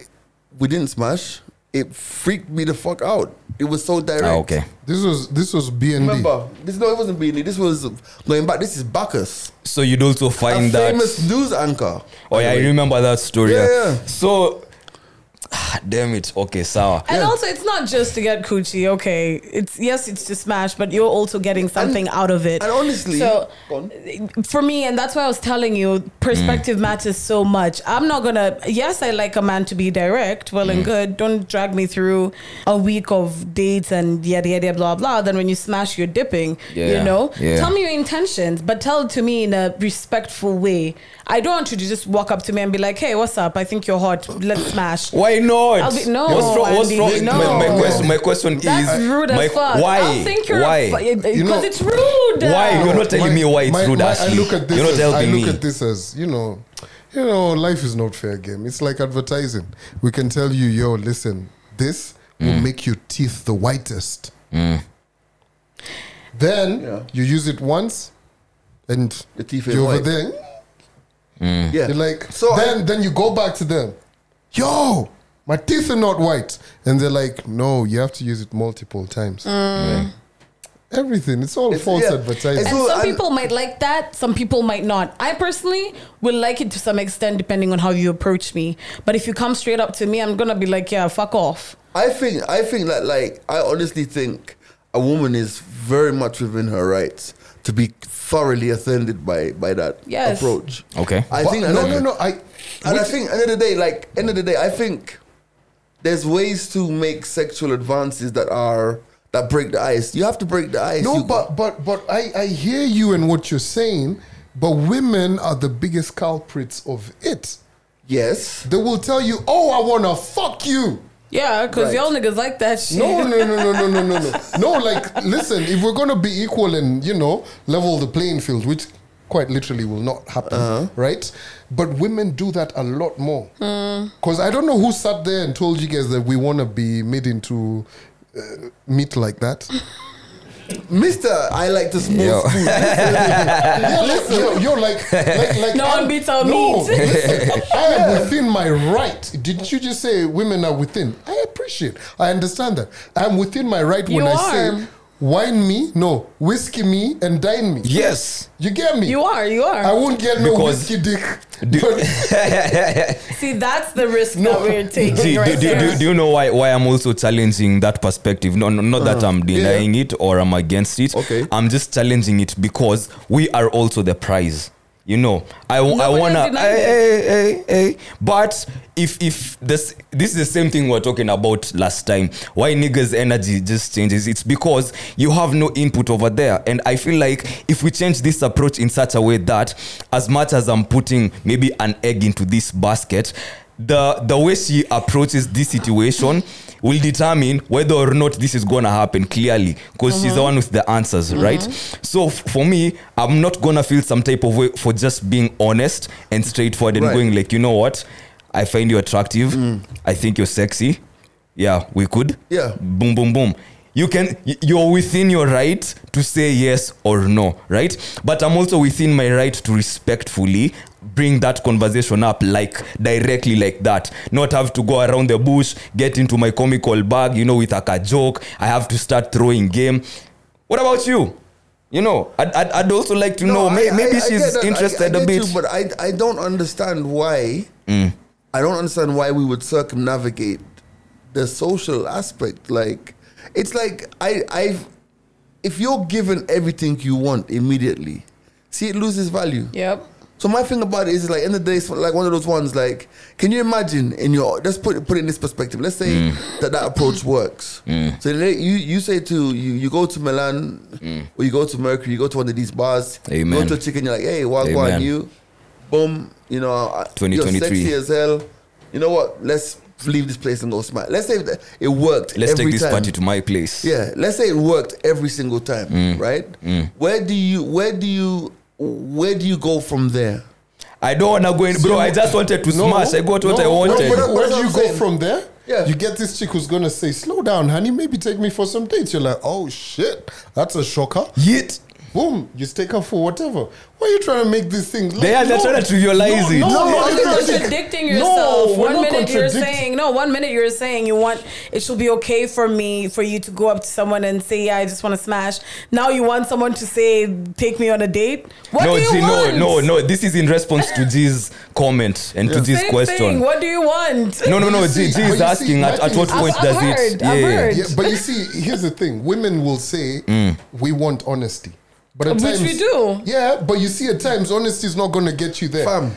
Speaker 3: We didn't smash. it freaked me the fuck out. It was so direct.
Speaker 1: Ah, okay.
Speaker 4: This was this was B and B.
Speaker 3: Remember, this no, it wasn't Beanie. This was going back. This is Bacchus,
Speaker 1: So you'd also
Speaker 3: a
Speaker 1: find that.
Speaker 3: famous news anchor.
Speaker 1: oh yeah, I remember that story.
Speaker 3: Yeah, yeah.
Speaker 1: So, ah, damn it. Okay, sour.
Speaker 2: And also, it's not just to get coochie. Okay, it's yes, it's to smash, but you're also getting something out of it.
Speaker 3: and honestly-
Speaker 2: so
Speaker 3: Go on.
Speaker 2: for me, and that's why I was telling you,
Speaker 1: Mm.
Speaker 2: perspective matters so much. I'm not gonna. Yes, I like a man to be direct, well
Speaker 1: Mm.
Speaker 2: and good. Don't drag me through a week of dates and yada yada yada, blah blah. Then when you smash, you're dipping.
Speaker 1: Yeah,
Speaker 2: You know,
Speaker 1: yeah.
Speaker 2: tell me your intentions, but tell it to me in a respectful way. I don't want you to just walk up to me and be like, "Hey, what's up? I think you're hot. Let's smash."
Speaker 1: Why not?
Speaker 2: I'll be- no,
Speaker 1: What's wrong? What's
Speaker 2: Andy,
Speaker 1: wrong?
Speaker 2: no.
Speaker 1: My, my question. My question
Speaker 2: That's
Speaker 1: is.
Speaker 2: rude
Speaker 1: my,
Speaker 2: as fuck.
Speaker 1: Why?
Speaker 2: I'll think you're
Speaker 1: why?
Speaker 2: because
Speaker 4: You know-
Speaker 2: it's rude.
Speaker 1: Why? You're not telling me why it's rude,
Speaker 4: I
Speaker 1: Ashley.
Speaker 4: look at this
Speaker 1: You're not
Speaker 4: as,
Speaker 1: helping
Speaker 4: I
Speaker 1: me.
Speaker 4: look at this as you know, you know, life is not fair game. It's like advertising. We can tell you, yo, listen, this will
Speaker 1: Mm.
Speaker 4: make your teeth the whitest. Then
Speaker 3: Yeah.
Speaker 4: you use it once, and
Speaker 3: The teeth are
Speaker 4: you're over
Speaker 3: white.
Speaker 4: there.
Speaker 3: Yeah,
Speaker 4: You're like
Speaker 3: so. I-
Speaker 4: then then you go back to them. Yo, my teeth are not white. And they're like, no, you have to use it multiple times.
Speaker 1: Mm.
Speaker 4: Everything. It's all
Speaker 3: It's-
Speaker 4: false
Speaker 3: yeah.
Speaker 4: advertising.
Speaker 2: And
Speaker 3: So
Speaker 2: some
Speaker 3: I'm-
Speaker 2: people might like that, some people might not. I personally will like it to some extent depending on how you approach me. But if you come straight up to me, I'm gonna be like, yeah, fuck off.
Speaker 3: I think I think that like I honestly think a woman is very much within her rights to be thoroughly offended by by that
Speaker 2: Yes.
Speaker 3: approach.
Speaker 1: Okay.
Speaker 3: I
Speaker 4: But
Speaker 3: think
Speaker 4: no, no, no. I
Speaker 3: And I think end of the day, like end of the day, I think there's ways to make sexual advances that are that break the ice. You have to break the ice.
Speaker 4: no,
Speaker 3: You-
Speaker 4: but but but I I hear you and what you're saying, but women are the biggest culprits of it.
Speaker 3: yes,
Speaker 4: They will tell you, "Oh, I wanna fuck you."
Speaker 2: Yeah, because
Speaker 3: Right.
Speaker 2: y'all niggas like that shit.
Speaker 4: No, no, no, no, no, no, no, no. No, like, listen, if we're going to be equal and, you know, level the playing field, which quite literally will not happen,
Speaker 3: Uh-huh.
Speaker 4: right? But women do that a lot more. Because I don't know who sat there and told you guys that we want to be made into uh, meat like that.
Speaker 3: Mister, I like to small
Speaker 1: Yo.
Speaker 3: spoon.
Speaker 4: yeah, listen, you're, you're like, like, like
Speaker 2: No one
Speaker 4: I'm-
Speaker 2: beats our
Speaker 4: no,
Speaker 2: meat.
Speaker 4: listen, I am within my right. Didn't you just say women are within? I appreciate. I understand that. I'm within my right when
Speaker 2: You
Speaker 4: I say
Speaker 2: are.
Speaker 4: wine me, no whiskey me, and dine me.
Speaker 1: yes.
Speaker 4: you get me.
Speaker 2: You are, you
Speaker 4: I
Speaker 2: are.
Speaker 4: won't get no
Speaker 1: Because-
Speaker 4: whiskey dick.
Speaker 1: Do-
Speaker 4: But
Speaker 2: See, that's the risk that we're taking
Speaker 1: See,
Speaker 2: right
Speaker 1: do, do,
Speaker 2: there.
Speaker 1: do, do you know why, why I'm also challenging that perspective? No, no not
Speaker 2: Uh-huh.
Speaker 1: that I'm denying it or I'm against it.
Speaker 3: Okay.
Speaker 1: I'm just challenging it because we are also the prize. You know, I, w- I
Speaker 2: Nobody's
Speaker 1: wanna.
Speaker 2: denying
Speaker 1: Hey,
Speaker 2: it.
Speaker 1: hey, hey, hey. But if if this this is the same thing we we're talking about last time, why niggas' energy just changes? It's because you have no input over there, and I feel like if we change this approach in such a way that, as much as I'm putting maybe an egg into this basket, the the way she approaches this situation will determine whether or not this is gonna happen clearly because she's the one with the answers right so f- for me i'm not gonna feel some type of way for just being honest and straightforward and
Speaker 3: Right.
Speaker 1: going like you know what i find you attractive i think you're sexy yeah we could
Speaker 3: Yeah.
Speaker 1: boom boom boom you can y- you're within your right to say yes or no right but i'm also within my right to respectfully bring that conversation up like directly like that not have to go around the bush get into my comical bag you know with like a joke i have to start throwing game what about you you know i'd, I'd, I'd also like to know may,
Speaker 3: I- I-
Speaker 1: maybe
Speaker 3: I get
Speaker 1: she's
Speaker 3: that. I-
Speaker 1: interested
Speaker 3: I,
Speaker 1: a
Speaker 3: get
Speaker 1: bit Mm.
Speaker 3: you, but I I don't understand why. I don't understand why we would circumnavigate the social aspect. Like it's like I I if you're given everything you want immediately, see it loses value.
Speaker 2: Yep.
Speaker 3: So my thing about it is like in the day, it's like one of those ones. Like, can you imagine in your? Let's put put it in this perspective. Let's say
Speaker 1: Mm.
Speaker 3: that that approach works. So you you say to you you go to Milan or you go to Mercury, you go to one of these bars, you
Speaker 1: Mm. Amen.
Speaker 3: go to a chicken. You're like, hey, wagwan,
Speaker 1: Amen.
Speaker 3: you, boom. You know, I- you're
Speaker 1: 2023.
Speaker 3: sexy as hell. You know what? Let's leave this place and go smile. Let's say that it worked.
Speaker 1: let's
Speaker 3: every
Speaker 1: take this
Speaker 3: time.
Speaker 1: party to my place
Speaker 3: Yeah, let's say it worked every single time,
Speaker 1: Mm.
Speaker 3: right? Where do you where do you where do you go from there?
Speaker 1: i don't want to go in bro i just wanted to smash i got what i wanted
Speaker 4: Where,
Speaker 3: That's
Speaker 4: where
Speaker 3: what
Speaker 4: do you
Speaker 3: I'm
Speaker 4: go
Speaker 3: saying.
Speaker 4: from there?
Speaker 3: Yeah.
Speaker 4: You get this chick who's gonna say, "Slow down, honey. Maybe take me for some dates." You're like, "Oh shit, that's a shocker."
Speaker 1: Yeet.
Speaker 4: boom, you take her for whatever. Why are you trying to make these things?
Speaker 1: They are- they're trying to trivialize it.
Speaker 4: No,
Speaker 1: No,
Speaker 4: no,
Speaker 2: you're
Speaker 4: no, no.
Speaker 2: contradicting
Speaker 4: No,
Speaker 2: yourself.
Speaker 4: we're
Speaker 2: one
Speaker 4: not
Speaker 2: minute you're
Speaker 4: contradicting.
Speaker 2: saying no. One minute you're saying you want it should be okay for me for you to go up to someone and say yeah I just want to smash. Now you want someone to say take me on a date. What
Speaker 1: no,
Speaker 2: do you
Speaker 1: G,
Speaker 2: want?
Speaker 1: no, no, no. This is in response to G's comment and to
Speaker 4: Yeah.
Speaker 1: G's
Speaker 2: Same
Speaker 1: question.
Speaker 2: thing. What do you want?
Speaker 1: No, no, no.
Speaker 4: You see,
Speaker 1: G, G
Speaker 4: but you
Speaker 1: is
Speaker 4: see,
Speaker 1: asking at,
Speaker 4: nothing
Speaker 1: at what
Speaker 4: is-
Speaker 1: point
Speaker 2: I've-
Speaker 1: does
Speaker 2: I've
Speaker 1: it?
Speaker 2: heard, I've
Speaker 1: yeah.
Speaker 2: heard.
Speaker 4: Yeah, but you see, here's the thing: women will say
Speaker 3: Mm.
Speaker 4: we want honesty, but at
Speaker 2: Which
Speaker 4: times
Speaker 2: we do.
Speaker 4: Yeah, but you see, at times honesty is not going to get you there.
Speaker 3: Fam. Mm.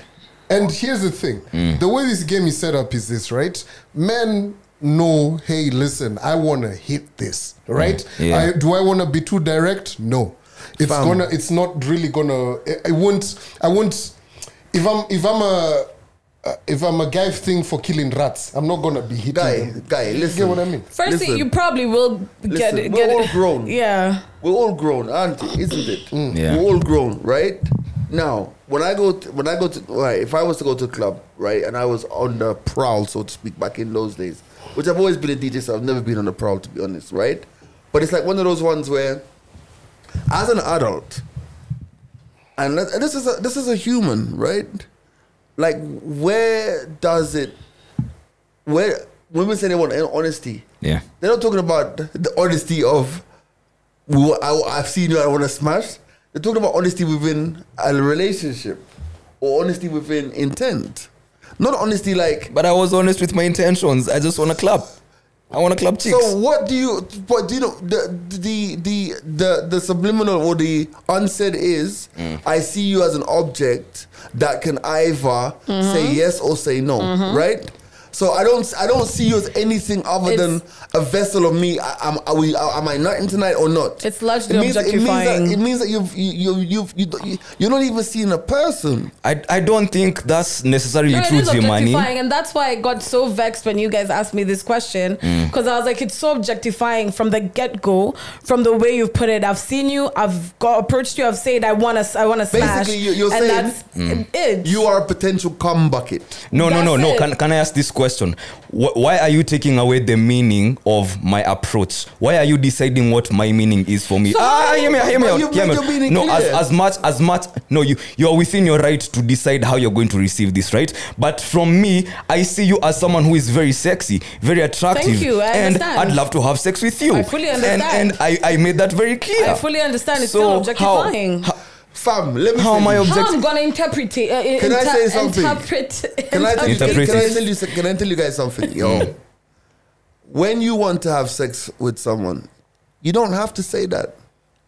Speaker 4: And here's the thing: the way this game is set up is this, right? Men know, hey, listen, I want to hit this,
Speaker 3: Mm.
Speaker 4: right?
Speaker 1: Yeah.
Speaker 4: I, do I want to be too direct? No. It's
Speaker 3: Fam.
Speaker 4: gonna. It's not really gonna. I, I won't. I won't. If I'm. If I'm a. Uh, if I'm a guy thing for killing rats, I'm not gonna be hitting
Speaker 3: Guy,
Speaker 4: them.
Speaker 3: guy, listen.
Speaker 4: You get what I mean?
Speaker 2: First
Speaker 3: Listen.
Speaker 2: thing you probably will get
Speaker 3: Listen,
Speaker 2: get
Speaker 3: we're all grown.
Speaker 2: Yeah.
Speaker 3: We're all grown, aren't we? Isn't it?
Speaker 4: Mm.
Speaker 1: Yeah.
Speaker 3: We're all grown, right? Now, when I go, to, when I go to, right, if I was to go to a club, right, and I was on the prowl, so to speak, back in those days, which I've always been a DJ, so I've never been on the prowl, to be honest, right? But it's like one of those ones where, as an adult, and let- and this is a, this is a human, right? Like, where does it? Where women say they want honesty,
Speaker 1: Yeah.
Speaker 3: they're not talking about the honesty of "Well, I, I've seen you, I want to smash. They're talking about honesty within a relationship or honesty within intent. Not honesty like.
Speaker 1: But I was honest with my intentions. I just want to clap. I want to clap chicks.
Speaker 3: So what do you? What do you know? The the the the, the subliminal or the unsaid is
Speaker 1: Mm.
Speaker 3: I see you as an object that can either
Speaker 2: Mm-hmm.
Speaker 3: say yes or say no, right? So I don't I don't see you as anything other
Speaker 2: It's-
Speaker 3: than a vessel of me. I, am are we? Am I nighting tonight or not?
Speaker 2: It's largely
Speaker 3: It means
Speaker 2: objectifying.
Speaker 3: that, it means that you've you you you've, you don't- you you're not even seeing a person.
Speaker 1: I, I don't think that's necessarily
Speaker 2: No, it
Speaker 1: true,
Speaker 2: is
Speaker 1: G Money.
Speaker 2: objectifying, and that's why I got so vexed when you guys asked me this question
Speaker 3: Mm.
Speaker 2: because I was like, it's so objectifying from the get go, from the way you've put it. I've seen you, I've got approached you, I've said I want to, I want to smash.
Speaker 3: Basically, you- you're
Speaker 2: and
Speaker 3: saying- Mm.
Speaker 2: that's it.
Speaker 3: You are a potential cum bucket.
Speaker 1: No, no, no,
Speaker 2: That's
Speaker 1: no.
Speaker 2: it.
Speaker 1: Can, can I ask this question? Wh- why are you taking away the meaning of my approach? Why are you deciding what my meaning is for me?
Speaker 2: So
Speaker 1: ah,
Speaker 2: how-
Speaker 1: hear me, out, hear me,
Speaker 3: But
Speaker 1: out,
Speaker 3: you've
Speaker 1: hear
Speaker 3: made
Speaker 1: me.
Speaker 3: your
Speaker 1: out.
Speaker 3: meaning
Speaker 1: No, as,
Speaker 3: clear.
Speaker 1: as much as much. No, you you are within your right to decide how you're going to receive this, right? But from me, I see you as someone who is very sexy, very attractive,
Speaker 2: you, I
Speaker 1: and
Speaker 2: understand.
Speaker 1: I'd love to have sex with you.
Speaker 2: I fully
Speaker 1: And,
Speaker 2: understand.
Speaker 1: and I, I made that very clear.
Speaker 2: I fully understand. It's
Speaker 1: So
Speaker 2: still
Speaker 1: how-
Speaker 2: objectifying.
Speaker 1: How,
Speaker 2: How,
Speaker 3: Fam, let me.
Speaker 1: How
Speaker 3: tell
Speaker 1: am I
Speaker 3: you.
Speaker 1: object-
Speaker 2: I'm gonna interpret it. Uh,
Speaker 3: Can I say something?
Speaker 2: Interpret.
Speaker 3: Can I tell you,
Speaker 1: Interpret
Speaker 3: can I
Speaker 1: it. Mm.
Speaker 3: tell you so- can I tell you guys something, yo? when you want to have sex with someone, you don't have to say that.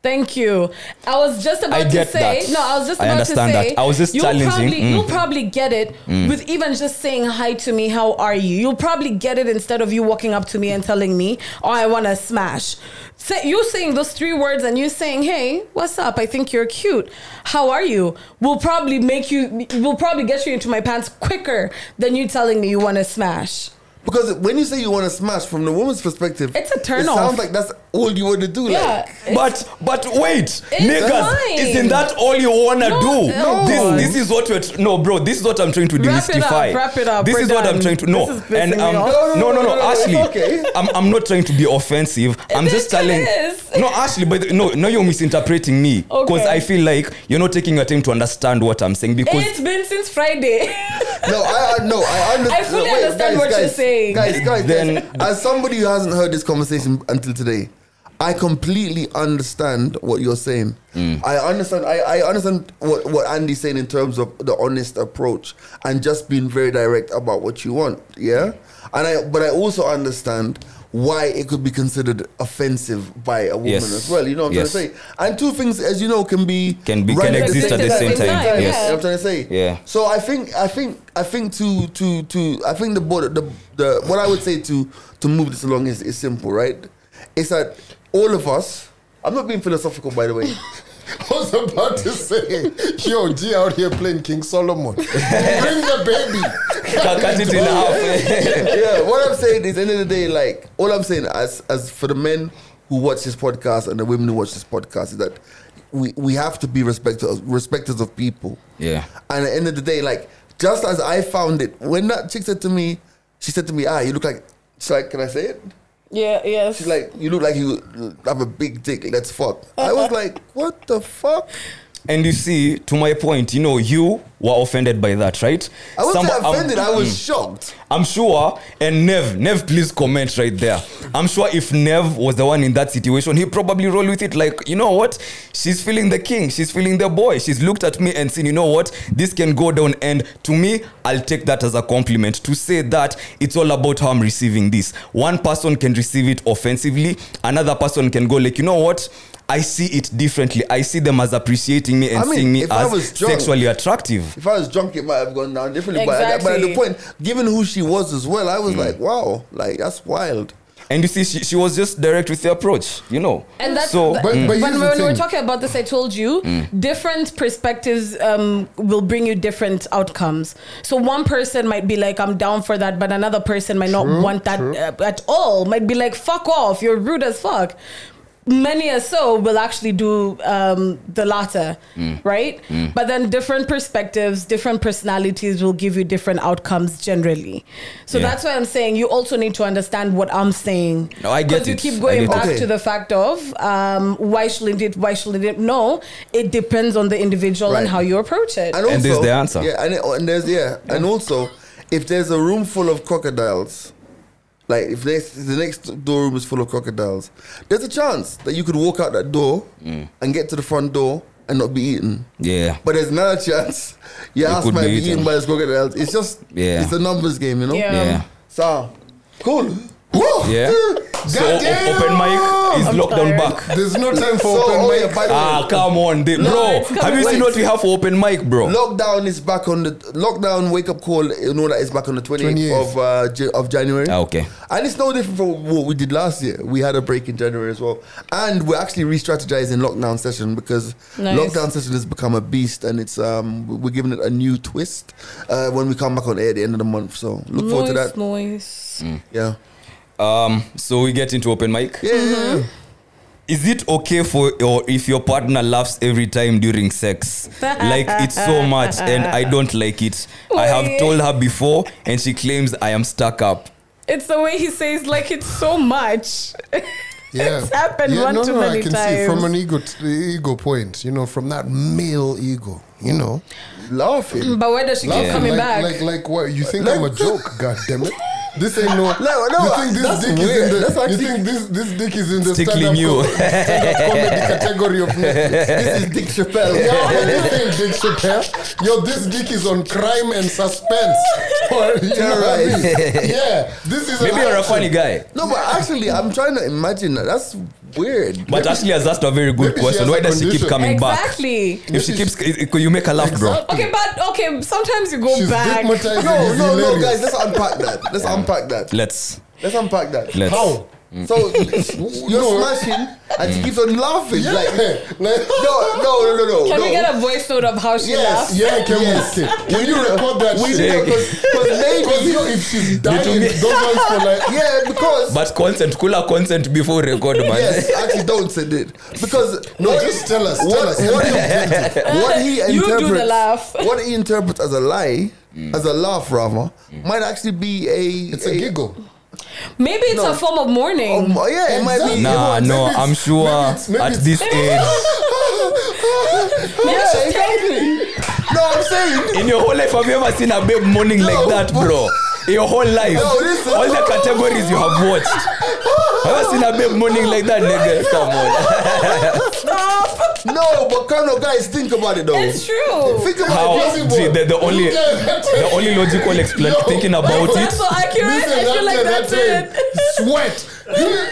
Speaker 2: Thank you. I was just about
Speaker 1: I get
Speaker 2: to say
Speaker 1: that.
Speaker 2: no. I was just
Speaker 1: I
Speaker 2: about
Speaker 1: understand
Speaker 2: to
Speaker 1: that.
Speaker 2: say
Speaker 1: I was just
Speaker 2: you'll
Speaker 1: challenging.
Speaker 2: Probably,
Speaker 1: Mm.
Speaker 2: You'll probably get it with even just saying hi to me. How are you? You'll probably get it instead of you walking up to me and telling me, "Oh, I want to smash." Say, you saying those three words and you saying, "Hey, what's up? I think you're cute. How are you?" Will probably make you. Will probably get you into my pants quicker than you telling me you want to smash.
Speaker 3: Because when you say you want to smash, from the woman's perspective,
Speaker 2: It's a turn
Speaker 3: it
Speaker 2: off.
Speaker 3: sounds like that's all you want to do.
Speaker 2: Yeah.
Speaker 3: Like,
Speaker 2: it's-
Speaker 1: But but wait,
Speaker 2: Eh? It's
Speaker 1: niggas,
Speaker 2: fine.
Speaker 1: isn't that all you wanna
Speaker 2: No,
Speaker 1: do?
Speaker 2: no.
Speaker 1: This this is what we're tr- no, bro. This is what I'm trying to
Speaker 2: Wrap it up,
Speaker 1: demystify.
Speaker 2: wrap it up,
Speaker 1: This
Speaker 2: we're
Speaker 1: is what I'm
Speaker 2: done.
Speaker 1: trying to
Speaker 2: This is
Speaker 1: no.
Speaker 2: pissing
Speaker 1: And
Speaker 2: me
Speaker 1: um, no,
Speaker 2: off.
Speaker 1: no, no,
Speaker 3: No, no,
Speaker 1: no,
Speaker 3: no, it's
Speaker 1: Ashley,
Speaker 3: okay.
Speaker 1: I'm I'm not trying to be offensive. I'm
Speaker 2: It
Speaker 1: just
Speaker 2: actually
Speaker 1: telling.
Speaker 2: is.
Speaker 1: No, Ashley, but no, no, you're misinterpreting me because
Speaker 2: Okay.
Speaker 1: I feel like you're not taking your time to understand what I'm saying because
Speaker 2: It's been since Friday.
Speaker 3: no, I I- no, I understand.
Speaker 2: I fully understand what you're saying.
Speaker 3: guys, guys.
Speaker 1: Then-
Speaker 3: Then, as somebody who hasn't heard this conversation until today, I completely understand what you're saying.
Speaker 1: Mm.
Speaker 3: I understand. I, I understand what what Andy's saying in terms of the honest approach and just being very direct about what you want. Yeah, and I but I also understand. Why it could be considered offensive by a woman
Speaker 1: Yes.
Speaker 3: as well, you know what I'm
Speaker 1: Yes.
Speaker 3: trying to say. And two things, as you know, can be
Speaker 1: Can be-
Speaker 3: right
Speaker 1: can exist at the same time, yes.
Speaker 3: You know what I'm trying to say.
Speaker 1: Yeah.
Speaker 3: So I think I think I think to to to I think the border the the what I would say to to move this along is is simple, right? It's that all of us. I'm not being philosophical, by the way.
Speaker 4: I was about to say, yo, G out here playing King Solomon. Bring the baby.
Speaker 1: cut cut it in half.
Speaker 3: yeah. What I'm saying is, end of the day, like all I'm saying, as as for the men who watch this podcast and the women who watch this podcast, is that we we have to be respecters respecters of people.
Speaker 1: yeah.
Speaker 3: And at the end of the day, like just as I found it, when that chick said to me, she said to me, "Ah, you look like." She's like, "Can I say it?"
Speaker 2: Yeah, yes.
Speaker 3: She's like, you look like you have a big dick. Let's fuck. I was like, what the fuck?
Speaker 1: And you see, to my point, you know, you were offended by that, right?
Speaker 3: I wasn't
Speaker 1: Some- I'm-
Speaker 3: offended. I was
Speaker 1: Mm.
Speaker 3: shocked.
Speaker 1: I'm sure, and Nev, Nev, please comment right there. I'm sure if Nev was the one in that situation, he probably rolled with it like, you know what? She's feeling the king, she's feeling the boy. She's looked at me and seen, you know what? This can go down. And to me, I'll take that as a compliment to say that it's all about how I'm receiving this. One person can receive it offensively, another person can go, like, you know what? I see it differently. I see them as appreciating me and
Speaker 3: I mean,
Speaker 1: seeing me
Speaker 3: if I
Speaker 1: as
Speaker 3: was drunk-
Speaker 1: sexually attractive.
Speaker 3: If I was drunk, it might have gone down differently. But, at, but at the
Speaker 2: Exactly.
Speaker 3: point, given who she was as well, I was
Speaker 1: Mm.
Speaker 3: like, wow, like that's wild.
Speaker 1: And you see, she, she was just direct with the approach, you know.
Speaker 2: And that's Mm.
Speaker 1: so,
Speaker 2: but,
Speaker 4: But- but here's
Speaker 2: when,
Speaker 4: the
Speaker 2: when we're
Speaker 4: thing.
Speaker 2: talking about this, I told you
Speaker 1: Mm.
Speaker 2: different perspectives um, will bring you different outcomes. So one person might be like, "I'm down for that," but another person might not want that uh, at all. Might be like, "Fuck off! You're rude as fuck." Many as so will actually do um, the latter,
Speaker 1: Mm.
Speaker 2: right? But then different perspectives, different personalities will give you different outcomes generally. So
Speaker 1: Yeah.
Speaker 2: that's why I'm saying you also need to understand what I'm saying.
Speaker 1: No, I get
Speaker 2: 'Cause You
Speaker 1: it.
Speaker 2: keep
Speaker 1: I
Speaker 2: going
Speaker 1: get it.
Speaker 2: back
Speaker 3: Okay.
Speaker 2: to the fact of um, why shouldn't it? Why shouldn't it? No, it depends on the individual and
Speaker 3: Right.
Speaker 2: how you approach it.
Speaker 3: And,
Speaker 1: And
Speaker 3: also,
Speaker 1: there's the answer.
Speaker 3: Yeah, and, oh, and there's yeah, and also, if there's a room full of crocodiles, like if next, the next door room is full of crocodiles, there's a chance that you could walk out that door
Speaker 1: Mm.
Speaker 3: and get to the front door and not be eaten.
Speaker 1: yeah.
Speaker 3: But there's another chance your
Speaker 1: You
Speaker 3: ass
Speaker 1: could
Speaker 3: might
Speaker 1: be
Speaker 3: be
Speaker 1: eaten.
Speaker 3: eaten by the crocodiles. It's just
Speaker 1: Yeah.
Speaker 3: it's a numbers game, you know.
Speaker 2: Yeah.
Speaker 1: yeah.
Speaker 3: So cool. Woo!
Speaker 1: Yeah. So o-
Speaker 4: Goddamn!
Speaker 1: open mic is locked down
Speaker 2: tired.
Speaker 1: back.
Speaker 4: There's no time for
Speaker 3: So, oh
Speaker 4: open
Speaker 3: yeah,
Speaker 4: mic.
Speaker 3: by the
Speaker 1: Ah,
Speaker 3: way,
Speaker 1: come on, they, bro.
Speaker 2: it's coming.
Speaker 1: Have you seen
Speaker 3: Wait.
Speaker 1: what we have for open mic, bro?
Speaker 3: Lockdown is back on the lockdown wake up call. You know that is back on the 28th,
Speaker 4: 28th.
Speaker 3: of uh, Ja- of January.
Speaker 1: Ah, okay.
Speaker 3: And it's no different from what we did last year. We had a break in January as well, and we're actually re-strategizing lockdown session because
Speaker 2: Nice.
Speaker 3: lockdown session has become a beast, and it's um we're giving it a new twist uh, when we come back on air at the end of the month. So look forward to
Speaker 2: Noise,
Speaker 3: that.
Speaker 2: noise.
Speaker 3: Yeah,
Speaker 1: Um, so we get into open mic.
Speaker 3: yeah.
Speaker 1: Is it okay for or if your partner laughs every time during sex? Like it's so much, and I don't like it. I have
Speaker 2: Wait.
Speaker 1: told her before, and she claims I am stuck up.
Speaker 2: It's the way he says, like it's so much.
Speaker 4: Yeah.
Speaker 2: It's happened one too many
Speaker 4: I can See
Speaker 2: times.
Speaker 4: from an ego, t- ego point, you know, from that male ego, you know.
Speaker 3: laughing.
Speaker 2: but why does she keep
Speaker 1: Laughing
Speaker 2: coming
Speaker 4: like,
Speaker 2: back?
Speaker 4: Like, like what? You think
Speaker 3: Like-
Speaker 4: I'm a joke? God damn it! This ain't no.
Speaker 3: No, no,
Speaker 4: you think this
Speaker 3: that's
Speaker 4: dick
Speaker 3: weird.
Speaker 4: is in the?
Speaker 3: That's actually-
Speaker 4: you think this this dick is in the
Speaker 1: Strictly
Speaker 4: stand-up
Speaker 1: new.
Speaker 4: co- stand-up comedy category of Netflix?
Speaker 3: this is Dick Chappelle.
Speaker 4: Yo, this ain't Dick Chappelle. Yo, this dick is on crime and suspense. Or, you know what I mean? Yeah, this is. an
Speaker 1: Maybe you're a
Speaker 4: action.
Speaker 1: funny guy,
Speaker 3: No, but actually, I'm trying to imagine that. That's weird.
Speaker 1: but Ashley has asked a very good
Speaker 4: maybe she
Speaker 1: question.
Speaker 4: has
Speaker 1: Why
Speaker 4: a
Speaker 1: does she keep
Speaker 4: condition.
Speaker 1: coming back?
Speaker 2: exactly.
Speaker 1: If she
Speaker 4: Maybe
Speaker 1: keeps, you make her laugh, bro.
Speaker 4: Exactly.
Speaker 2: Okay, but okay, sometimes you go
Speaker 4: She's
Speaker 2: back.
Speaker 4: stigmatized.
Speaker 3: No,
Speaker 4: It's
Speaker 3: no, no,
Speaker 4: hilarious.
Speaker 3: guys. Let's unpack that. Let's unpack that.
Speaker 1: Let's
Speaker 3: Let's unpack that.
Speaker 1: let's. Mm.
Speaker 4: How?
Speaker 3: So you're smashing, and she keeps on laughing.
Speaker 4: Yeah.
Speaker 3: Like,
Speaker 4: like,
Speaker 3: no, no, no, no, no.
Speaker 2: Can
Speaker 3: no.
Speaker 2: we get a voice note of how she
Speaker 4: Yes,
Speaker 2: laughs?
Speaker 4: yeah, can
Speaker 3: Yes.
Speaker 4: we? Can, can you record that?
Speaker 3: We
Speaker 4: shit?
Speaker 3: did because
Speaker 4: Because you know,
Speaker 3: maybe
Speaker 4: if she's
Speaker 1: to
Speaker 4: dying,
Speaker 1: me-
Speaker 4: those ones for like.
Speaker 3: yeah because
Speaker 1: But consent, cooler consent before record, man.
Speaker 3: yes actually don't send it because
Speaker 4: No,
Speaker 3: what-
Speaker 4: just tell us. Tell
Speaker 3: what,
Speaker 4: us.
Speaker 3: what, he, what he
Speaker 2: You do the
Speaker 3: interprets
Speaker 2: laugh.
Speaker 3: what he interprets as a lie
Speaker 1: Mm.
Speaker 3: as a laugh rather might actually be a
Speaker 4: It's a giggle.
Speaker 2: Maybe it's
Speaker 3: No.
Speaker 2: a form of mourning.
Speaker 3: um, yeah it might be
Speaker 1: Nah,
Speaker 4: Maybe
Speaker 1: no,
Speaker 4: it's-
Speaker 1: I'm sure
Speaker 4: maybe it's- maybe
Speaker 1: at
Speaker 4: it's-
Speaker 1: this age,
Speaker 2: Maybe
Speaker 3: yeah,
Speaker 2: she's telling-
Speaker 3: exactly no I'm saying
Speaker 1: in your whole life, have you ever seen a babe moaning like that, bro? In your whole life,
Speaker 3: No, listen.
Speaker 1: all the categories you have watched, have you seen a babe moaning like that, nigga? Come on,
Speaker 3: no but kind of guys think about it though
Speaker 2: It's true.
Speaker 3: think about
Speaker 1: how?
Speaker 3: it
Speaker 1: Gee, the, the only,
Speaker 4: You guys-
Speaker 1: the only logical explanation.
Speaker 4: Yo.
Speaker 1: thinking about
Speaker 2: That's
Speaker 1: it,
Speaker 2: so accurate. I feel like that's it.
Speaker 4: Sweat. I'd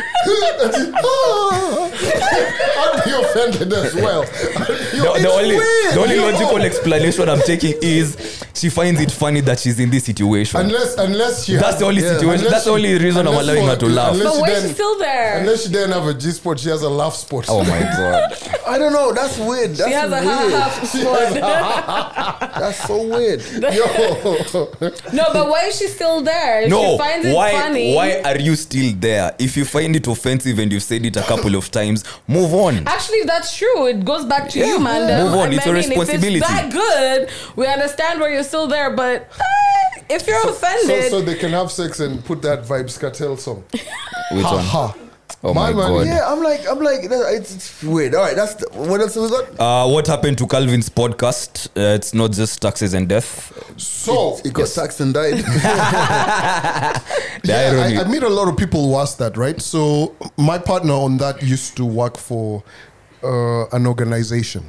Speaker 4: be offended as well.
Speaker 1: the, the only,
Speaker 4: weird.
Speaker 1: the only
Speaker 4: Yo.
Speaker 1: logical explanation I'm taking is she finds it funny that she's in this situation.
Speaker 4: Unless, unless she.
Speaker 1: That's the only situation-
Speaker 4: unless
Speaker 1: that's the only reason I'm
Speaker 4: unless
Speaker 1: allowing
Speaker 4: for-
Speaker 1: her to laugh.
Speaker 4: unless
Speaker 2: But
Speaker 4: she
Speaker 2: why
Speaker 4: then-
Speaker 2: she's still there?
Speaker 4: Unless she didn't have a G spot, she has a laugh spot.
Speaker 1: oh my god.
Speaker 3: I don't know that's weird that's
Speaker 2: She has a
Speaker 3: weird
Speaker 2: half squad.
Speaker 3: that's so weird
Speaker 4: Yo.
Speaker 2: no, but why is she still there? If
Speaker 1: no
Speaker 2: she finds it
Speaker 1: why
Speaker 2: funny.
Speaker 1: why are you still there if you find it offensive and you've said it a couple of times move on
Speaker 2: Actually, if that's true. It goes back to
Speaker 1: Yeah.
Speaker 2: you, man.
Speaker 1: Move on. It's your
Speaker 2: If
Speaker 1: responsibility.
Speaker 2: it's that good, we understand why you're still there, but eh, if you're
Speaker 4: So,
Speaker 2: offended,
Speaker 4: so they can have sex and put that Vibes Cartel song.
Speaker 1: Which
Speaker 4: ha
Speaker 1: one?
Speaker 4: ha.
Speaker 1: Oh my God.
Speaker 3: Yeah, I'm like, I'm like, that- it's, it's weird. All right, that's the, what else have we got?
Speaker 1: Uh, what happened to Calvin's podcast? Uh, it's not just taxes and death.
Speaker 4: So
Speaker 3: He got sacked and died.
Speaker 1: The
Speaker 4: yeah,
Speaker 1: irony.
Speaker 4: I, I meet a lot of people who ask that, right? So my partner on that used to work for uh, an organization.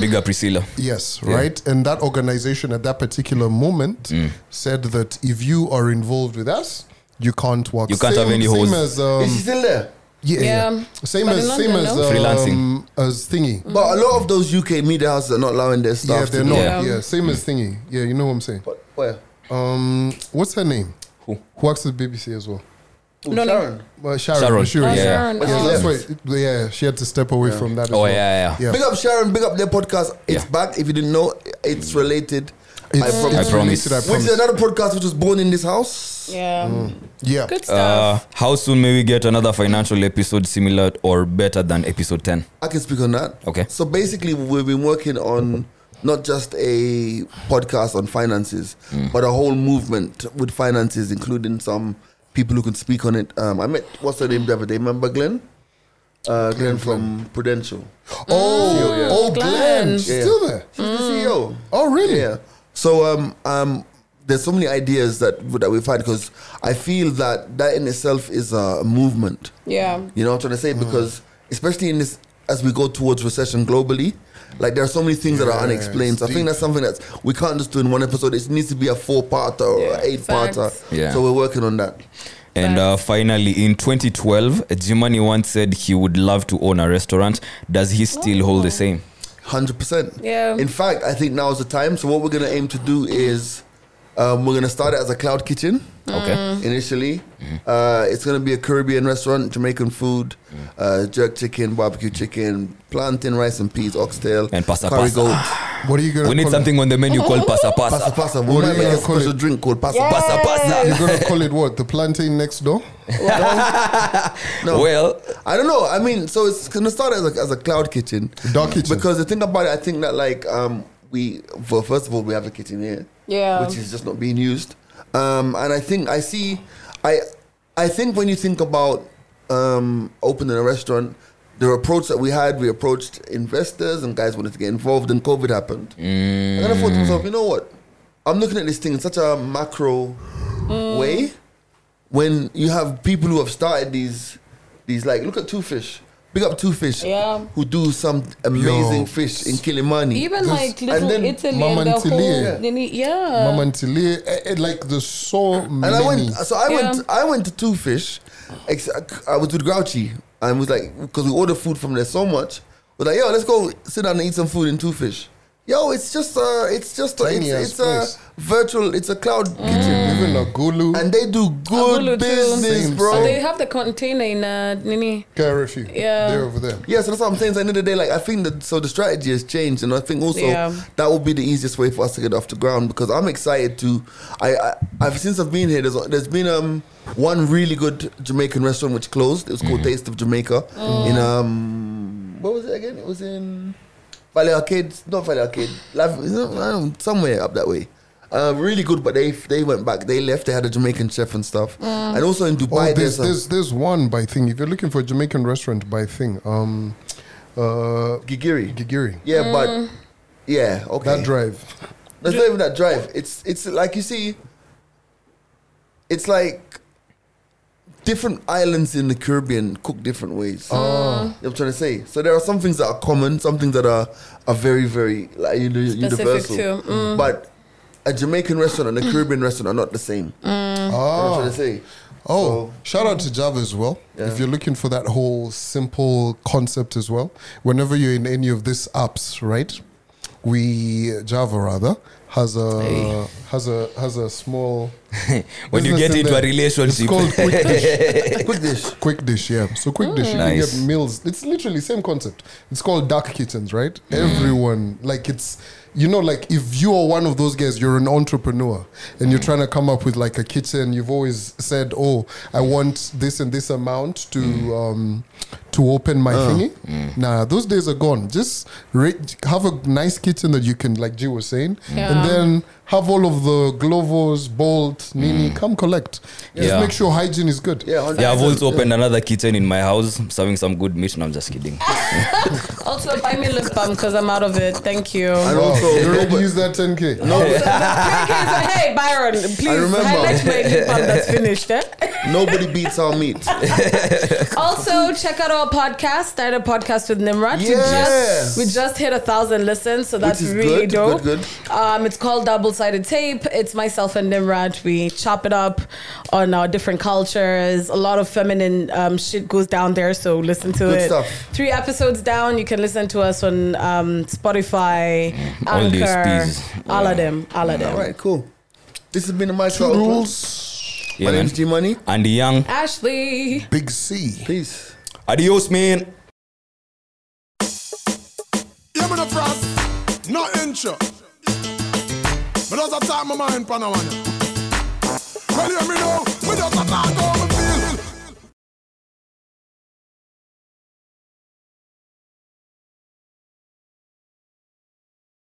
Speaker 1: Bigger Priscilla.
Speaker 4: Yes, right. And that organization at that particular moment
Speaker 1: Mm.
Speaker 4: said that if you are involved with us, you can't work.
Speaker 1: You can't have any
Speaker 4: same
Speaker 1: hoes.
Speaker 3: Is
Speaker 4: as
Speaker 3: he
Speaker 4: um,
Speaker 3: still there?
Speaker 4: yeah, yeah.
Speaker 2: Yeah.
Speaker 4: same
Speaker 2: But in
Speaker 4: as same
Speaker 2: London,
Speaker 4: as
Speaker 2: no? Mm.
Speaker 1: Freelancing.
Speaker 4: um, as thingy.
Speaker 3: But a lot of those UK media houses are not allowing their staff
Speaker 4: Yeah,
Speaker 3: to
Speaker 4: they're
Speaker 3: do
Speaker 4: not.
Speaker 1: Yeah.
Speaker 4: Yeah, same
Speaker 1: Mm.
Speaker 4: as thingy. Yeah, you know what I'm saying.
Speaker 3: But where?
Speaker 4: Um, what's her name?
Speaker 1: Who?
Speaker 4: Who works at BBC as well?
Speaker 3: Oh,
Speaker 2: No, no.
Speaker 3: Sharon.
Speaker 4: Well, Sharon.
Speaker 1: Sharon.
Speaker 4: Sharon.
Speaker 1: Oh,
Speaker 4: yeah.
Speaker 1: Sharon.
Speaker 4: Yeah,
Speaker 3: Oh.
Speaker 4: that's why. Yeah, she had to step away from that. As
Speaker 1: Oh
Speaker 4: well.
Speaker 1: yeah, yeah.
Speaker 4: Yeah.
Speaker 3: Big up Sharon, big up their podcast. It's
Speaker 1: Yeah.
Speaker 3: back. If you didn't know, it's related.
Speaker 4: It's-
Speaker 3: I promise.
Speaker 1: I promise.
Speaker 4: related, I
Speaker 3: Which is
Speaker 4: promise.
Speaker 3: another podcast which was born in this house.
Speaker 2: yeah,
Speaker 4: Mm. Yeah.
Speaker 2: good
Speaker 1: Uh,
Speaker 2: stuff.
Speaker 1: how soon may we get another financial episode similar or better than episode ten?
Speaker 3: I can speak on that.
Speaker 1: Okay.
Speaker 3: So basically, we've been working on not just a podcast on finances, but a whole movement with finances, including some people who can speak on it. Um, I met what's her name the other day. Remember Glenn? Uh, Glenn from Prudential.
Speaker 4: Oh,
Speaker 3: Yeah.
Speaker 4: oh, Glenn.
Speaker 2: Glenn.
Speaker 4: She's
Speaker 3: Yeah.
Speaker 4: still there.
Speaker 3: She's the CEO.
Speaker 4: Oh, really?
Speaker 3: Yeah. So um um, there's so many ideas that that we've had because I feel that that in itself is a movement.
Speaker 2: yeah,
Speaker 3: You know what I'm trying to say? Because especially in this, as we go towards recession globally, like there are so many things that are
Speaker 4: Yeah,
Speaker 3: unexplained.
Speaker 4: it's
Speaker 3: So I think
Speaker 4: deep.
Speaker 3: that's something that we can't just do in one episode. It needs to be a four-parter or
Speaker 2: Yeah,
Speaker 3: eight-parter.
Speaker 2: facts.
Speaker 1: Yeah.
Speaker 3: So we're working on that.
Speaker 1: And uh, finally, in 2012, Jimani once said he would love to own a restaurant. Does he still hold
Speaker 2: Oh.
Speaker 1: the same?
Speaker 3: Hundred percent.
Speaker 2: Yeah.
Speaker 3: In fact, I think now is the time. So what we're gonna aim to do is, um, we're gonna start it as a cloud kitchen.
Speaker 1: Okay.
Speaker 2: Mm.
Speaker 3: Initially,
Speaker 1: Mm-hmm.
Speaker 3: uh, it's gonna be a Caribbean restaurant, Jamaican food,
Speaker 1: Mm.
Speaker 3: uh, jerk chicken, barbecue chicken, plantain rice and peas, oxtail,
Speaker 1: And pasta
Speaker 3: curry
Speaker 1: pasta.
Speaker 3: goat.
Speaker 4: What are you
Speaker 2: Mm.
Speaker 4: gonna?
Speaker 1: We need
Speaker 4: call it?
Speaker 1: something on the menu called pasa
Speaker 3: Pasa
Speaker 1: pasa.
Speaker 3: pasa. We
Speaker 4: What
Speaker 3: might
Speaker 4: do you
Speaker 3: make a
Speaker 4: call
Speaker 3: special
Speaker 4: it?
Speaker 3: drink called pasa pasa.
Speaker 1: Pasa pasa.
Speaker 4: You're gonna call it what? The plantain next door?
Speaker 3: No.
Speaker 1: Well,
Speaker 3: I don't know. I mean, so it's gonna start as a, as a cloud kitchen.
Speaker 4: Dark kitchen.
Speaker 3: Because the thing about it, I think that like um we well first of all we have a kitchen here,
Speaker 2: yeah.
Speaker 3: which is just not being used. Um, and I think I see, I I think when you think about um opening a restaurant. The approach that we had, we approached investors and guys wanted to get involved, and COVID happened. And then I thought to myself, you know what? I'm looking at this thing in such a macro
Speaker 2: Mm.
Speaker 3: way. When you have people who have started these, these like look at Two Fish, big up Two Fish,
Speaker 2: Yeah.
Speaker 3: who do some amazing
Speaker 4: Yo.
Speaker 3: fish in Kilimani.
Speaker 2: Even
Speaker 4: This-
Speaker 2: like
Speaker 4: and
Speaker 2: little
Speaker 3: then
Speaker 2: Italy
Speaker 4: Mama
Speaker 2: and the
Speaker 4: Ntilie.
Speaker 2: whole, they need- yeah,
Speaker 4: Mama Ntilie, eh, eh, like the so many.
Speaker 3: Uh. And I went, so I
Speaker 2: Yeah.
Speaker 3: went, I went to Two Fish. ex- I was with Grouchy and was like, because we ordered food from there so much, we're like, yo, let's go sit down and eat some food in Two Fish. Yo, it's just a, it's just a, it's,
Speaker 4: Tiny ass
Speaker 3: it's a
Speaker 4: place.
Speaker 3: virtual, it's a cloud kitchen,
Speaker 4: Even a gulu,
Speaker 3: and they do
Speaker 2: Agulu Mm. too.
Speaker 3: good business,
Speaker 4: Same,
Speaker 3: bro.
Speaker 4: same.
Speaker 2: they have the container in uh, Nini.
Speaker 4: Karafi,
Speaker 2: Yeah.
Speaker 4: they're over there.
Speaker 3: Yeah, so that's what I'm saying. So at the end of the day, like I think that so the strategy has changed, and I think also
Speaker 2: Yeah.
Speaker 3: that will be the easiest way for us to get off the ground because I'm excited to. I, I I've since I've been here. There's there's been um one really good Jamaican restaurant which closed. It was
Speaker 4: Mm-hmm.
Speaker 3: called Taste of Jamaica in um what was it again? It was in Valley Arcade, not Valley Arcade, Lav- is it- I don't- somewhere up that way. Uh, really good, but they they went back. They left. They had a Jamaican chef and stuff, and also in
Speaker 4: Oh,
Speaker 3: Dubai
Speaker 4: there's,
Speaker 3: there's, a-
Speaker 4: there's there's one by thing. If you're looking for a Jamaican restaurant by thing, um, uh,
Speaker 3: Gigiri.
Speaker 4: Gigiri,
Speaker 3: Yeah, but yeah, okay.
Speaker 4: that drive.
Speaker 3: That's not even that drive. It's it's like you see, it's like different islands in the Caribbean cook different ways. You know what I'm trying to say. So there are some things that are common, some things that are are very very like you know,
Speaker 2: Specific
Speaker 3: universal.
Speaker 2: too, mm.
Speaker 3: But a Jamaican restaurant and a Caribbean restaurant are not the same. You know what I'm
Speaker 4: Oh,
Speaker 3: trying to say.
Speaker 4: oh, shout out to Java as well. If you're looking for that whole simple concept as well, whenever you're in any of these apps, right? We Java rather has a has a has a small
Speaker 1: when you
Speaker 4: business
Speaker 1: get
Speaker 4: in
Speaker 1: into a
Speaker 4: there.
Speaker 1: relationship,
Speaker 4: It's called quick dish.
Speaker 3: Quick dish.
Speaker 4: Quick dish, yeah. So quick dish, you
Speaker 1: Nice.
Speaker 4: can get meals. It's literally same concept. It's called dark kittens, right?
Speaker 1: Mm.
Speaker 4: Everyone like it's you know like if you are one of those guys, you're an entrepreneur and
Speaker 1: Mm.
Speaker 4: you're trying to come up with like a kitchen. You've always said, "Oh, I
Speaker 1: Mm.
Speaker 4: want this and this amount to um to open my thingy."
Speaker 1: Mm.
Speaker 4: Nah, those days are gone. Just re- have a nice kitchen that you can, like G was saying,
Speaker 1: Mm.
Speaker 2: Yeah. Yeah.
Speaker 4: and then have all of the Glovos, Bolt, Nini come collect. Just
Speaker 1: Yeah.
Speaker 4: make sure hygiene is good.
Speaker 3: Yeah,
Speaker 1: Yeah, I've also opened another kitchen in my house. I'm serving some good meat. No, I'm just kidding.
Speaker 2: Also, buy me lip balm because I'm out of it. Thank you.
Speaker 3: And
Speaker 4: Wow,
Speaker 3: also,
Speaker 4: you already
Speaker 3: nobody-
Speaker 4: used that 10k.
Speaker 2: hey, Byron, please
Speaker 3: remember.
Speaker 2: highlight my lip balm that's finished. Eh?
Speaker 3: nobody beats our meat.
Speaker 2: Also, check out our podcast. Start a podcast with Nimrat. We,
Speaker 3: Yes.
Speaker 2: just, we just hit a thousand listens, so that's
Speaker 3: is
Speaker 2: really
Speaker 3: good,
Speaker 2: dope.
Speaker 3: good,
Speaker 2: Um, it's called Double Sided Tape. It's myself and Nimrat. We chop it up on our different cultures. A lot of feminine um, shit goes down there, so listen to
Speaker 3: Good
Speaker 2: it.
Speaker 3: stuff.
Speaker 2: Three episodes down, you can listen to us on um, Spotify,
Speaker 1: All these
Speaker 2: Anchor,
Speaker 1: pieces.
Speaker 2: all of them, all of them.
Speaker 3: All right, cool. This has been the My Trial
Speaker 4: Rules,
Speaker 1: Yeah,
Speaker 3: My name's
Speaker 1: man.
Speaker 3: G Money.
Speaker 1: Andy Young.
Speaker 2: Ashley.
Speaker 4: big C.
Speaker 3: Peace.
Speaker 1: Adios, man.
Speaker 5: Yeah, me the frost, no intro. But those are time my mind, Panamania. Well, hear me now, me just a talk over